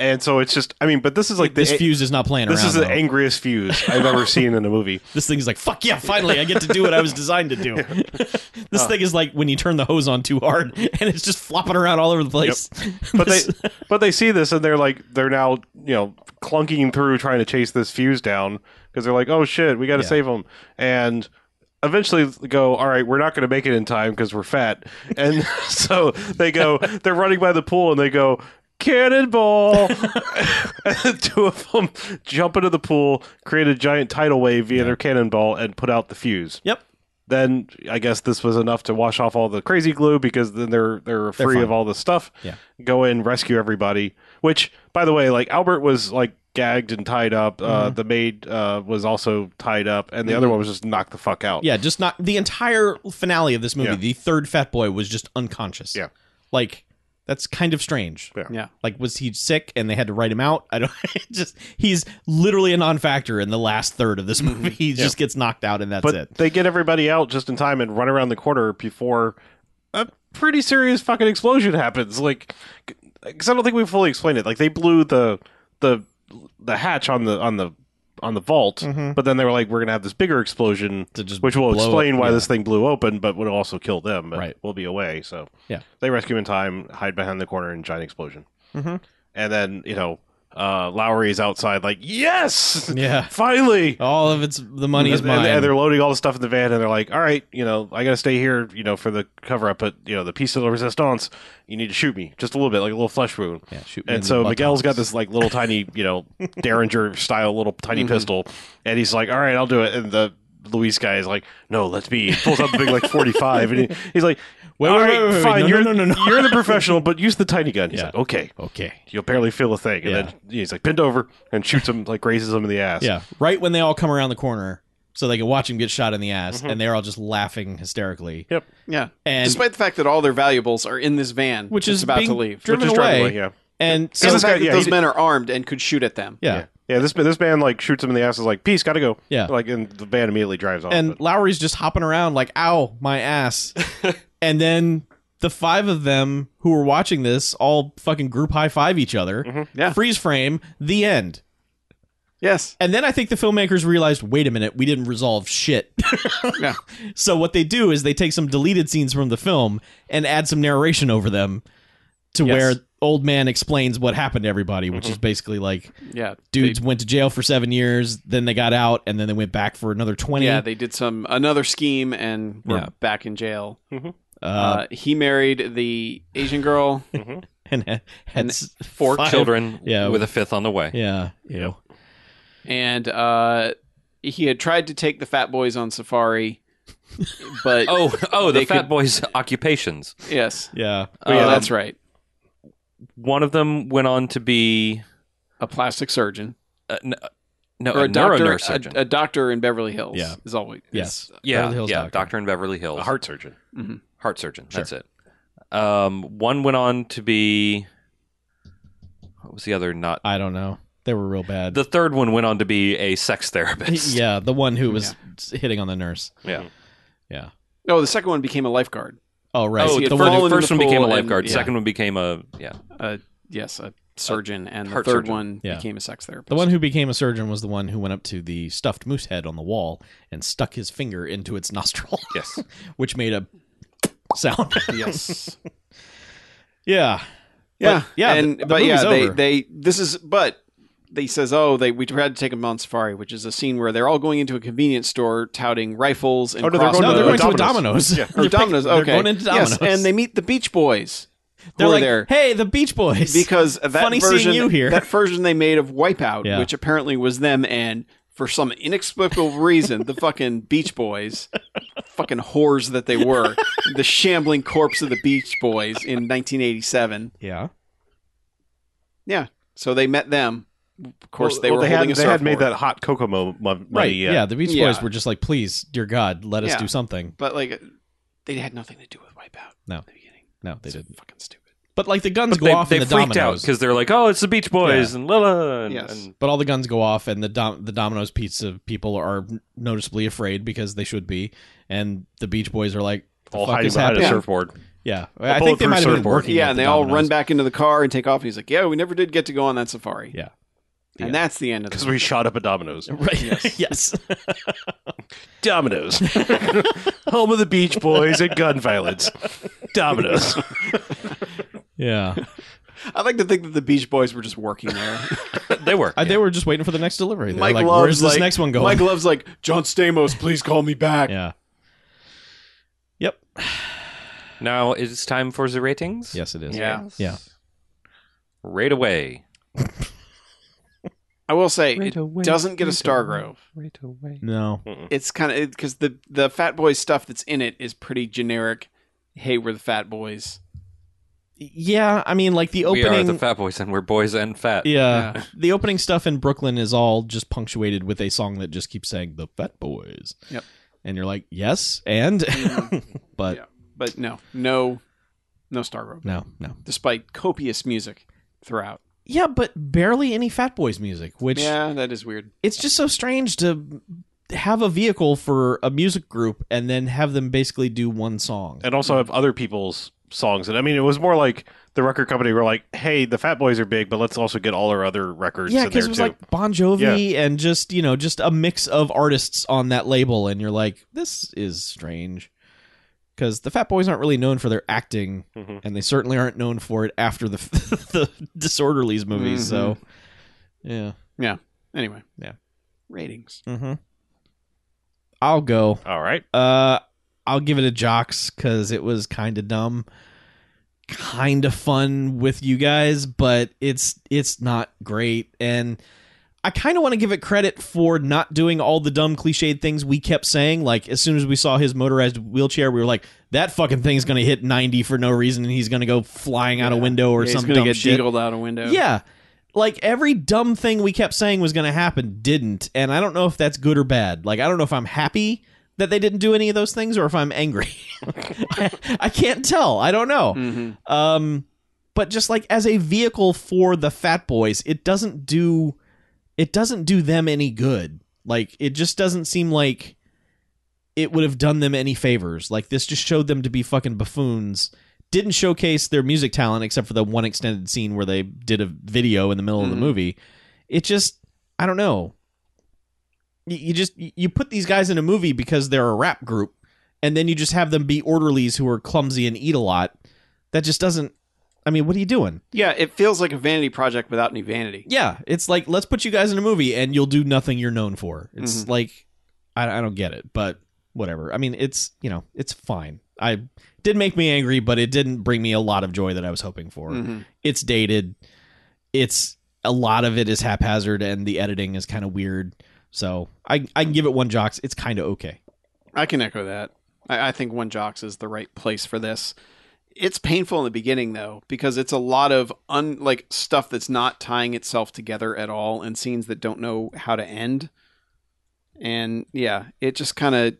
Speaker 3: and so it's just i mean but this is like
Speaker 4: this
Speaker 3: the,
Speaker 4: fuse is not playing
Speaker 3: this
Speaker 4: around.
Speaker 3: is the
Speaker 4: though.
Speaker 3: angriest fuse i've ever seen in a movie
Speaker 4: This thing's like, fuck yeah, finally I get to do what I was designed to do. this
Speaker 3: Uh.
Speaker 4: thing is like when you turn the hose on too hard and it's just flopping around all over the place.
Speaker 3: but they
Speaker 4: This-
Speaker 3: but they see this and they're like they're now you know clunking through trying to chase this fuse down because they're like oh shit we got to
Speaker 4: Yeah.
Speaker 3: save them and eventually go all right we're not going to make it in time because we're fat and so they go they're running by the pool and they go cannonball and the two of them jump into the pool create a giant tidal wave via their cannonball and put out the fuse
Speaker 4: yep.
Speaker 3: then I guess this was enough to wash off all the crazy glue because then they're they're free
Speaker 4: fine.
Speaker 3: of all the stuff.
Speaker 4: Yeah.
Speaker 3: Go in, rescue everybody. Which, by the way, like Albert was like gagged and tied up.
Speaker 4: Mm-hmm.
Speaker 3: Uh, the maid uh, was also tied up, and the other one was just knocked the fuck out.
Speaker 4: Yeah, just not the entire finale of this movie,
Speaker 3: Yeah.
Speaker 4: the third fat boy was just unconscious.
Speaker 3: Yeah.
Speaker 4: Like that's kind of strange.
Speaker 3: Yeah.
Speaker 5: Yeah.
Speaker 4: Like was he sick and they had to write him out? I don't just he's literally a non-factor in the last third of this movie. He just gets knocked out and that's
Speaker 3: Mm-hmm. but
Speaker 4: it.
Speaker 3: they get everybody out just in time and run around the corner before a pretty serious fucking explosion happens. Like, because I don't think we fully explained it. Like they blew the the the hatch on the on the on the vault,
Speaker 4: Mm-hmm.
Speaker 3: but then they were like, "We're gonna have this bigger explosion,
Speaker 4: To just
Speaker 3: which will
Speaker 4: blow
Speaker 3: explain
Speaker 4: up-
Speaker 3: why
Speaker 4: yeah.
Speaker 3: this thing blew open, but would also kill them. But
Speaker 4: Right.
Speaker 3: we'll be away." So
Speaker 4: Yeah.
Speaker 3: they rescue in time, hide behind the corner, and giant explosion. And then you know. Uh, Lowry is outside, like yes,
Speaker 4: Yeah.
Speaker 3: finally.
Speaker 4: All of it's the money is
Speaker 3: And- and,
Speaker 4: mine.
Speaker 3: and they're loading all the stuff in the van, and they're like, "All right, you know, I got to stay here, you know, for the cover up, but you know, the piece de la resistance, you need to shoot me just a little bit, like a little flesh wound."
Speaker 4: Yeah, shoot me in
Speaker 3: And
Speaker 4: the
Speaker 3: so Miguel's got
Speaker 4: buttocks.
Speaker 3: this like little tiny, you know, Derringer style little tiny
Speaker 4: Mm-hmm.
Speaker 3: pistol, and he's like, "All right, I'll do it." And the Luis guy is like, "No, let's be." He pulls out the big like forty five, and he, he's like,
Speaker 4: Wait,
Speaker 3: "All
Speaker 4: wait,
Speaker 3: right,
Speaker 4: wait, wait, wait.
Speaker 3: fine,
Speaker 4: No,
Speaker 3: you're
Speaker 4: no, no, no."
Speaker 3: you're the professional, but use the tiny gun." He's
Speaker 4: Yeah.
Speaker 3: like, "Okay."
Speaker 4: okay.
Speaker 3: You'll barely feel a thing, and
Speaker 4: Yeah.
Speaker 3: then he's like pinned over and shoots him, like grazes him in the ass.
Speaker 4: Yeah, right when they all come around the corner, so they can watch him get shot in the ass, and they're all just laughing hysterically.
Speaker 3: Mm-hmm. Yep.
Speaker 5: Yeah.
Speaker 4: And-
Speaker 5: Despite the fact that all their valuables are in this van,
Speaker 4: Which
Speaker 5: that's
Speaker 4: is
Speaker 5: about
Speaker 4: being
Speaker 5: to leave,
Speaker 4: driven
Speaker 3: Which is
Speaker 4: away.
Speaker 3: driving away, yeah.
Speaker 4: And
Speaker 5: and
Speaker 4: so,
Speaker 5: the
Speaker 3: this
Speaker 5: fact
Speaker 3: guy-
Speaker 5: that
Speaker 3: yeah,
Speaker 5: those
Speaker 3: he-
Speaker 5: men are armed and could shoot at them.
Speaker 4: yeah.
Speaker 3: Yeah. Yeah, this this man like shoots him in the ass. Is like, peace, gotta go.
Speaker 4: Yeah.
Speaker 3: like and the band immediately drives off.
Speaker 4: and
Speaker 3: but-
Speaker 4: Lowry's just hopping around like, "Ow, my ass!" and then the five of them who were watching this all fucking group high five each other.
Speaker 3: Mm-hmm.
Speaker 5: Yeah.
Speaker 4: Freeze frame. The end.
Speaker 5: Yes.
Speaker 4: And then I think the filmmakers realized, wait a minute, we didn't resolve shit.
Speaker 5: Yeah.
Speaker 4: So what they do is they take some deleted scenes from the film and add some narration over them to
Speaker 5: Yes. Mm-hmm.
Speaker 4: where old man explains what happened to everybody, which is basically like
Speaker 5: Yeah.
Speaker 4: dudes went to jail for seven years, then they got out, and then they went back for another twenty.
Speaker 5: Yeah, they did some another scheme and were
Speaker 4: Yeah.
Speaker 5: back in jail.
Speaker 4: uh,
Speaker 5: Uh, he married the Asian girl.
Speaker 4: and had, had
Speaker 5: and
Speaker 4: s-
Speaker 6: four
Speaker 4: five-
Speaker 6: children
Speaker 4: Yeah.
Speaker 6: with a fifth on the way.
Speaker 4: Yeah, ew.
Speaker 5: and uh, he had tried to take the fat boys on safari, but
Speaker 6: Oh, oh, the
Speaker 5: They
Speaker 6: Fat
Speaker 5: could-
Speaker 6: Boys' occupations.
Speaker 5: yes,
Speaker 4: yeah,
Speaker 5: oh,
Speaker 6: Um,
Speaker 5: that's right,
Speaker 6: One of them went on to be
Speaker 5: a plastic surgeon
Speaker 6: uh, n- uh, no,
Speaker 5: or a,
Speaker 6: a,
Speaker 5: doctor, a,
Speaker 6: neuronursurgeon.
Speaker 5: a doctor in Beverly Hills.
Speaker 4: Yeah.
Speaker 5: is always
Speaker 4: yes,
Speaker 6: yeah,
Speaker 4: Beverly Hills
Speaker 6: yeah,
Speaker 4: doctor. Mm-hmm.
Speaker 6: in Beverly Hills,
Speaker 3: a heart surgeon.
Speaker 6: heart surgeon. That's it. Um, one went on to be What was the other not?
Speaker 4: I don't know. They were real bad.
Speaker 6: The third one went on to be a sex therapist.
Speaker 4: yeah, the one who was s- hitting on the nurse.
Speaker 6: Yeah.
Speaker 4: Yeah.
Speaker 5: No, the second one became a lifeguard.
Speaker 4: Oh right.
Speaker 6: Oh,
Speaker 5: See,
Speaker 6: the
Speaker 5: the
Speaker 6: first,
Speaker 5: fall in
Speaker 6: first
Speaker 5: the
Speaker 6: one became a
Speaker 5: pool and-
Speaker 6: lifeguard.
Speaker 5: yeah.
Speaker 6: Second one became a yeah.
Speaker 5: Uh, yes, a surgeon, and the
Speaker 6: heart
Speaker 5: third
Speaker 6: surgeon.
Speaker 5: one
Speaker 4: Yeah.
Speaker 5: became a sex therapist.
Speaker 4: the one who became a surgeon was the one who went up to the stuffed moose head on the wall and stuck his finger into its nostril,
Speaker 6: Yes.
Speaker 4: which made a sound.
Speaker 5: yes.
Speaker 4: yeah.
Speaker 5: Yeah,
Speaker 4: yeah, the-
Speaker 5: and
Speaker 4: the
Speaker 5: but
Speaker 4: movie's
Speaker 5: yeah, they
Speaker 4: over.
Speaker 5: they this is but they says oh they we had to take them on safari, which is a scene where they're all going into a convenience store touting rifles and
Speaker 3: Oh, no, they're
Speaker 5: crossbows.
Speaker 4: No, they're
Speaker 3: Uh,
Speaker 4: going to a
Speaker 3: Domino's.
Speaker 4: Domino's.
Speaker 3: Yeah.
Speaker 5: or Domino's.
Speaker 4: they're
Speaker 5: Okay,
Speaker 4: going into Domino's.
Speaker 5: Yes, and they meet the Beach Boys.
Speaker 4: They're
Speaker 5: who are
Speaker 4: like,
Speaker 5: there
Speaker 4: hey, the Beach Boys.
Speaker 5: because that
Speaker 4: funny
Speaker 5: version,
Speaker 4: seeing you here.
Speaker 5: That version they made of Wipeout,
Speaker 4: Yeah.
Speaker 5: which apparently was them, and for some inexplicable reason, the fucking Beach Boys, fucking whores that they were, the shambling corpse of the Beach Boys in 1987.
Speaker 4: yeah.
Speaker 5: Yeah, so they met them. Of course,
Speaker 3: Well,
Speaker 5: they
Speaker 3: well,
Speaker 5: were
Speaker 3: they
Speaker 5: holding
Speaker 3: had,
Speaker 5: a
Speaker 3: they had made
Speaker 5: surfboard.
Speaker 3: that hot cocoa mo- mo- money.
Speaker 4: Right.
Speaker 3: yeah.
Speaker 4: Yeah. The Beach
Speaker 5: Yeah.
Speaker 4: Boys were just like, please, dear God, let us
Speaker 5: Yeah.
Speaker 4: do something.
Speaker 5: but like they had nothing to do with Wipeout.
Speaker 4: No.
Speaker 5: in the beginning.
Speaker 4: No, they
Speaker 5: It's
Speaker 4: didn't.
Speaker 5: Fucking stupid.
Speaker 4: But like the guns go
Speaker 6: they
Speaker 4: off
Speaker 6: they
Speaker 4: in the
Speaker 6: freaked out
Speaker 4: Domino's.
Speaker 6: because they're like, oh, it's the Beach Boys and Lila. And,
Speaker 5: Yes.
Speaker 6: and-
Speaker 4: but all the guns go off and the dom- the Domino's pizza people are noticeably afraid because they should be, and the Beach Boys are like, the
Speaker 3: All
Speaker 4: fuck
Speaker 3: hiding
Speaker 4: is
Speaker 3: behind a
Speaker 4: happening?
Speaker 3: surfboard.
Speaker 4: Yeah, I think they
Speaker 3: bulletproof
Speaker 4: might have been
Speaker 3: surfboard.
Speaker 4: working.
Speaker 5: yeah,
Speaker 4: at
Speaker 5: and
Speaker 4: the
Speaker 5: they all
Speaker 4: Domino's.
Speaker 5: run back into the car and take off. And he's like, "Yeah, we never did get to go on that safari."
Speaker 4: Yeah.
Speaker 5: and
Speaker 4: Yeah.
Speaker 5: that's the end of
Speaker 3: Because
Speaker 5: the
Speaker 3: we shot up at Domino's.
Speaker 4: Right. Yes.
Speaker 3: Domino's. Home of the Beach Boys and gun violence. Domino's.
Speaker 4: Yeah.
Speaker 5: I like to think that the Beach Boys were just working there.
Speaker 6: they were.
Speaker 4: I,
Speaker 6: yeah.
Speaker 4: they were just waiting for the next delivery. They're
Speaker 5: Mike
Speaker 4: like,
Speaker 5: Love's
Speaker 4: where's this
Speaker 5: like-
Speaker 4: next one going?
Speaker 5: Mike Love's like, John Stamos, please call me back.
Speaker 4: yeah. Yep.
Speaker 6: Now it's time for the ratings.
Speaker 4: Yes, it is.
Speaker 5: Yeah.
Speaker 4: Yeah.
Speaker 6: Right away.
Speaker 5: I will say
Speaker 6: Right
Speaker 5: it
Speaker 6: away,
Speaker 5: doesn't get a
Speaker 6: right
Speaker 5: Star
Speaker 6: away.
Speaker 5: Grove.
Speaker 6: Right away.
Speaker 4: No.
Speaker 5: It's kind of because the the Fat Boys stuff that's in it is pretty generic. Hey, we're the Fat Boys.
Speaker 4: Yeah, I mean, like the opening.
Speaker 6: We are the Fat Boys and we're boys and fat.
Speaker 4: yeah,
Speaker 5: Yeah.
Speaker 4: the opening stuff in Brooklyn is all just punctuated with a song that just keeps saying "The Fat Boys."
Speaker 5: Yep.
Speaker 4: And you're like, yes, and, but
Speaker 5: Yeah. But no, no, no Star Grove.
Speaker 4: no, no.
Speaker 5: despite copious music throughout.
Speaker 4: Yeah, but barely any Fat Boys music, which
Speaker 5: Yeah, that is weird.
Speaker 4: it's just so strange to have a vehicle for a music group and then have them basically do one song.
Speaker 3: and also have other people's songs. And I mean, it was more like the record company were like, "Hey, the Fat Boys are big, but let's also get all our other records."
Speaker 4: Yeah,
Speaker 3: in there
Speaker 4: because it was
Speaker 3: too.
Speaker 4: like Bon Jovi and just you know just a mix of artists on that label, and you're like, this is strange. Because the Fat Boys aren't really known for their acting,
Speaker 3: Mhm.
Speaker 4: and they certainly aren't known for it after the the Disorderlies movies. So,
Speaker 3: Mm-hmm.
Speaker 4: yeah,
Speaker 5: Anyway.
Speaker 4: Yeah.
Speaker 5: Ratings.
Speaker 4: mm-hmm. I'll go.
Speaker 3: all right,
Speaker 4: Uh, I'll give it a jocks because it was kind of dumb, kind of fun with you guys, but it's it's not great. And I kind of want to give it credit for not doing all the dumb cliched things we kept saying. Like as soon as we saw his motorized wheelchair, we were like, "That fucking thing's gonna hit ninety for no reason, and he's gonna go flying out a window or
Speaker 5: Yeah,
Speaker 4: some
Speaker 5: he's gonna
Speaker 4: dumb
Speaker 5: get
Speaker 4: shit."
Speaker 5: deagled out a window.
Speaker 4: Yeah. Like every dumb thing we kept saying was going to happen didn't. And I don't know if that's good or bad. Like, I don't know if I'm happy that they didn't do any of those things or if I'm angry. I, I can't tell. I don't know.
Speaker 5: Mhm.
Speaker 4: Um, but just like as a vehicle for the Fat Boys, it doesn't do it doesn't do them any good. Like it just doesn't seem like it would have done them any favors. Like this just showed them to be fucking buffoons. Didn't showcase their music talent except for the one extended scene where they did a video in the middle of
Speaker 5: Mhm.
Speaker 4: the movie. It just I don't know. You, you just you put these guys in a movie because they're a rap group and then you just have them be orderlies who are clumsy and eat a lot. That just doesn't I mean, what are you doing?
Speaker 5: Yeah, it feels like a vanity project without any vanity.
Speaker 4: Yeah, it's like let's put you guys in a movie and you'll do nothing you're known for. It's
Speaker 5: Mhm.
Speaker 4: like I, I don't get it, but whatever. I mean, it's you know, it's fine. I did make me angry, but it didn't bring me a lot of joy that I was hoping for.
Speaker 5: Mhm.
Speaker 4: It's dated. It's a lot of it is haphazard, and the editing is kind of weird. So I I can give it one jocks. It's kind of okay.
Speaker 5: I can echo that. I, I think One Jocks is the right place for this. It's painful in the beginning though, because it's a lot of un like stuff that's not tying itself together at all and scenes that don't know how to end. And yeah, it just kinda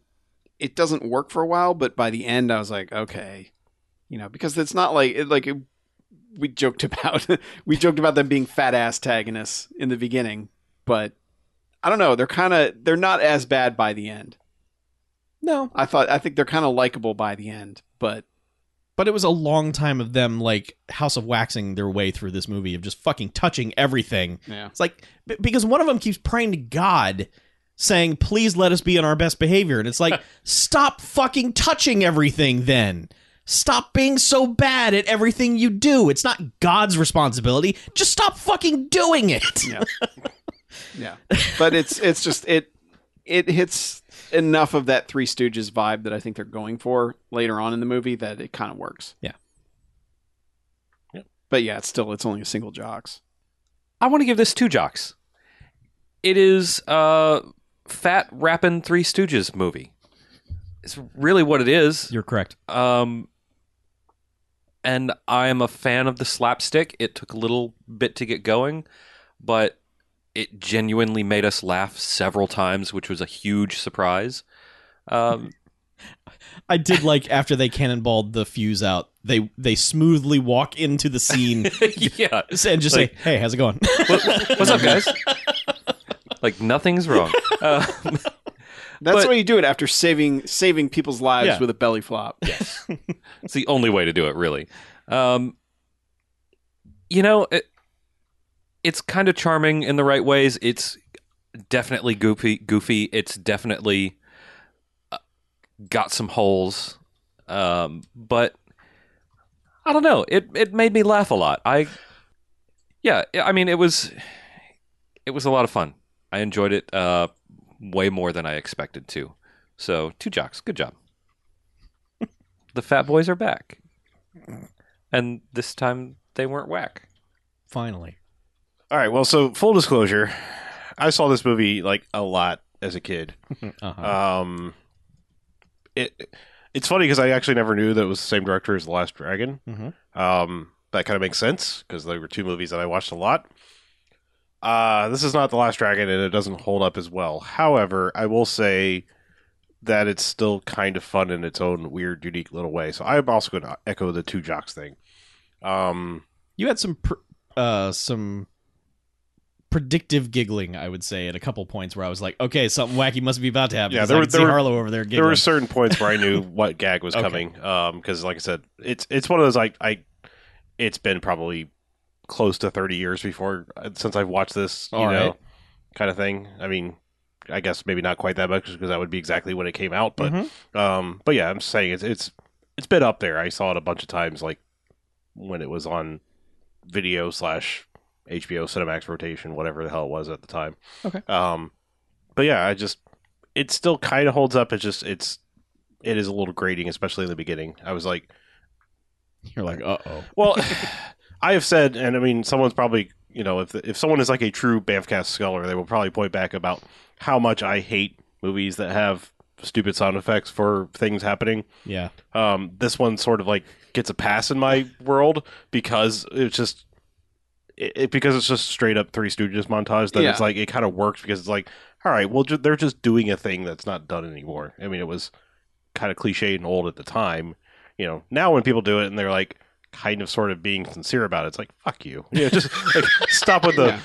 Speaker 5: it doesn't work for a while, but by the end I was like, okay. You know, because it's not like it like it, we joked about we joked about them being fat ass antagonists in the beginning, but I don't know. They're kind of they're not as bad by the end.
Speaker 4: No,
Speaker 5: I thought I think they're kind of likable by the end, but
Speaker 4: but it was a long time of them like house of waxing their way through this movie of just fucking touching everything.
Speaker 5: yeah,
Speaker 4: It's like b- because one of them keeps praying to God, saying, "Please let us be on our best behavior," and it's like, stop fucking touching everything. Then stop being so bad at everything you do. It's not God's responsibility. Just stop fucking doing it.
Speaker 5: Yeah. yeah. But it's it's just it it hits enough of that Three Stooges vibe that I think they're going for later on in the movie that it kind of works.
Speaker 4: Yeah.
Speaker 3: Yep.
Speaker 5: But yeah, it's still it's only a single jocks.
Speaker 6: I want to give this two jocks. It is a fat rapping Three Stooges movie. It's really what it is.
Speaker 4: You're correct.
Speaker 6: Um, and I am a fan of the slapstick. It took a little bit to get going, but it genuinely made us laugh several times, which was a huge surprise. Um,
Speaker 4: I did like after they cannonballed the fuse out. They they smoothly walk into the scene
Speaker 6: yeah.
Speaker 4: and just say, "Hey, how's it going?"
Speaker 6: What- what's up, guys? like nothing's wrong. Uh,
Speaker 5: That's
Speaker 6: But-
Speaker 5: the way you do it after saving saving people's lives
Speaker 4: Yeah.
Speaker 5: with a belly flop.
Speaker 6: It's the only way to do it, really. Um, you know, it, it's kind of charming in the right ways. It's definitely goofy. Goofy. It's definitely uh, got some holes, um, but I don't know. It it made me laugh a lot. I yeah. I mean, it was it was a lot of fun. I enjoyed it uh, way more than I expected to. So two jocks. Good job the fat boys are back and this time they weren't whack
Speaker 4: Finally,
Speaker 3: All right. Well, so full disclosure, I saw this movie like a lot as a kid.
Speaker 4: uh-huh.
Speaker 3: Um, it it's funny because I actually never knew that it was the same director as The Last Dragon.
Speaker 4: Mhm.
Speaker 3: Um, that kind of makes sense because they were two movies that I watched a lot. Uh, this is not The Last Dragon, and it doesn't hold up as well. However, I will say that it's still kind of fun in its own weird, unique little way. So I'm also going to echo the two jocks thing. Um,
Speaker 4: you had some pr- uh some predictive giggling, I would say, at a couple points where I was like, "Okay, something wacky must be about to happen."
Speaker 3: Yeah,
Speaker 4: 'cause
Speaker 3: there
Speaker 4: I
Speaker 3: were-
Speaker 4: could
Speaker 3: there
Speaker 4: see
Speaker 3: were-
Speaker 4: Harlow over there giggling.
Speaker 3: There were certain points where I knew what gag was
Speaker 4: Okay.
Speaker 3: coming. Um, because like I said, it's it's one of those like I, it's been probably close to thirty years before uh, since I've watched this, you
Speaker 4: All
Speaker 3: know,
Speaker 4: right.
Speaker 3: kind of thing. I mean, I guess maybe not quite that much because that would be exactly when it came out. But
Speaker 4: Mhm.
Speaker 3: um, but yeah, I'm just saying it's it's it's been up there. I saw it a bunch of times, like when it was on video slash HBO Cinemax rotation, whatever the hell it was at the time.
Speaker 4: Okay.
Speaker 3: Um, but yeah, I just it still kind of holds up. It's just it's it is a little grating, especially in the beginning. I was like,
Speaker 4: You're like, "Uh oh."
Speaker 3: well, I have said, and I mean, someone's probably you know if if someone is like a true Bamfcast scholar, they will probably point back about how much I hate movies that have stupid sound effects for things happening
Speaker 4: Yeah,
Speaker 3: um, this one sort of like gets a pass in my world because it's just it, it- because it's just straight up Three Stooges montage. That it's
Speaker 5: Yeah.
Speaker 3: like it kind of works because it's like all right, well ju- they're just doing a thing that's not done anymore. I mean, it was kind of cliche and old at the time. You know, now when people do it and they're like kind of sort of being sincere about it, it's like fuck you. You know, just like stop with the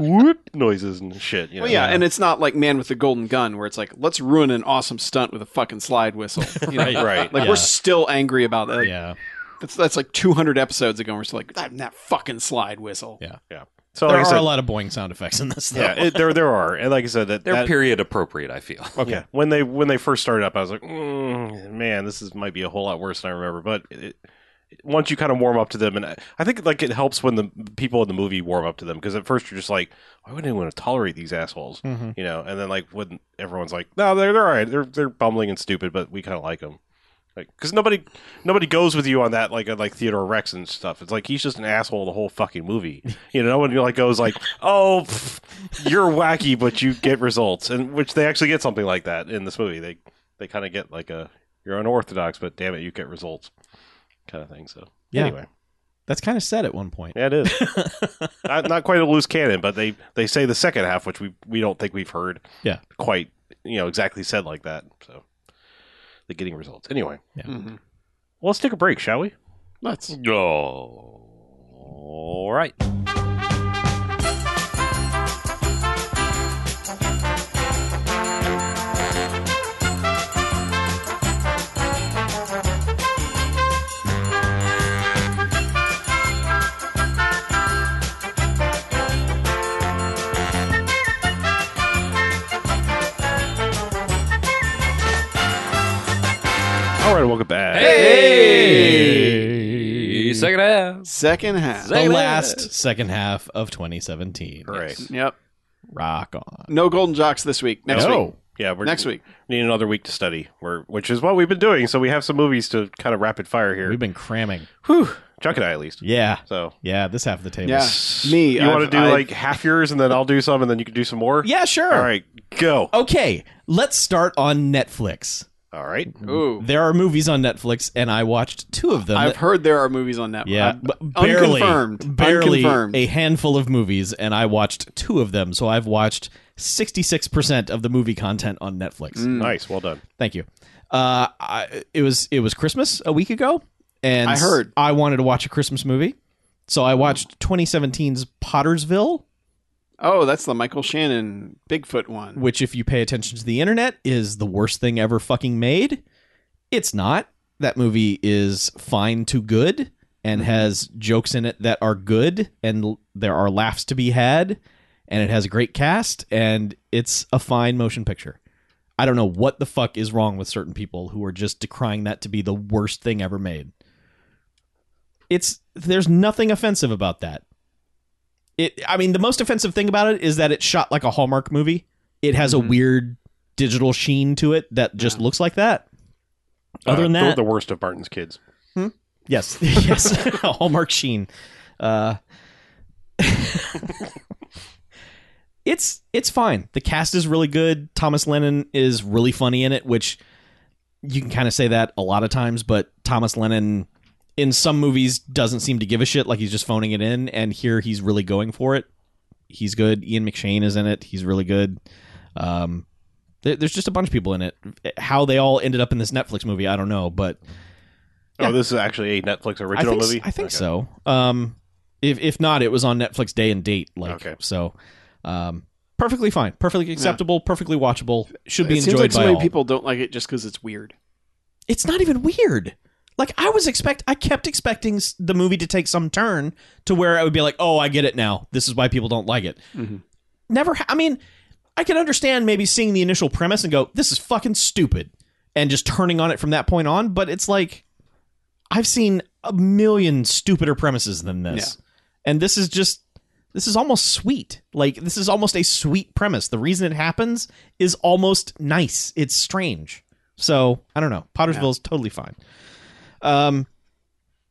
Speaker 3: whoop noises and shit. You know?
Speaker 5: Well, yeah, and it's not like Man with the Golden Gun where it's like let's ruin an awesome stunt with a fucking slide whistle. you know?
Speaker 4: Right.
Speaker 3: right.
Speaker 5: Like
Speaker 4: Yeah.
Speaker 5: we're still angry about that. Like,
Speaker 4: yeah.
Speaker 5: That's that's like 200 episodes ago. And we're still like that, that fucking slide whistle.
Speaker 4: Yeah.
Speaker 3: So
Speaker 4: there
Speaker 3: like I
Speaker 4: are
Speaker 3: said,
Speaker 4: a lot of boing sound effects in this. Though.
Speaker 3: yeah, it, there there are, and like I said, that
Speaker 6: they're
Speaker 3: that,
Speaker 6: period appropriate i feel
Speaker 3: Okay. When they when they first started up, I was like, mm, man, this is might be a whole lot worse than I remember. But it, it- once you kind of warm up to them, and I, I think like it helps when the people in the movie warm up to them because at first you're just like, why would anyone tolerate these assholes?
Speaker 4: Mhm.
Speaker 3: You know, and then like when everyone's like, no, they're they're all right, they're they're bumbling and stupid, but we kind of like them. Like, because nobody, nobody goes with you on that. Like, uh, like Theodore Rex and stuff. It's like he's just an asshole the whole fucking movie. You know, no one like goes like, "Oh, pff, you're wacky, but you get results." And which they actually get something like that in this movie. They they kind of get like a you're unorthodox, but damn it, you get results kind of thing. So
Speaker 4: Yeah.
Speaker 3: anyway,
Speaker 4: That's kind of said at one point.
Speaker 3: yeah, it is not, not quite a loose cannon, but they they say the second half, which we we don't think we've heard.
Speaker 4: Yeah.
Speaker 3: quite you know exactly said like that. So they're getting results anyway.
Speaker 5: Mhm.
Speaker 3: Well, let's take a break, shall we?
Speaker 5: Let's
Speaker 6: no All right.
Speaker 3: All right, welcome back.
Speaker 6: Hey! Second half.
Speaker 5: Second half.
Speaker 4: The last second half of 2017.
Speaker 3: Great.
Speaker 5: Yep.
Speaker 4: Rock on.
Speaker 5: No golden jocks this week. Next
Speaker 4: No.
Speaker 5: week.
Speaker 3: Yeah, we're
Speaker 5: Next week.
Speaker 3: need another week to study, We're which is what we've been doing. So we have some movies to kind of rapid fire here.
Speaker 4: We've been cramming.
Speaker 3: Whew, Chuck and I at least.
Speaker 4: Yeah.
Speaker 3: So
Speaker 4: Yeah, this half of the table.
Speaker 5: Yeah. Me.
Speaker 3: you want to
Speaker 5: I've-
Speaker 3: do
Speaker 5: I've-
Speaker 3: like half yours, and then I'll do some, and then you can do some more.
Speaker 4: Yeah, sure.
Speaker 3: All right,
Speaker 5: Oh.
Speaker 3: go.
Speaker 4: Okay, let's start on Netflix.
Speaker 3: All right.
Speaker 5: Ooh.
Speaker 4: There are movies on Netflix, and I watched two of them.
Speaker 5: I've heard there are movies on Netflix.
Speaker 4: yeah,
Speaker 5: Uh,
Speaker 4: b- barely,
Speaker 5: Unconfirmed.
Speaker 4: barely
Speaker 5: Unconfirmed.
Speaker 4: a handful of movies, and I watched two of them. So I've watched sixty-six percent of the movie content on Netflix.
Speaker 5: Mm.
Speaker 3: Nice. Well done.
Speaker 4: Thank you. Uh, I, it was it was Christmas a week ago, and
Speaker 5: I heard.
Speaker 4: I wanted to watch a Christmas movie, so I watched 2017's Pottersville,
Speaker 5: oh, that's the Michael Shannon Bigfoot one.
Speaker 4: which, if you pay attention to the internet, is the worst thing ever fucking made. It's not. That movie is fine to good and has jokes in it that are good, and l- there are laughs to be had, and it has a great cast, and it's a fine motion picture. I don't know what the fuck is wrong with certain people who are just decrying that to be the worst thing ever made. It's there's nothing offensive about that. It I mean the most offensive thing about it is that it's shot like a Hallmark movie. It has a weird digital sheen to it that just looks like that. Other
Speaker 3: Uh,
Speaker 4: than
Speaker 3: the-
Speaker 4: that,
Speaker 3: the worst of Barton's kids.
Speaker 4: yes, yes, a Hallmark sheen. Uh, it's it's fine. The cast is really good. Thomas Lennon is really funny in it, which you can kind of say that a lot of times, but Thomas Lennon in some movies doesn't seem to give a shit, like he's just phoning it in, and here he's really going for it. He's good. Ian McShane is in it. He's really good. Um, there- there's just a bunch of people in it. How they all ended up in this Netflix movie, I don't know, but
Speaker 3: Oh, this is actually a Netflix
Speaker 4: I
Speaker 3: original
Speaker 4: think,
Speaker 3: movie.
Speaker 4: I think
Speaker 3: Okay.
Speaker 4: so. Um, if if not, it was on Netflix day and date. Like
Speaker 3: Okay.
Speaker 4: so, um, perfectly fine, perfectly acceptable, perfectly watchable. Should be
Speaker 5: it
Speaker 4: enjoyed
Speaker 5: seems like
Speaker 4: by
Speaker 5: so many
Speaker 4: all.
Speaker 5: people don't like it just because it's weird.
Speaker 4: It's not even weird. Like I was expect, I kept expecting s- the movie to take some turn to where I would be like, oh, I get it now. This is why people don't like it. Never. Ha- I mean, I can understand maybe seeing the initial premise and go, this is fucking stupid, and just turning on it from that point on. But it's like. I've seen a million stupider premises than this. And this is just this is almost sweet. Like this is almost a sweet premise. The reason it happens is almost nice. It's strange. So, I don't know. Pottersville is totally fine. Um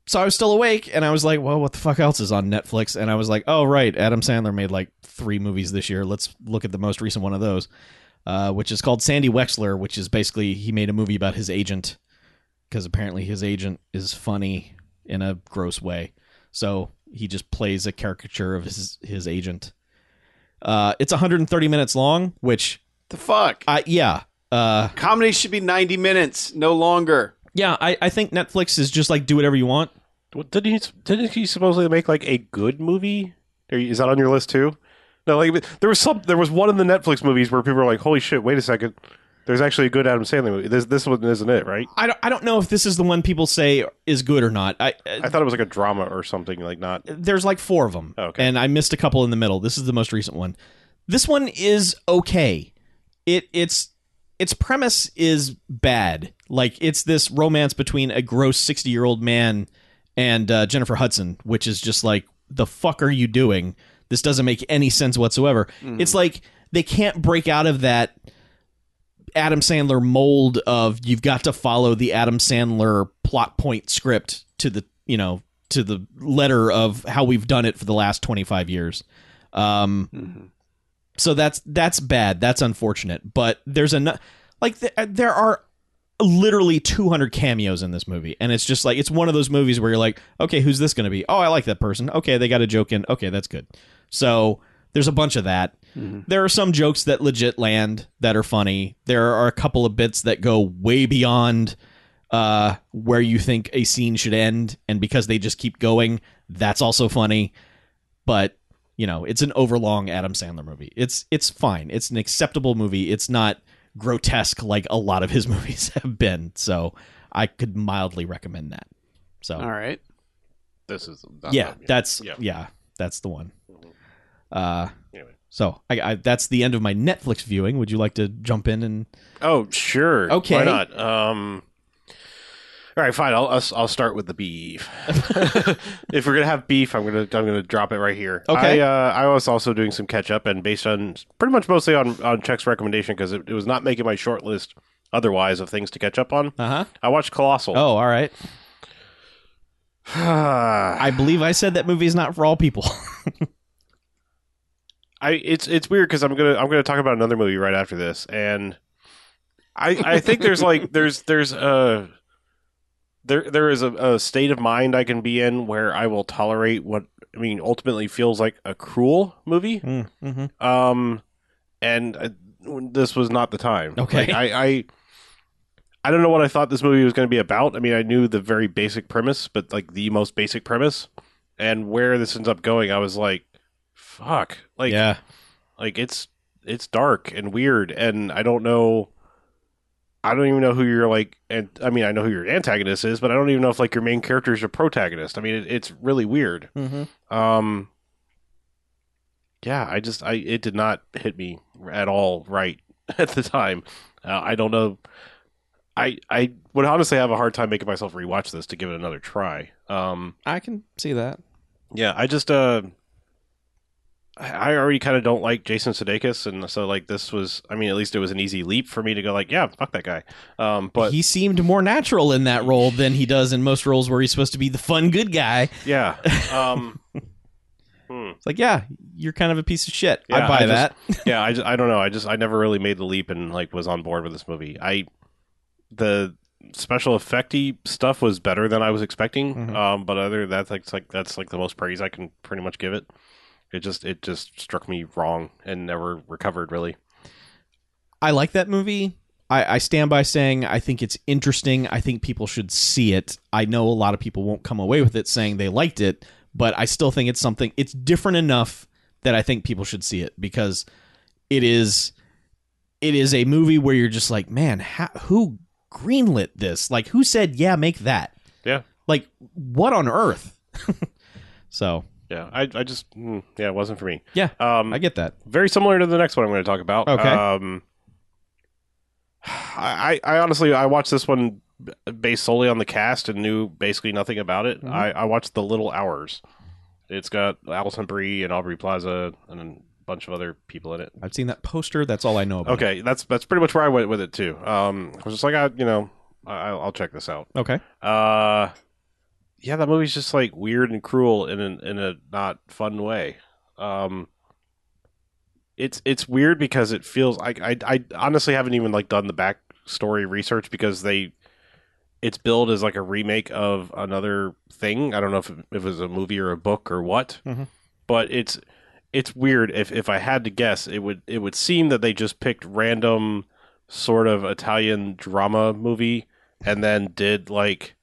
Speaker 4: so I was still awake and I was like, well, what the fuck else is on Netflix? And I was like, oh right, Adam Sandler made like 3 movies this year. Let's look at the most recent one of those. Uh, which is called Sandy Wexler, which is basically he made a movie about his agent because apparently his agent is funny in a gross way. So he just plays a caricature of his his agent. Uh, it's 130 minutes long, which
Speaker 5: The fuck?
Speaker 4: I yeah. Uh,
Speaker 5: Comedy should be 90 minutes, no longer.
Speaker 4: yeah, I, I think Netflix is just like do whatever you want.
Speaker 3: Well, didn't you didn't you supposedly make like a good movie? Are you- Is that on your list too? No, like there was some there was one in the Netflix movies where people were like, "Holy shit! Wait a second, there's actually a good Adam Sandler movie." This this one isn't it, right?
Speaker 4: I don't, I don't know if this is the one people say is good or not. I, uh,
Speaker 3: I thought it was like a drama or something, like not.
Speaker 4: there's like four of them.
Speaker 3: Okay.
Speaker 4: And I missed a couple in the middle. This is the most recent one. This one is okay. It it's its premise is bad. Like it's this romance between a gross 60-year-old man and uh, Jennifer Hudson, which is just like the fuck are you doing? This doesn't make any sense whatsoever. It's like they can't break out of that Adam Sandler mold of you've got to follow the Adam Sandler plot point script to the you know to the letter of how we've done it for the last 25 years. Um, So that's that's bad. That's unfortunate. But there's a like th- there are literally 200 cameos in this movie and it's just like it's one of those movies where you're like okay who's this going to be oh i like that person okay they got a joke in okay that's good so there's a bunch of that there are some jokes that legit land that are funny there are a couple of bits that go way beyond uh where you think a scene should end and because they just keep going That's also funny, but you know, it's an overlong Adam Sandler movie. It's it's fine. It's an acceptable movie. It's not grotesque like a lot of his movies have been. So I could mildly recommend that. So
Speaker 5: All right.
Speaker 3: This is
Speaker 4: Uh, yeah, that's
Speaker 3: Yeah.
Speaker 4: yeah. Mm-hmm. that's the one. Uh,
Speaker 3: Anyway.
Speaker 4: so I, I that's the end of my Netflix viewing. Would you like to jump in and
Speaker 3: Oh, sure.
Speaker 4: Okay.
Speaker 3: Why not? Um, all right, fine. I'll, I'll I'll start with the beef. if we're gonna have beef, I'm gonna I'm gonna drop it right here.
Speaker 4: Okay.
Speaker 3: I, uh, I was also doing some catch up, and based on pretty much mostly on on Czech's recommendation because it, it was not making my short list otherwise of things to catch up on.
Speaker 4: uh huh?
Speaker 3: I watched Colossal.
Speaker 4: Oh, all right.
Speaker 3: I,
Speaker 4: I believe I said that movie is not for all people.
Speaker 3: it's it's weird because I'm gonna I'm gonna talk about another movie right after this, and I I think there's like there's there's uh there there is a, a state of mind I can be in where I will tolerate what I mean ultimately feels like a cruel movie.
Speaker 4: mm-hmm.
Speaker 3: Um, and uh, this was not the time.
Speaker 4: Okay.
Speaker 3: Like, I, I I don't know what I thought this movie was going to be about. I mean, I knew the very basic premise, but like the most basic premise, and where this ends up going, I was like, "Fuck!" Like,
Speaker 4: yeah,
Speaker 3: like it's it's dark and weird, and I don't know. I don't even know who your like, and I mean, I know who your antagonist is, but I don't even know if like your main character is your protagonist. I mean, it, it's really weird.
Speaker 4: mm-hmm.
Speaker 3: Um yeah, I just I it did not hit me at all right at the time. Uh, I don't know I I would honestly have a hard time making myself rewatch this to give it another try. Um
Speaker 4: I can see that.
Speaker 3: yeah, I just uh I I already kind of don't like Jason Sudeikis and so like this was I mean at least it was an easy leap for me to go like yeah, fuck that guy. Um but
Speaker 4: he seemed more natural in that role than he does in most roles where he's supposed to be the fun good guy.
Speaker 3: yeah. Um hmm.
Speaker 4: It's like, yeah, you're kind of a piece of shit.
Speaker 3: Yeah,
Speaker 4: I buy
Speaker 3: I just-
Speaker 4: that.
Speaker 3: yeah, I, ju- I don't know. I just I never really made the leap and like was on board with this movie. I the special effecty stuff was better than I was expecting.
Speaker 4: Mhm.
Speaker 3: Um, but other than that, that's like that's like the most praise I can pretty much give it. It just it just struck me wrong and never recovered really.
Speaker 4: I like that movie. I, I stand by saying I think it's interesting. I think people should see it. I know a lot of people won't come away with it saying they liked it, but I still think it's something. It's different enough that I think people should see it because it is it is a movie where you're just like, man, how, who greenlit this? Like, who said, yeah, make that?
Speaker 3: Yeah.
Speaker 4: Like, what on earth? so
Speaker 3: Yeah, I I just mm, yeah, it wasn't for me.
Speaker 4: Yeah,
Speaker 3: um,
Speaker 4: I get that.
Speaker 3: very similar to the next one I'm going to talk about.
Speaker 4: Okay.
Speaker 3: Um, I, I I honestly I watched this one b- based solely on the cast and knew basically nothing about it.
Speaker 4: Mhm.
Speaker 3: I, I watched The Little Hours. It's got Alison Brie and Aubrey Plaza and a bunch of other people in it.
Speaker 4: I've seen that poster. That's all I know about. it.
Speaker 3: Okay, that's that's pretty much where I went with it too. Um, I was just like, I you know, I, I'll check this out.
Speaker 4: Okay.
Speaker 3: Uh, yeah, that movie's just like weird and cruel in an, in a not fun way. Um, it's it's weird because it feels I, I I honestly haven't even like done the backstory research because they it's billed as like a remake of another thing. I don't know if it, if it was a movie or a book or what,
Speaker 4: Mhm.
Speaker 3: but it's it's weird. If if I had to guess, it would it would seem that they just picked random sort of Italian drama movie and then did like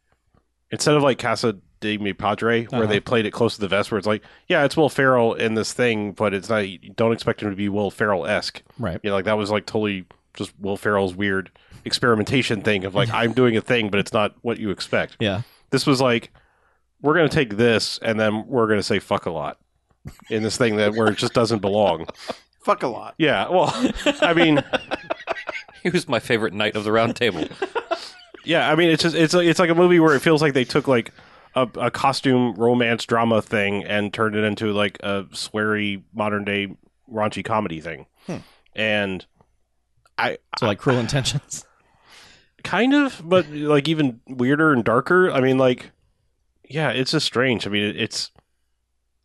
Speaker 3: instead of like Casa de Mi Padre, where
Speaker 4: Uh-huh.
Speaker 3: they played it close to the vest, where it's like, yeah, it's Will Ferrell in this thing, but it's not. You don't expect him to be Will Ferrell esque.
Speaker 4: Right.
Speaker 3: You know, like that was like totally just Will Ferrell's weird experimentation thing of like I'm doing a thing, but it's not what you expect.
Speaker 4: Yeah.
Speaker 3: This was like we're gonna take this and then we're gonna say fuck a lot in this thing that where it just doesn't belong.
Speaker 5: Fuck a lot.
Speaker 3: Yeah. Well, I mean.
Speaker 6: He was my favorite knight of the round table.
Speaker 3: Yeah, I mean, it's just it's like- it's like a movie where it feels like they took like a, a costume romance drama thing and turned it into like a sweary modern day raunchy comedy thing, and I
Speaker 4: So like cruel intentions.
Speaker 3: kind of, but like even weirder and darker. I mean, like yeah, it's just strange. I mean, it, it's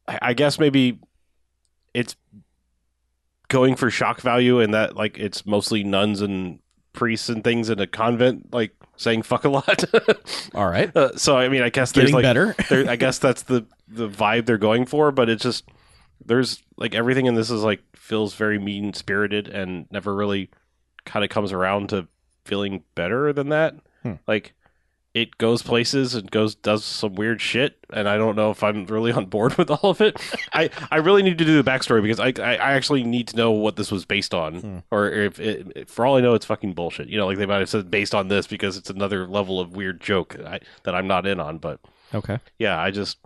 Speaker 3: I, I guess maybe it's going for shock value and that like it's mostly nuns and priests and things in a convent like saying fuck a lot
Speaker 4: All right.
Speaker 3: Uh, so I mean, I guess there's
Speaker 4: Getting
Speaker 3: like
Speaker 4: better.
Speaker 3: there, I guess that's the the vibe they're going for, but it's just there's like everything in this is like feels very mean spirited and never really kind of comes around to feeling better than that.
Speaker 4: Hmm.
Speaker 3: Like it goes places and goes does some weird shit and i don't know if i'm really on board with all of it i i really need to do the backstory because i i, I actually need to know what this was based on or if it, for all i know it's fucking bullshit you know like they might have said based on this because it's another level of weird joke that, I, that i'm not in on but
Speaker 4: Okay.
Speaker 3: yeah i just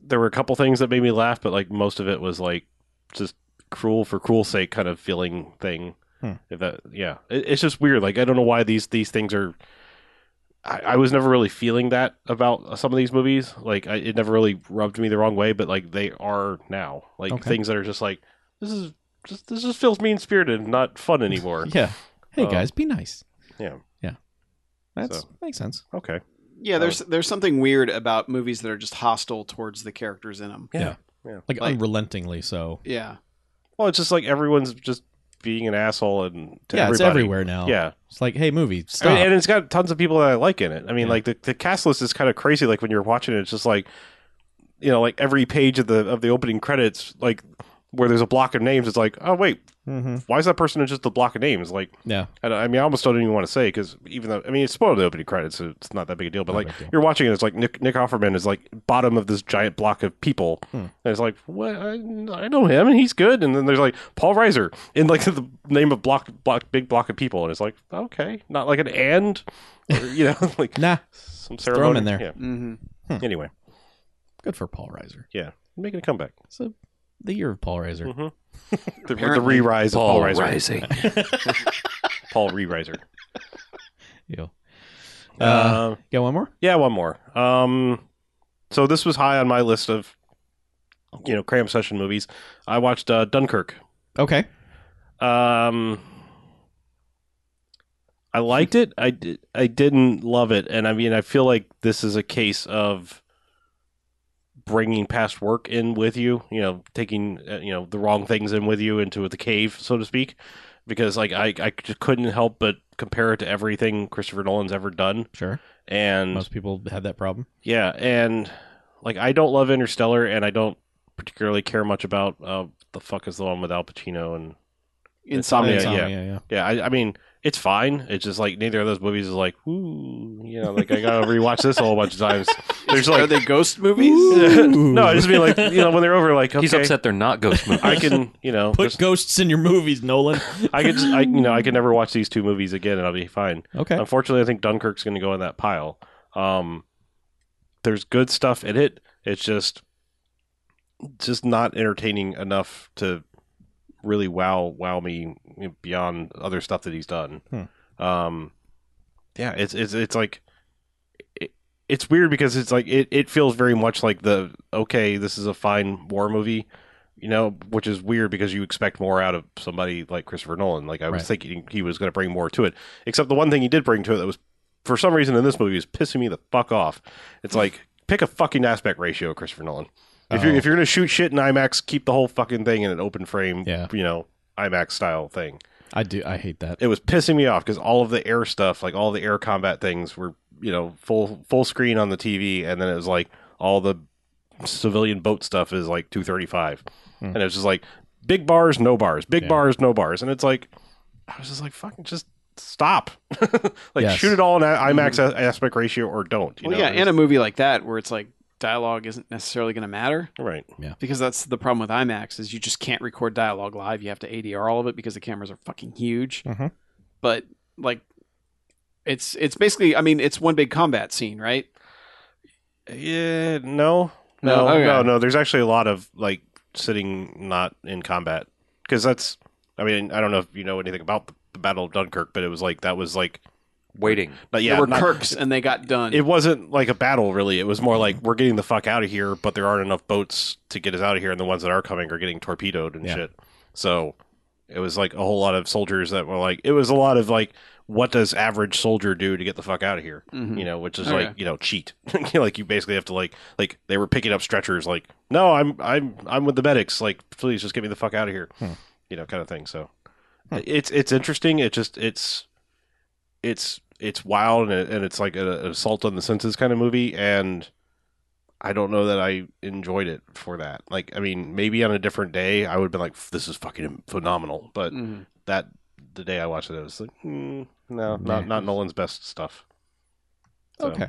Speaker 3: there were a couple things that made me laugh but like most of it was like just cruel for cruel sake kind of feeling thing
Speaker 4: Hmm.
Speaker 3: if that yeah it, it's just weird like i don't know why these these things are I, I was never really feeling that about some of these movies like I, it never really rubbed me the wrong way but like they are now like
Speaker 4: Okay.
Speaker 3: things that are just like this is just this just feels mean spirited and not fun anymore
Speaker 4: Yeah. Hey
Speaker 3: Uh,
Speaker 4: guys, be nice.
Speaker 3: yeah.
Speaker 4: Um, Yeah. That's
Speaker 3: So.
Speaker 4: makes sense.
Speaker 3: okay
Speaker 5: Yeah, there's
Speaker 4: Oh.
Speaker 5: there's something weird about movies that are just hostile towards the characters in them.
Speaker 4: Yeah.
Speaker 3: Yeah.
Speaker 4: Like,
Speaker 5: Like-
Speaker 4: unrelentingly so.
Speaker 5: Yeah.
Speaker 3: well it's just like everyone's just being an asshole and to
Speaker 4: yeah, it's
Speaker 3: everybody.
Speaker 4: everywhere now.
Speaker 3: yeah
Speaker 4: It's like, hey, movie, stop.
Speaker 3: I mean, and it's got tons of people that I like in it. I mean,
Speaker 4: Yeah.
Speaker 3: like the, the cast list is kind of crazy. Like when you're watching it, it's just like, you know, like every page of the of the opening credits, like where there's a block of names, it's like, oh wait,
Speaker 4: Mhm.
Speaker 3: why is that person in just the block of names? Like,
Speaker 4: Yeah.
Speaker 3: I, don't- I mean, I almost don't even want to say because even though I mean, it's spoiled the opening credits, so it's not that big a deal. But like
Speaker 4: big deal.
Speaker 3: you're watching it, it's like Nick Nick Offerman is like bottom of this giant block of people,
Speaker 4: Hmm.
Speaker 3: and it's like, what? I, I know him, and he's good. And then there's like Paul Reiser in like the name of block block big block of people, and it's like, okay, not like an and, or, you know, like
Speaker 4: Nah.
Speaker 3: some
Speaker 4: throw 'em
Speaker 3: ceremony
Speaker 4: in there.
Speaker 5: hmm
Speaker 3: Yeah. Anyway,
Speaker 4: Good for Paul Reiser.
Speaker 3: yeah, making a comeback. Mm-hmm.
Speaker 4: So the year of Paul Reiser.
Speaker 3: The, the
Speaker 5: Apparently.
Speaker 3: re-rise of Paul
Speaker 6: Paul
Speaker 3: Reiser.
Speaker 6: Rising.
Speaker 3: Paul re-riser.
Speaker 4: Yeah. Mm-hmm. Uh,
Speaker 3: Uh,
Speaker 4: got one more?
Speaker 3: Yeah, one more. Um, so this was high on my list of, you know, cram session movies. I watched uh, Dunkirk.
Speaker 4: Okay.
Speaker 3: Um, I liked it. I di- I didn't love it, and I mean, I feel like this is a case of bringing past work in with you. You know, taking uh, you know the wrong things in with you into the cave, so to speak. Because like I I just couldn't help but compare it to everything Christopher Nolan's ever done,
Speaker 4: Sure.
Speaker 3: and
Speaker 4: Most people have that problem.
Speaker 3: yeah, and like I don't love Interstellar, and I don't particularly care much about uh, the fuck is the one with Al Pacino and
Speaker 5: Insomnia.
Speaker 3: Insomnia,
Speaker 4: yeah. yeah, yeah.
Speaker 3: yeah. I, I mean, it's fine. It's just like neither of those movies is like, ooh, you know, like I gotta rewatch this a whole bunch of times. There's
Speaker 5: Are
Speaker 3: like,
Speaker 5: they ghost movies?
Speaker 3: no, I just mean like you know when they're over, like okay,
Speaker 6: He's upset they're not ghost movies.
Speaker 3: I can, you know,
Speaker 4: Put
Speaker 3: just-
Speaker 4: ghosts in your movies, Nolan.
Speaker 3: I could, just, I, you know, I could never watch these two movies again, and I'll be fine.
Speaker 4: okay.
Speaker 3: Unfortunately, I think Dunkirk's going to go in that pile. Um, there's good stuff in it. It's just just not entertaining enough to really wow wow me beyond other stuff that he's done. Um, yeah, it's it's it's like it, it's weird because it's like it, it feels very much like the okay, this is a fine war movie. You know, which is weird because you expect more out of somebody like Christopher Nolan. Like I was
Speaker 4: Right.
Speaker 3: thinking he was going to bring more to it, except the one thing he did bring to it that was for some reason in this movie is pissing me the fuck off. It's like pick a fucking aspect ratio, Christopher Nolan. If you're
Speaker 4: Oh.
Speaker 3: if you're gonna shoot shit in IMAX, keep the whole fucking thing in an open frame,
Speaker 4: Yeah.
Speaker 3: you know, IMAX style thing.
Speaker 4: I do. I hate that.
Speaker 3: It was pissing me off because all of the air stuff, like all the air combat things, were you know full full screen on the TV, and then it was like all the civilian boat stuff is like 235, and it was just like big bars, no bars, big
Speaker 4: Hmm. Yeah.
Speaker 3: bars, no bars, and it's like I was just like fucking just stop, like
Speaker 4: Yes.
Speaker 3: shoot it all in a- IMAX a- aspect ratio or don't. You
Speaker 5: Well,
Speaker 3: know?
Speaker 5: yeah,
Speaker 3: It was-
Speaker 5: and a movie like that where it's like dialogue isn't necessarily going to matter
Speaker 3: right.
Speaker 5: because that's the problem with IMAX is you just can't record dialogue live. You have to ADR all of it because the cameras are fucking huge.
Speaker 3: Mm-hmm.
Speaker 4: Mhm.
Speaker 5: But like, it's it's basically I mean it's one big combat scene, right?
Speaker 3: Yeah, no,
Speaker 5: No?
Speaker 3: no,
Speaker 5: Okay.
Speaker 3: no, no. There's actually a lot of like sitting not in combat because that's. I mean, I don't know if you know anything about the, the Battle of Dunkirk, but it was like that was like,
Speaker 6: Waiting.
Speaker 3: but yeah,
Speaker 5: there were
Speaker 3: not-
Speaker 5: Kirks and they got done.
Speaker 3: It wasn't like a battle really. It was more like we're getting the fuck out of here, but there aren't enough boats to get us out of here, and the ones that are coming are getting torpedoed and
Speaker 4: Yeah.
Speaker 3: shit. So it was like a whole lot of soldiers that were like, it was a lot of like, what does average soldier do to get the fuck out of here?
Speaker 5: Mhm.
Speaker 3: you know, which is
Speaker 5: Okay.
Speaker 3: like you know cheat. You know, like you basically have to like like they were picking up stretchers. Like no, I'm I'm I'm with the medics. Like please just get me the fuck out of here. You know, kind of thing. So it's it's interesting. It just it's it's it's wild and, it, and it's like a- an assault on the senses kind of movie. And I don't know that I enjoyed it for that. Like I mean, maybe on a different day I would have been like, this is fucking phenomenal. But
Speaker 5: Mhm.
Speaker 3: that the day I watched it, I was like, mm, no,
Speaker 4: Nah.
Speaker 3: not not Nolan's best stuff. So,
Speaker 4: Okay.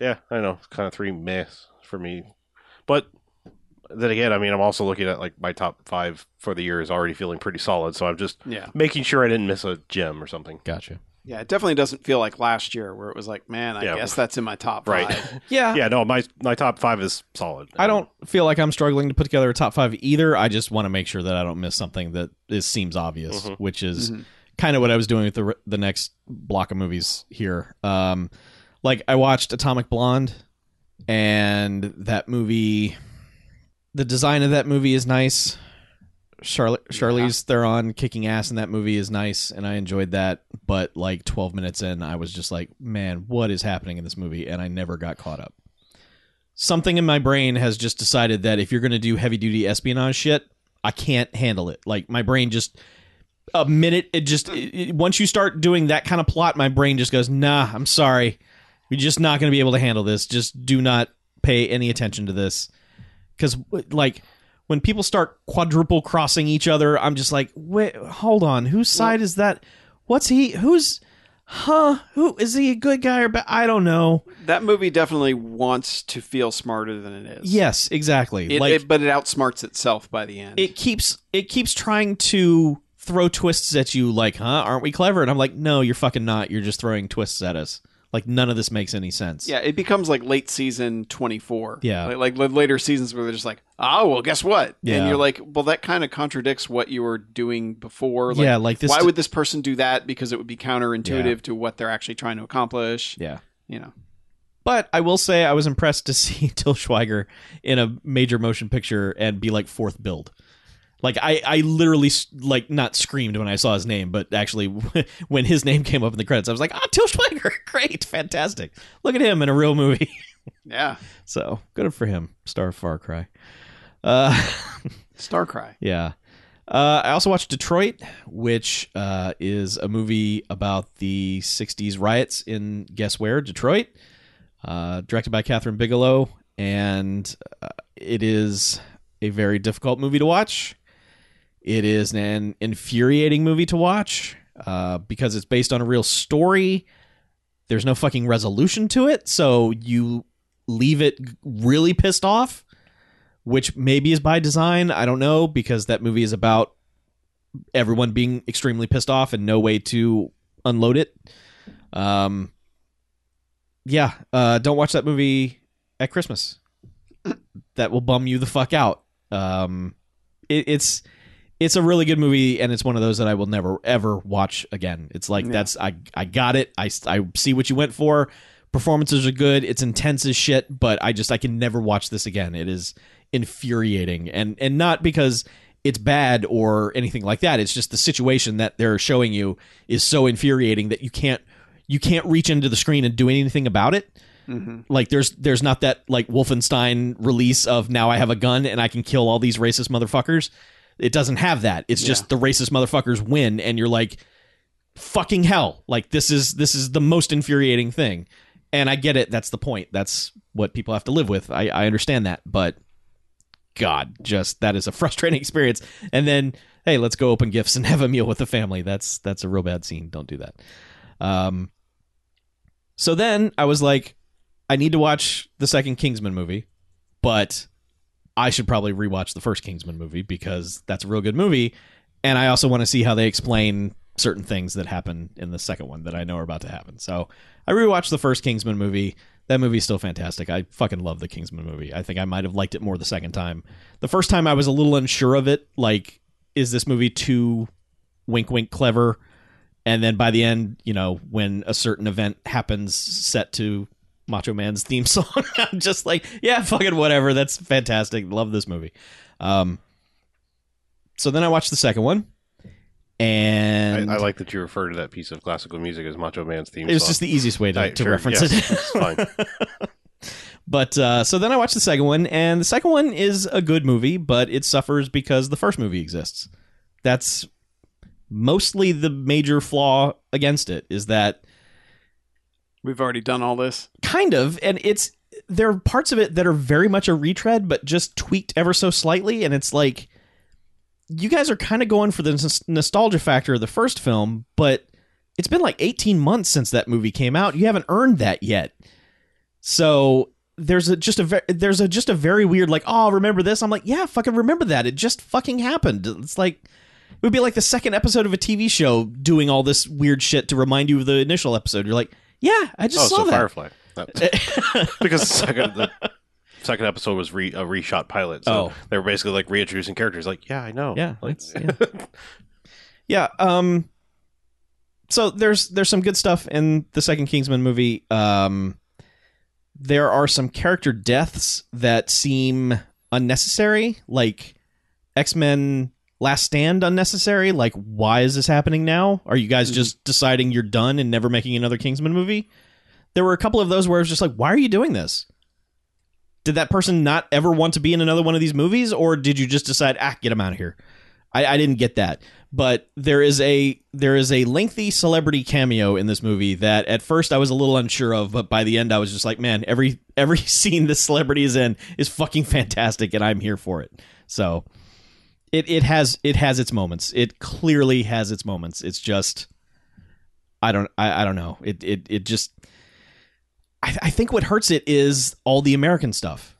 Speaker 3: Yeah, I know. It's kind of three myths for me. But then again, I mean, I'm also looking at like my top five for the year is already feeling pretty solid. So I'm just
Speaker 5: Yeah.
Speaker 3: making sure I didn't miss a gem or something.
Speaker 4: Gotcha.
Speaker 5: Yeah, it definitely doesn't feel like last year where it was like, man, I
Speaker 3: Yeah.
Speaker 5: guess that's in my top
Speaker 3: Right.
Speaker 5: five.
Speaker 4: Yeah.
Speaker 3: yeah, no, my my top five is solid.
Speaker 4: Uh, I don't feel like I'm struggling to put together a top five either. I just want to make sure that I don't miss something that is seems obvious, which is kind of what I was doing with the the next block of movies here. Um, like I watched Atomic Blonde, and that movie, the design of that movie is nice. Charlotte Charlize Theron kicking ass in that movie is nice, and I enjoyed that. But like 12 minutes in, I was just like, man, what is happening in this movie? And I never got caught up something in my brain has just decided that if you're going to do heavy duty espionage shit, I can't handle it. Like my brain just a minute it just it, it- once you start doing that kind of plot, my brain just goes, "Nah, I'm sorry. You're just not going to be able to handle this. Just do not pay any attention to this." Cuz like when people start quadruple crossing each other, I'm just like, "Wait, hold on. Whose side is that? What's he who's Huh? Who is he a good guy or bad? I don't know.
Speaker 5: That movie definitely wants to feel smarter than it is.
Speaker 4: Yes, exactly.
Speaker 5: It, it- but it outsmarts itself by the end.
Speaker 4: it keeps it keeps trying to throw twists at you like huh aren't we clever and i'm like no you're fucking not you're just throwing twists at us like none of this makes any sense
Speaker 5: yeah, it becomes like late season 24.
Speaker 4: Yeah.
Speaker 5: Like, like the later seasons where they're just like, oh, well, guess what?
Speaker 4: Yeah.
Speaker 5: And you're like, well, that kind of contradicts what you were doing before. Like,
Speaker 4: Yeah, like this-
Speaker 5: Why would this person do that? Because it would be counterintuitive to what they're actually trying to accomplish.
Speaker 4: yeah
Speaker 5: You know.
Speaker 4: but i will say i was impressed to see till schweiger in a major motion picture and be like fourth build like I, I literally s- like not screamed when I saw his name, but actually when his name came up in the credits, I was like, "Ah, Till Schweiger, great, fantastic! Look at him in a real movie."
Speaker 5: Yeah.
Speaker 4: So good for him, star of Far Cry. Uh,
Speaker 5: Starcry.
Speaker 4: Yeah. Uh, I also watched Detroit, which uh, is a movie about the 60s riots in, guess where? Detroit. Uh, directed by Catherine Bigelow. And uh, it is a very difficult movie to watch. It is an infuriating movie to watch uh, because it's based on a real story. There's no fucking resolution to it. So you leave it really pissed off which maybe is by design. I don't know because that movie is about everyone being extremely pissed off and no way to unload it. Um, yeah, uh, don't watch that movie at Christmas. that will bum you the fuck out. Um, it, it's it's a really good movie, and it's one of those that I will never ever watch again. It's like that's I I got it. I I see what you went for. Performances are good. It's intense as shit, but I just I can never watch this again. It is infuriating, and and not because it's bad or anything like that. It's just the situation that they're showing you is so infuriating that you can't you can't reach into the screen and do anything about it like there's there's not that like Wolfenstein release of now I have a gun and I can kill all these racist motherfuckers. It doesn't have that. It's just the racist motherfuckers win and you're like fucking hell. Like this is this is the most infuriating thing. And I get it. That's the point. That's what people have to live with. I, I understand that, but God, just that is a frustrating experience. And then, hey, let's go open gifts and have a meal with the family. That's that's a real bad scene. Don't do that. Um, so then I was like, I need to watch the second Kingsman movie, but I should probably rewatch the first Kingsman movie because that's a real good movie, and I also want to see how they explain certain things that happen in the second one that I know are about to happen. So I rewatched the first Kingsman movie. That movie's still fantastic. I fucking love the Kingsman movie. I think I might have liked it more the second time. The first time I was a little unsure of it, like is this movie too wink wink clever? And then by the end, you know, when a certain event happens set to Macho Man's theme song, I'm just like, yeah, fucking whatever. That's fantastic. Love this movie. Um, so then I watched the second one, and
Speaker 3: I, I like that you refer to that piece of classical music as Macho Man's theme
Speaker 4: it was
Speaker 3: song.
Speaker 4: just the easiest way to,
Speaker 3: Right,
Speaker 4: to
Speaker 3: sure,
Speaker 4: reference
Speaker 3: yes,
Speaker 4: it.
Speaker 3: it's fine.
Speaker 4: But uh, so then I watched the second one, and the second one is a good movie, but it suffers because the first movie exists. That's mostly the major flaw against it is that
Speaker 5: We've already done all this.
Speaker 4: kind of, and it's there are parts of it that are very much a retread, but just tweaked ever so slightly, and it's like you guys are kind of going for the nos- nostalgia factor of the first film, but it's been like 18 months since that movie came out. You haven't earned that yet. So there's a just a ve- there's a just a very weird like oh remember this I'm like yeah fucking remember that it just fucking happened it's like it would be like the second episode of a TV show doing all this weird shit to remind you of the initial episode you're like yeah I just
Speaker 3: oh,
Speaker 4: saw
Speaker 3: so
Speaker 4: that
Speaker 3: Firefly. That- because the second the second episode was re, a reshot pilot. So
Speaker 4: Oh.
Speaker 3: they were basically like reintroducing characters. Like, yeah, I know.
Speaker 4: Yeah,
Speaker 3: Like,
Speaker 4: it's- yeah. yeah. Um. So there's there's some good stuff in the second Kingsman movie. Um, there are some character deaths that seem unnecessary, like X Men Last Stand unnecessary. Like, why is this happening now? Are you guys just deciding you're done and never making another Kingsman movie? There were a couple of those where I was just like, why are you doing this? Did that person not ever want to be in another one of these movies, or did you just decide, ah, get him out of here? I, I didn't get that. But there is a there is a lengthy celebrity cameo in this movie that at first I was a little unsure of, but by the end I was just like, man, every every scene this celebrity is in is fucking fantastic, and I'm here for it. So it it has it has its moments. It clearly has its moments. It's just I don't I, I don't know. It it it just I, I think what hurts it is all the American stuff.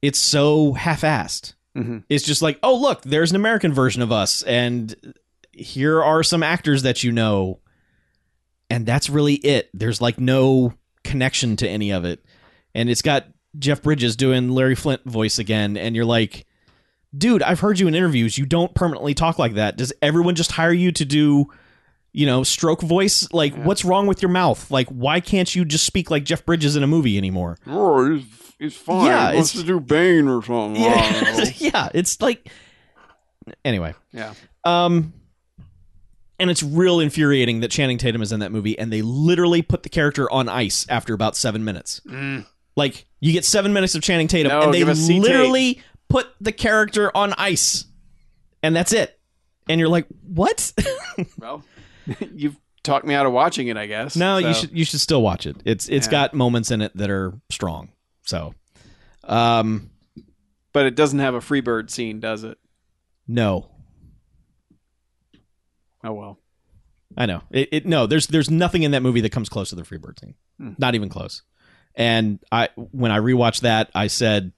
Speaker 4: It's so half-assed.
Speaker 5: Mhm.
Speaker 4: It's just like, oh look, there's an American version of us, and here are some actors that you know, and that's really it. There's like no connection to any of it, and it's got Jeff Bridges doing Larry Flint voice again, and you're like, dude, I've heard you in interviews. You don't permanently talk like that. Does everyone just hire you to do? You know, stroke voice. Like, what's wrong with your mouth? Like, why can't you just speak like Jeff Bridges in a movie anymore?
Speaker 5: Oh, he's, he's fine.
Speaker 4: Yeah,
Speaker 5: he wants
Speaker 4: it's-
Speaker 5: to do Bane or something.
Speaker 4: Yeah, yeah. It's like anyway.
Speaker 5: Yeah.
Speaker 4: Um, and it's real infuriating that Channing Tatum is in that movie, and they literally put the character on ice after about seven minutes. Like you get seven minutes of Channing Tatum,
Speaker 5: Mm. No,
Speaker 4: and they
Speaker 5: give us CT.
Speaker 4: literally put the character on ice, and that's it. And you're like, what?
Speaker 5: Well, you've talked me out of watching it, I guess.
Speaker 4: No, you
Speaker 5: so-
Speaker 4: should you should still watch it. It's it's
Speaker 5: Yeah.
Speaker 4: got moments in it that are strong. So, um,
Speaker 5: But it doesn't have a Freebird scene, does it?
Speaker 4: no,
Speaker 5: Oh well.
Speaker 4: I know. It, it no, there's there's nothing in that movie that comes close to the Freebird scene. Not even close. And I when I rewatched that, I said,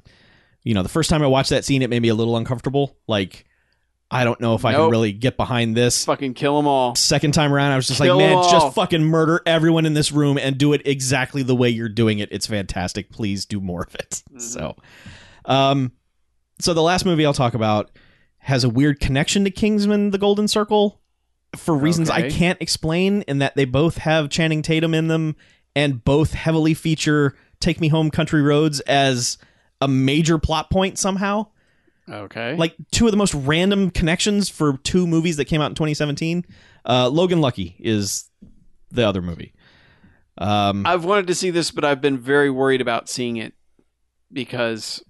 Speaker 4: you know, the first time I watched that scene, it made me a little uncomfortable. Like, I don't know if I can
Speaker 5: Nope.
Speaker 4: really get behind this.
Speaker 5: Fucking kill them all.
Speaker 4: Second time around, I was just
Speaker 5: Kill
Speaker 4: like,
Speaker 5: 'em
Speaker 4: man,
Speaker 5: all."
Speaker 4: just fucking murder everyone in this room and do it exactly the way you're doing it. It's fantastic. Please do more of it.
Speaker 5: Mm-hmm.
Speaker 4: So, um, so the last movie I'll talk about has a weird connection to Kingsman: The Golden Circle for reasons I
Speaker 5: Okay.
Speaker 4: can't explain. In that they both have Channing Tatum in them, and both heavily feature "Take Me Home, Country Roads" as a major plot point somehow
Speaker 5: Okay.
Speaker 4: like two of the most random connections for two movies that came out in 2017. Uh, Logan Lucky is the other movie. Um,
Speaker 5: I've wanted to see this, but I've been very worried about seeing it because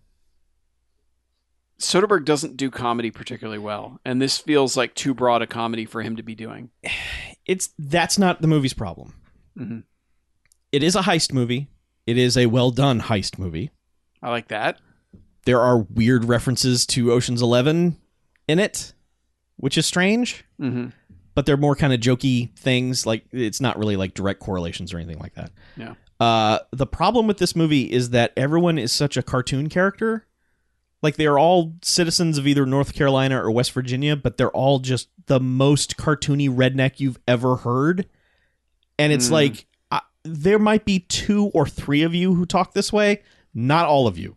Speaker 5: Soderbergh doesn't do comedy particularly well, and this feels like too broad a comedy for him to be doing.
Speaker 4: it's that's not the movie's problem.
Speaker 5: Mhm.
Speaker 4: It is a heist movie. It is a well done heist movie.
Speaker 5: I like that.
Speaker 4: There are weird references to Ocean's Eleven in it, which is strange.
Speaker 5: Mm-hmm.
Speaker 4: but they're more kind of jokey things. Like it's not really like direct correlations or anything like that.
Speaker 5: Yeah.
Speaker 4: Uh, the problem with this movie is that everyone is such a cartoon character. Like they are all citizens of either North Carolina or West Virginia, but they're all just the most cartoony redneck you've ever heard. And it's
Speaker 5: Mm.
Speaker 4: like I, there might be two or three of you who talk this way, not all of you.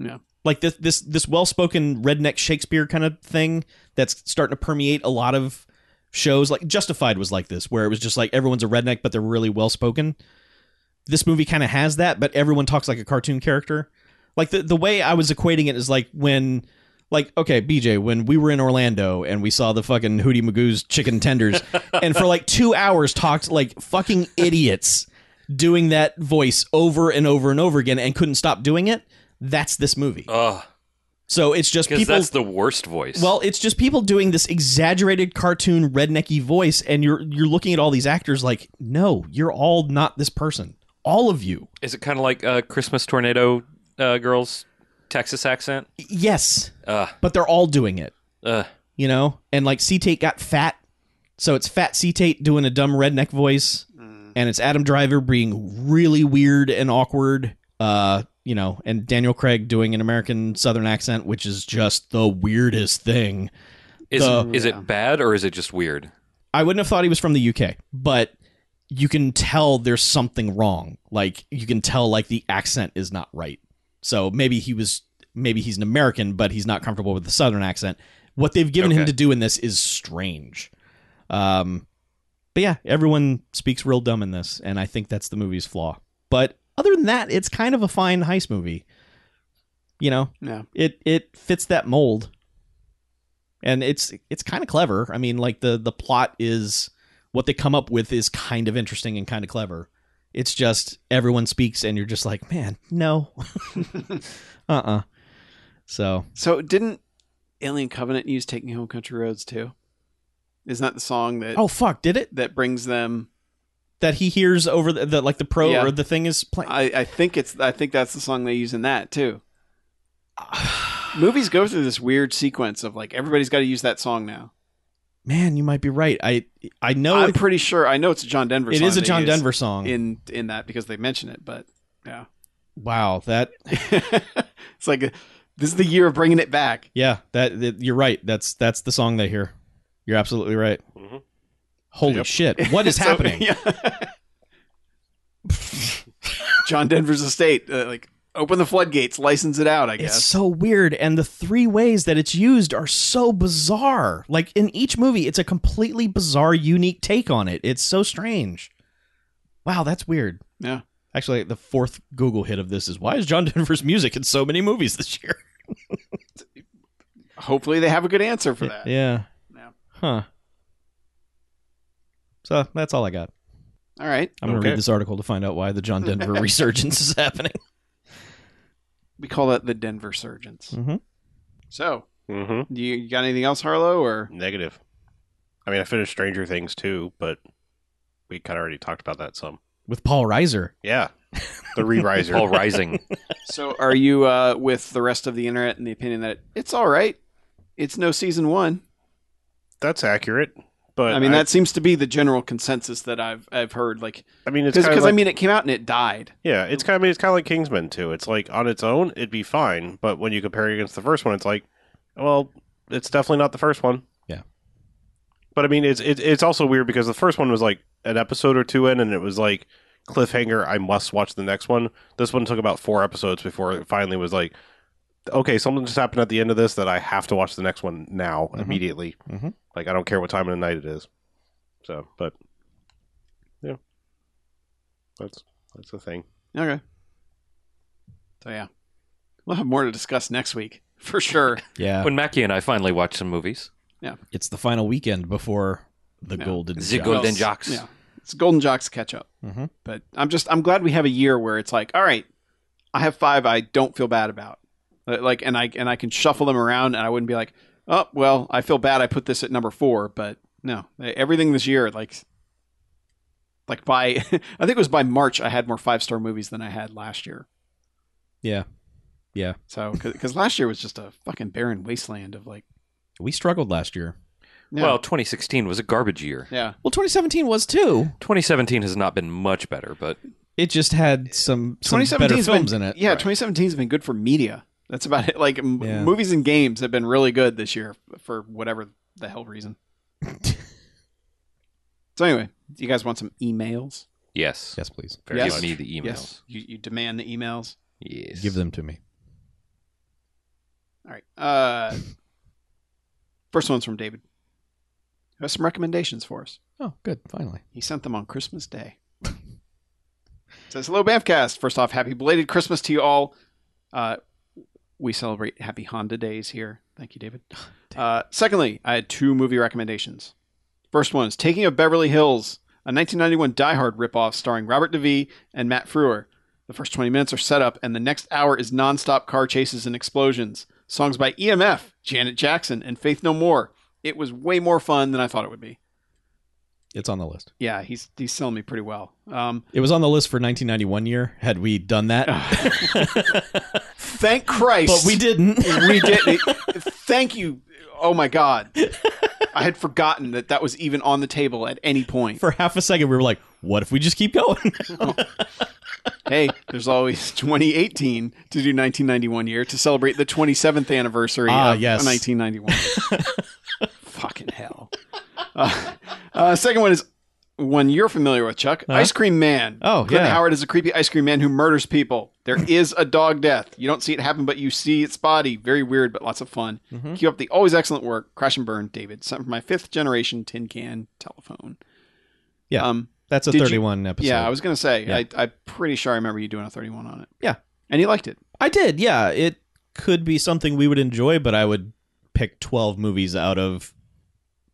Speaker 5: Yeah.
Speaker 4: Like this this this well-spoken redneck Shakespeare kind of thing that's starting to permeate a lot of shows like justified was like this where it was just like everyone's a redneck but they're really well spoken this movie kind of has that but everyone talks like a cartoon character like the, the way i was equating it is like when like okay bj when we were in orlando and we saw the fucking hootie magoo's chicken tenders and for like two hours talked like fucking idiots doing that voice over and over and over again and couldn't stop doing it that's this movie
Speaker 6: Ugh.
Speaker 4: so it's just
Speaker 6: Oh. Because
Speaker 4: people
Speaker 6: that's the worst voice.
Speaker 4: well, it's just people doing this exaggerated cartoon rednecky voice, and you're you're looking at all these actors like, no, you're all not this person. All of you.
Speaker 6: is it kind of like uh, Christmas Tornado uh, Girls Texas accent?
Speaker 4: Y- Yes,
Speaker 6: Ugh.
Speaker 4: but they're all doing it,
Speaker 6: Ugh.
Speaker 4: you know. And like C Tate got fat, So it's Fat Tate doing a dumb redneck voice, and it's Adam Driver being really weird and awkward. Uh, you know, and Daniel Craig doing an American Southern accent, which is just the weirdest thing.
Speaker 6: Is
Speaker 4: The-
Speaker 6: is it bad or is it just weird?
Speaker 4: I wouldn't have thought he was from the UK, but you can tell there's something wrong. Like you can tell like the accent is not right. So maybe he was maybe he's an American, but he's not comfortable with the southern accent. What they've given him
Speaker 6: Okay.
Speaker 4: to do in this is strange. Um but yeah, everyone speaks real dumb in this, and I think that's the movie's flaw. But other than that, it's kind of a fine heist movie. You know,
Speaker 5: Yeah.
Speaker 4: it it fits that mold and it's it's kind of clever i mean like the the plot is what they come up with is kind of interesting and kind of clever it's just everyone speaks and you're just like man no uh-uh so
Speaker 5: So didn't Alien Covenant use "Taking Home Country Roads" too? Isn't that the song that
Speaker 4: oh fuck did it
Speaker 5: that brings them?
Speaker 4: that he hears over the, the like the pro
Speaker 5: Yeah.
Speaker 4: or the thing is playing
Speaker 5: I, I think it's I think that's the song they use in that too. Movies go through this weird sequence of like everybody's got to use that song now.
Speaker 4: man you might be right i i know
Speaker 5: I'm
Speaker 4: it-
Speaker 5: pretty sure I know it's a John Denver.
Speaker 4: it
Speaker 5: song
Speaker 4: is a
Speaker 5: they
Speaker 4: john
Speaker 5: use
Speaker 4: denver song
Speaker 5: in in that because they mention it, but yeah,
Speaker 4: wow that
Speaker 5: it's like this is the year of bringing it back.
Speaker 4: yeah that, that- you're right that's that's the song they hear you're absolutely right
Speaker 3: Mhm.
Speaker 4: holy
Speaker 3: Yep.
Speaker 4: shit what is
Speaker 5: Mm-hmm. So,
Speaker 4: happening
Speaker 5: yeah. John Denver's estate, uh, like open the floodgates, license it out. I
Speaker 4: It's
Speaker 5: guess.
Speaker 4: so weird, and the three ways that it's used are so bizarre. Like in each movie, it's a completely bizarre, unique take on it. It's so strange. Wow, that's weird.
Speaker 5: Yeah.
Speaker 4: Actually, the fourth Google hit of this is why is John Denver's music in so many movies this year?
Speaker 5: Hopefully, they have a good answer for that.
Speaker 4: Yeah.
Speaker 5: Yeah.
Speaker 4: Huh. So that's all I got.
Speaker 5: All right,
Speaker 4: I'm going to
Speaker 3: Okay.
Speaker 4: read this article to find out why the John Denver resurgence is happening.
Speaker 5: we call that the Denver Surgeons.
Speaker 4: Mhm.
Speaker 5: So,
Speaker 3: Mm-hmm.
Speaker 5: do you, you got anything else, Harlow? Or
Speaker 3: Negative. I mean, I finished Stranger Things too, but we kind of already talked about that some.
Speaker 4: With Paul Reiser.
Speaker 3: Yeah, the re-riser.
Speaker 6: Paul Rising.
Speaker 5: so, are you uh, with the rest of the internet in the opinion that it's all right? It's no season one.
Speaker 3: That's accurate, but
Speaker 5: I mean, that seems to be the general consensus that I've I've heard. Like,
Speaker 3: I mean, it's
Speaker 5: because
Speaker 3: kind of
Speaker 5: I
Speaker 3: like,
Speaker 5: mean, it came out and it died.
Speaker 3: yeah, it's kind of I mean, it's kind of like Kingsman too. It's like on its own, it'd be fine, but when you compare it against the first one, it's like, well, it's definitely not the first one.
Speaker 4: Yeah.
Speaker 3: but I mean, it's it's it's also weird because the first one was like an episode or two in, and it was like cliffhanger. I must watch the next one. This one took about four episodes before it finally was like, okay, something just happened at the end of this that I have to watch the next one now
Speaker 4: Mhm.
Speaker 3: immediately.
Speaker 4: Mhm.
Speaker 3: Like I don't care what time of the night it is. So, but yeah, that's that's the thing.
Speaker 5: Okay. So yeah, we'll have more to discuss next week for sure.
Speaker 4: Yeah.
Speaker 6: when Mackie and I finally watched some movies,
Speaker 4: It's the final weekend before the
Speaker 5: Yeah.
Speaker 4: Golden
Speaker 6: The
Speaker 4: Job.
Speaker 6: Golden Jocks. Mm-hmm.
Speaker 5: Yeah, it's Golden Jocks catch up.
Speaker 4: Mhm.
Speaker 5: But I'm just I'm glad we have a year where it's like, all right, I have five I don't feel bad about, Uh, like, and I and I can shuffle them around, and I wouldn't be like, oh well, I feel bad I put this at number four, but no, everything this year like. Like by, I think it was by March. I had more five star movies than I had last year.
Speaker 4: Yeah.
Speaker 5: So, because last year was just a fucking barren wasteland of like,
Speaker 4: We struggled last year.
Speaker 5: yeah,
Speaker 6: Well, 2016 was a garbage year.
Speaker 5: yeah,
Speaker 4: Well, 2017 was too.
Speaker 6: 2017 has not been much better, but
Speaker 4: It just had some, some
Speaker 5: 2017
Speaker 4: better
Speaker 5: 's
Speaker 4: films
Speaker 5: been,
Speaker 4: in it.
Speaker 5: Yeah, 2017 has been good for media. That's about it. Like m-
Speaker 4: Yeah.
Speaker 5: movies and games have been really good this year for whatever the hell reason. so anyway, do you guys want some emails?
Speaker 6: yes.
Speaker 4: Yes, please.
Speaker 3: Very
Speaker 5: Yes.
Speaker 6: Give me the emails.
Speaker 5: Yes, you, you demand the emails.
Speaker 6: Yes.
Speaker 4: Give them to me.
Speaker 5: All right. Uh, first one's from David. Who has some recommendations for us?
Speaker 4: Oh, good. Finally.
Speaker 5: He sent them on Christmas Day. Says hello, Bamfcast. First off, happy belated Christmas to you all. Uh, we celebrate happy Honda days here. Thank you, David. Uh, secondly, I had two movie recommendations. First one is Taking of Beverly Hills, a 1991 Die Hard ripoff starring Robert DeVee and Matt Frewer. The first 20 minutes are set up, and the next hour is nonstop car chases and explosions. Songs by EMF, Janet Jackson, and Faith No More. It was way more fun than I thought it would be.
Speaker 4: It's on the list.
Speaker 5: Yeah, he's he's selling me pretty well. Um,
Speaker 4: It was on the list for 1991 year. Had we done that,
Speaker 5: Ah. thank Christ,
Speaker 4: but we didn't.
Speaker 5: We did. Thank you. Oh my God. I had forgotten that that was even on the table at any point.
Speaker 4: For half a second, we were like, "What if we just keep going?"
Speaker 5: hey, there's always 2018 to do 1991 year to celebrate the 27th anniversary
Speaker 4: Ah,
Speaker 5: of
Speaker 4: yes.
Speaker 5: 1991. Fucking hell. Uh, uh, second one is one you're familiar with, Chuck. Ice Cream Man.
Speaker 4: Uh-huh. Oh,
Speaker 5: Clint
Speaker 4: yeah.
Speaker 5: Howard is a creepy ice cream man who murders people. There is a dog death. You don't see it happen, but you see its body. Very weird, but lots of fun.
Speaker 4: Hmm.
Speaker 5: Keep up the always excellent work. Crash and burn, David. Something from my fifth generation tin can telephone.
Speaker 4: Yeah.
Speaker 5: Um,
Speaker 4: That's a
Speaker 5: Did you-
Speaker 4: 31 episode.
Speaker 5: yeah, I was gonna say.
Speaker 4: Yeah.
Speaker 5: I, I'm pretty sure I remember you doing a 31 on it.
Speaker 4: Yeah.
Speaker 5: and you liked it.
Speaker 4: I did. Yeah, it could be something we would enjoy, but I would pick 12 movies out of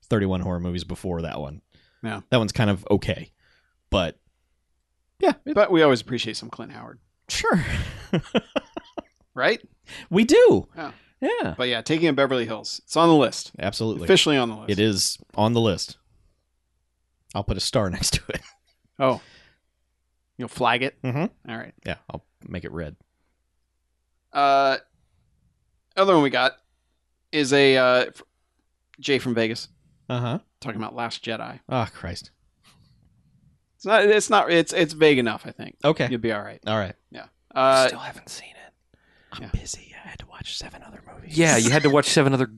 Speaker 4: 31 horror movies before that one.
Speaker 5: Yeah.
Speaker 4: That one's kind of okay. But yeah, it-
Speaker 5: But we always appreciate some Clint Howard,
Speaker 4: sure.
Speaker 5: right?
Speaker 4: We do.
Speaker 5: Yeah.
Speaker 4: Yeah.
Speaker 5: But yeah, taking a Beverly Hills. It's on the list.
Speaker 4: Absolutely.
Speaker 5: Officially on the list.
Speaker 4: It is on the list. I'll put a star next to it.
Speaker 5: Oh, you'll flag it.
Speaker 4: Mhm.
Speaker 5: All right.
Speaker 4: Yeah, I'll make it red.
Speaker 5: Uh, other one we got is a uh, f- Jay from Vegas
Speaker 4: Uh-huh.
Speaker 5: talking about Last Jedi.
Speaker 4: Oh, Christ.
Speaker 5: It's not. It's not. It's it's vague enough. I think
Speaker 4: Okay.
Speaker 5: you'll be all right.
Speaker 4: All right.
Speaker 5: Uh,
Speaker 6: Still haven't seen it.
Speaker 5: Yeah.
Speaker 4: busy. I had to watch seven other movies.
Speaker 6: Yeah, you had to watch seven other.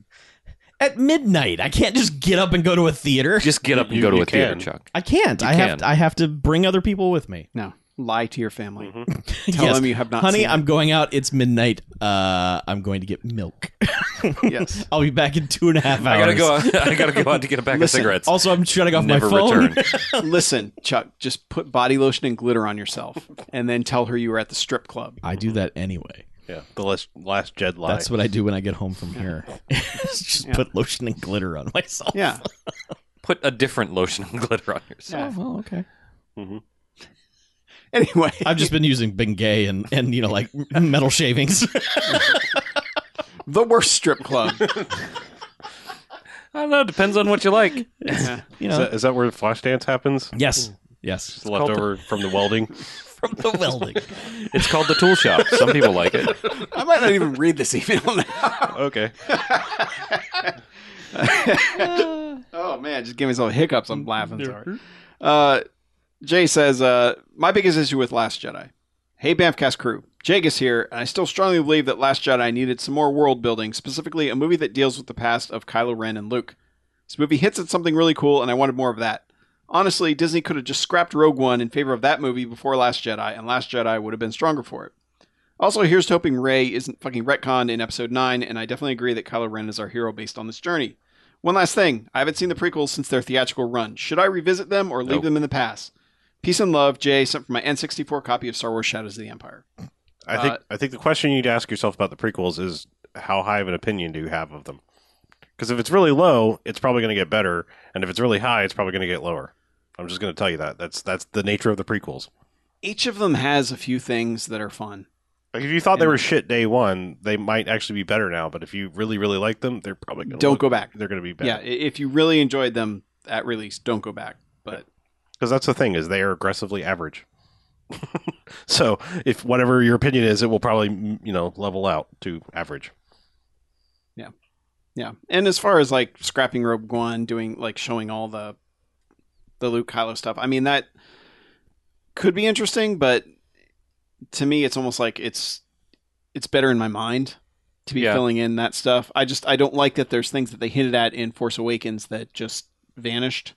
Speaker 4: At midnight. I can't just get up and go to a theater.
Speaker 6: Just get up and go to
Speaker 3: you
Speaker 6: a theater,
Speaker 3: can.
Speaker 6: Chuck.
Speaker 4: I can't.
Speaker 6: You
Speaker 4: I have
Speaker 6: can.
Speaker 4: to, I have to bring other people with me.
Speaker 5: no, lie to your family. Tell
Speaker 4: Mm-hmm. Yes.
Speaker 5: them you have not.
Speaker 4: Honey,
Speaker 5: seen
Speaker 4: I'm going out. It's midnight. Uh, I'm going to get milk.
Speaker 5: It. Yes.
Speaker 4: I'll be back in two and a half hours.
Speaker 6: I gotta go. Out, I gotta go out to get a pack
Speaker 5: Listen,
Speaker 6: of cigarettes.
Speaker 4: Also, I'm shutting off
Speaker 6: Never
Speaker 4: my phone.
Speaker 6: return.
Speaker 5: Listen, Chuck, just put body lotion and glitter on yourself, and then tell her you were at the strip club.
Speaker 4: I do that anyway.
Speaker 3: Yeah, the last last Jed lie.
Speaker 4: That's what I do when I get home from here. It's Just
Speaker 5: Yeah.
Speaker 4: put lotion and glitter on myself.
Speaker 5: Yeah.
Speaker 6: Put a different lotion and glitter on yourself.
Speaker 5: yeah.
Speaker 4: Well, okay.
Speaker 5: Anyway,
Speaker 4: I've just been using Bengay and and you know like metal shavings.
Speaker 5: the worst strip club.
Speaker 6: I don't know. It depends on what you like.
Speaker 5: Yeah.
Speaker 4: you
Speaker 3: Is
Speaker 4: know.
Speaker 3: that, is that where the flash dance happens?
Speaker 4: yes. Yes.
Speaker 3: It's left over from the welding.
Speaker 4: From the welding.
Speaker 6: It's called the tool shop. Some people like it.
Speaker 5: I might not even read this email now.
Speaker 3: Okay.
Speaker 5: Oh man, just give me some hiccups. I'm laughing. Sorry. Uh, Jay says, uh, "My biggest issue with Last Jedi." Hey, Bamfcast crew. Jagus here, and I still strongly believe that Last Jedi needed some more world building, specifically a movie that deals with the past of Kylo Ren and Luke. This movie hits at something really cool, and I wanted more of that. Honestly, Disney could have just scrapped Rogue One in favor of that movie before Last Jedi, and Last Jedi would have been stronger for it. Also, here's to hoping Rey isn't fucking retconned in Episode 9, and I definitely agree that Kylo Ren is our hero based on this journey. One last thing I haven't seen the prequels since their theatrical run. Should I revisit them or leave
Speaker 6: Nope.
Speaker 5: them in the past? Peace and love, Jay, sent from my N64 copy of Star Wars Shadows of the Empire.
Speaker 3: I think
Speaker 5: Uh,
Speaker 3: I think the question you need to ask yourself about the prequels is how high of an opinion do you have of them? Because if it's really low, it's probably going to get better, and if it's really high, it's probably going to get lower. I'm just going to tell you that. That's that's the nature of the prequels.
Speaker 5: Each of them has a few things that are fun.
Speaker 3: Like if you thought they were shit day one, they might actually be better now. But if you really really like them, they're probably going to
Speaker 5: Don't go back.
Speaker 3: They're going to be
Speaker 5: Yeah, i-
Speaker 3: bad.
Speaker 5: if you really enjoyed them at release, don't go back. But
Speaker 3: because that's the thing is they are aggressively average. so if whatever your opinion is, it will probably mm, you know level out to average.
Speaker 5: yeah, and as far as like scrapping Rogue One, doing like showing all the the Luke Kylo stuff, I mean that could be interesting, but to me, it's almost like it's it's better in my mind to be
Speaker 6: Yeah.
Speaker 5: filling in that stuff. I just I don't like that there's things that they hinted at in Force Awakens that just vanished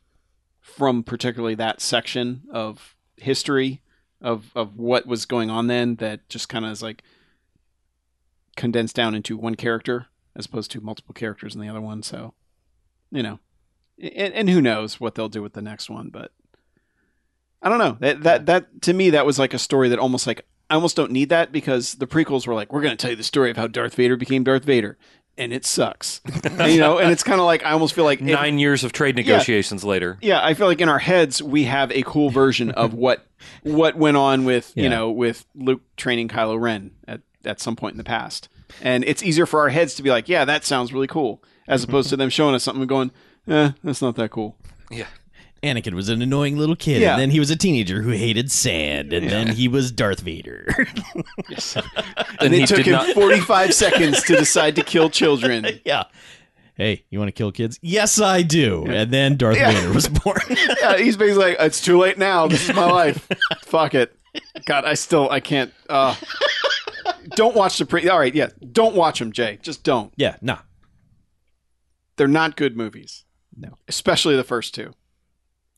Speaker 5: from particularly that section of history of of what was going on then that just kind of is like condensed down into one character as opposed to multiple characters in the other one so you know and, and who knows what they'll do with the next one but i don't know that that that to me that was like a story that almost like i almost don't need that because the prequels were like we're going to tell you the story of how darth vader became darth vader and it sucks And, you know and it's kind of like i almost feel like it-
Speaker 6: Nine years of trade negotiations later.
Speaker 5: yeah, I feel like in our heads we have a cool version of what what went on with you
Speaker 4: Yeah.
Speaker 5: know with Luke training Kylo Ren at at some point in the past, and it's easier for our heads to be like, yeah, that sounds really cool, as opposed to them showing us something and going, eh, that's not that cool.
Speaker 6: Yeah.
Speaker 4: Anakin was an annoying little kid,
Speaker 5: Yeah.
Speaker 4: and then he was a teenager who hated sand, and then he was Darth Vader.
Speaker 5: And,
Speaker 6: he
Speaker 5: it took
Speaker 6: did
Speaker 5: him
Speaker 6: not-
Speaker 5: forty five seconds to decide to kill children.
Speaker 4: yeah. "Hey, you want to kill kids?" "Yes, I do." And then Darth
Speaker 5: Yeah.
Speaker 4: Vader was born.
Speaker 5: yeah, he's basically like, it's too late now. This is my life. Fuck it. God, I still, I can't. Uh, don't watch the pre. All right, yeah, don't watch them, Jay. Just don't.
Speaker 4: yeah, nah.
Speaker 5: They're not good movies.
Speaker 4: No.
Speaker 5: especially the first two.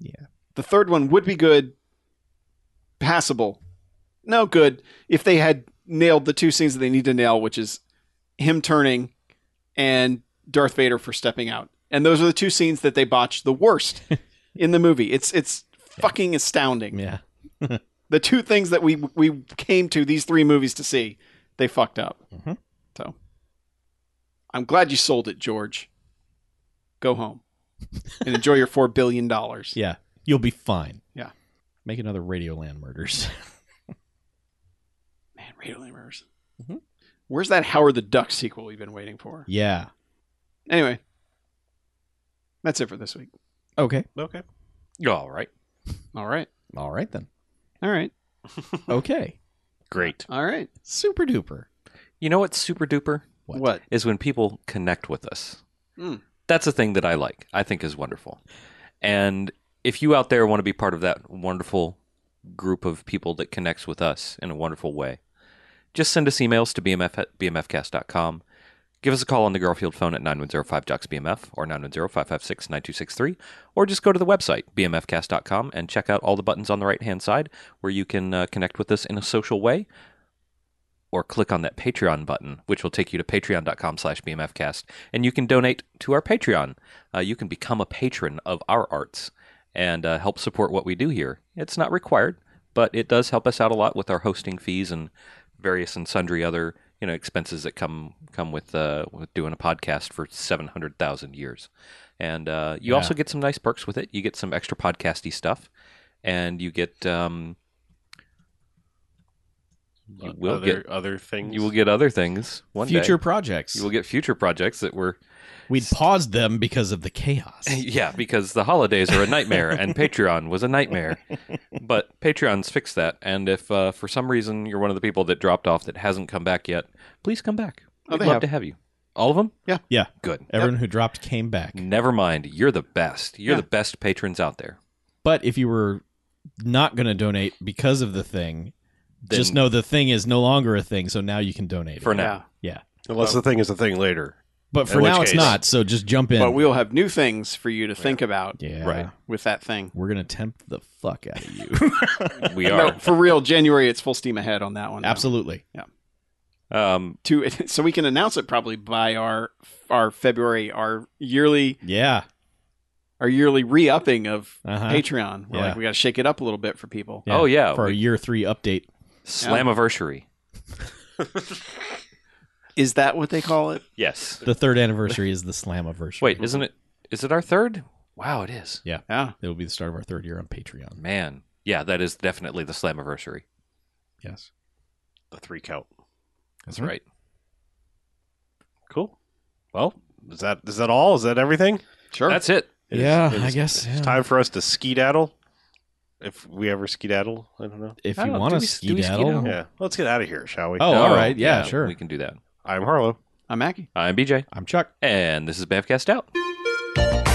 Speaker 4: Yeah.
Speaker 5: the third one would be good, passable, no good if they had nailed the two scenes that they need to nail, which is him turning and Darth Vader for stepping out. And those are the two scenes that they botched the worst in the movie. It's it's fucking astounding.
Speaker 4: Yeah.
Speaker 5: The two things that we we came to these three movies to see, they fucked up.
Speaker 4: Mhm.
Speaker 5: So I'm glad you sold it, George. Go home and enjoy your four billion dollars.
Speaker 4: Yeah. You'll be fine.
Speaker 5: Yeah.
Speaker 4: Make another Radioland murders.
Speaker 5: Man, Radio Lemurs.
Speaker 4: Mhm.
Speaker 5: Where's that Howard the Duck sequel we've been waiting for?
Speaker 4: yeah.
Speaker 5: Anyway, that's it for this week.
Speaker 4: Okay.
Speaker 3: Okay.
Speaker 6: All right.
Speaker 5: All right.
Speaker 4: All right then.
Speaker 5: All right.
Speaker 4: Okay.
Speaker 6: Great.
Speaker 5: All right.
Speaker 4: Super duper.
Speaker 6: You know what's super duper?
Speaker 5: What?
Speaker 4: What?
Speaker 6: Is when people connect with us.
Speaker 5: Mm.
Speaker 6: That's a thing that I like, I think is wonderful. And if you out there want to be part of that wonderful group of people that connects with us in a wonderful way, just send us emails to bmf at bmfcast.com. Give us a call on the Garfield phone at 9105-JOCKS-BMF or 910-556-9263, or just go to the website, bmfcast.com, and check out all the buttons on the right-hand side where you can uh, connect with us in a social way, or click on that Patreon button, which will take you to patreon.com slash bmfcast, and you can donate to our Patreon. Uh, you can become a patron of our arts and uh, help support what we do here. It's not required, but it does help us out a lot with our hosting fees and various and sundry other you know expenses that come come with uh, with doing a podcast for seven hundred thousand years. And uh, you also get some nice perks with it. You get some extra podcasty stuff, and you get um, you will
Speaker 3: Uh, other,
Speaker 6: get
Speaker 3: other things.
Speaker 6: you will get other things one
Speaker 4: Future
Speaker 6: day.
Speaker 4: projects.
Speaker 6: You will get future projects that were
Speaker 4: We'd paused them because of the chaos.
Speaker 6: yeah because the holidays are a nightmare and Patreon was a nightmare, but Patreon's fixed that. And if uh, for some reason you're one of the people that dropped off that hasn't come back yet, please come back.
Speaker 5: Oh,
Speaker 6: We'd
Speaker 5: they
Speaker 6: love
Speaker 5: have.
Speaker 6: to have you. All of them?
Speaker 4: Yeah.
Speaker 6: Good.
Speaker 4: Everyone who dropped came back.
Speaker 6: Never mind. You're the best. You're
Speaker 5: Yeah.
Speaker 6: the best patrons out there.
Speaker 4: But if you were not going to donate because of the thing,
Speaker 6: Then-
Speaker 4: just know the thing is no longer a thing, so now you can donate.
Speaker 6: For
Speaker 4: it.
Speaker 6: now.
Speaker 4: Yeah.
Speaker 3: Unless the thing is a thing later.
Speaker 4: But for
Speaker 3: In which
Speaker 4: now it's
Speaker 3: case-
Speaker 4: not, so just jump in.
Speaker 5: But we'll have new things for you to think about
Speaker 4: yeah.
Speaker 6: Right.
Speaker 5: with that thing.
Speaker 4: We're going to tempt the fuck out of you.
Speaker 6: We
Speaker 5: No,
Speaker 6: are.
Speaker 5: for real, January, it's full steam ahead on that one. though.
Speaker 4: Absolutely.
Speaker 6: Um,
Speaker 5: To, so we can announce it probably by our our February, our yearly
Speaker 4: Yeah.
Speaker 5: our yearly re upping of
Speaker 4: Uh-huh.
Speaker 5: Patreon. We're
Speaker 4: Yeah.
Speaker 5: like, we got to shake it up a little bit for people.
Speaker 6: Oh, yeah.
Speaker 4: For our year three update.
Speaker 6: Slammiversary.
Speaker 5: Is that what they call it?
Speaker 6: Yes.
Speaker 4: The third anniversary is the slam anniversary.
Speaker 6: Wait, isn't it? Is it our third? Wow, it is.
Speaker 5: Yeah.
Speaker 4: It'll be the start of our third year on Patreon.
Speaker 6: Man. Yeah, that is definitely the Slammiversary.
Speaker 4: Yes.
Speaker 3: The three count.
Speaker 6: That's right.
Speaker 3: Cool. Well, is that is that all? Is that everything?
Speaker 5: Sure.
Speaker 6: That's it.
Speaker 3: It is-
Speaker 4: yeah,
Speaker 3: it
Speaker 4: I
Speaker 3: is-
Speaker 4: guess.
Speaker 3: It's
Speaker 4: yeah.
Speaker 3: time for us to skedaddle. If we ever skedaddle, I don't know.
Speaker 4: If
Speaker 6: I
Speaker 4: you
Speaker 6: don't know,
Speaker 4: want
Speaker 6: do
Speaker 4: to
Speaker 6: we- do we
Speaker 4: skedaddle.
Speaker 6: skedaddle?
Speaker 3: Yeah, let's get out of here, shall we?
Speaker 4: Oh, all right. Yeah, sure.
Speaker 6: We can do that.
Speaker 3: I'm Harlow.
Speaker 5: I'm Mackie.
Speaker 6: I'm BJ,
Speaker 4: I'm Chuck.
Speaker 6: and this is Bamfcast Out.
Speaker 1: Thank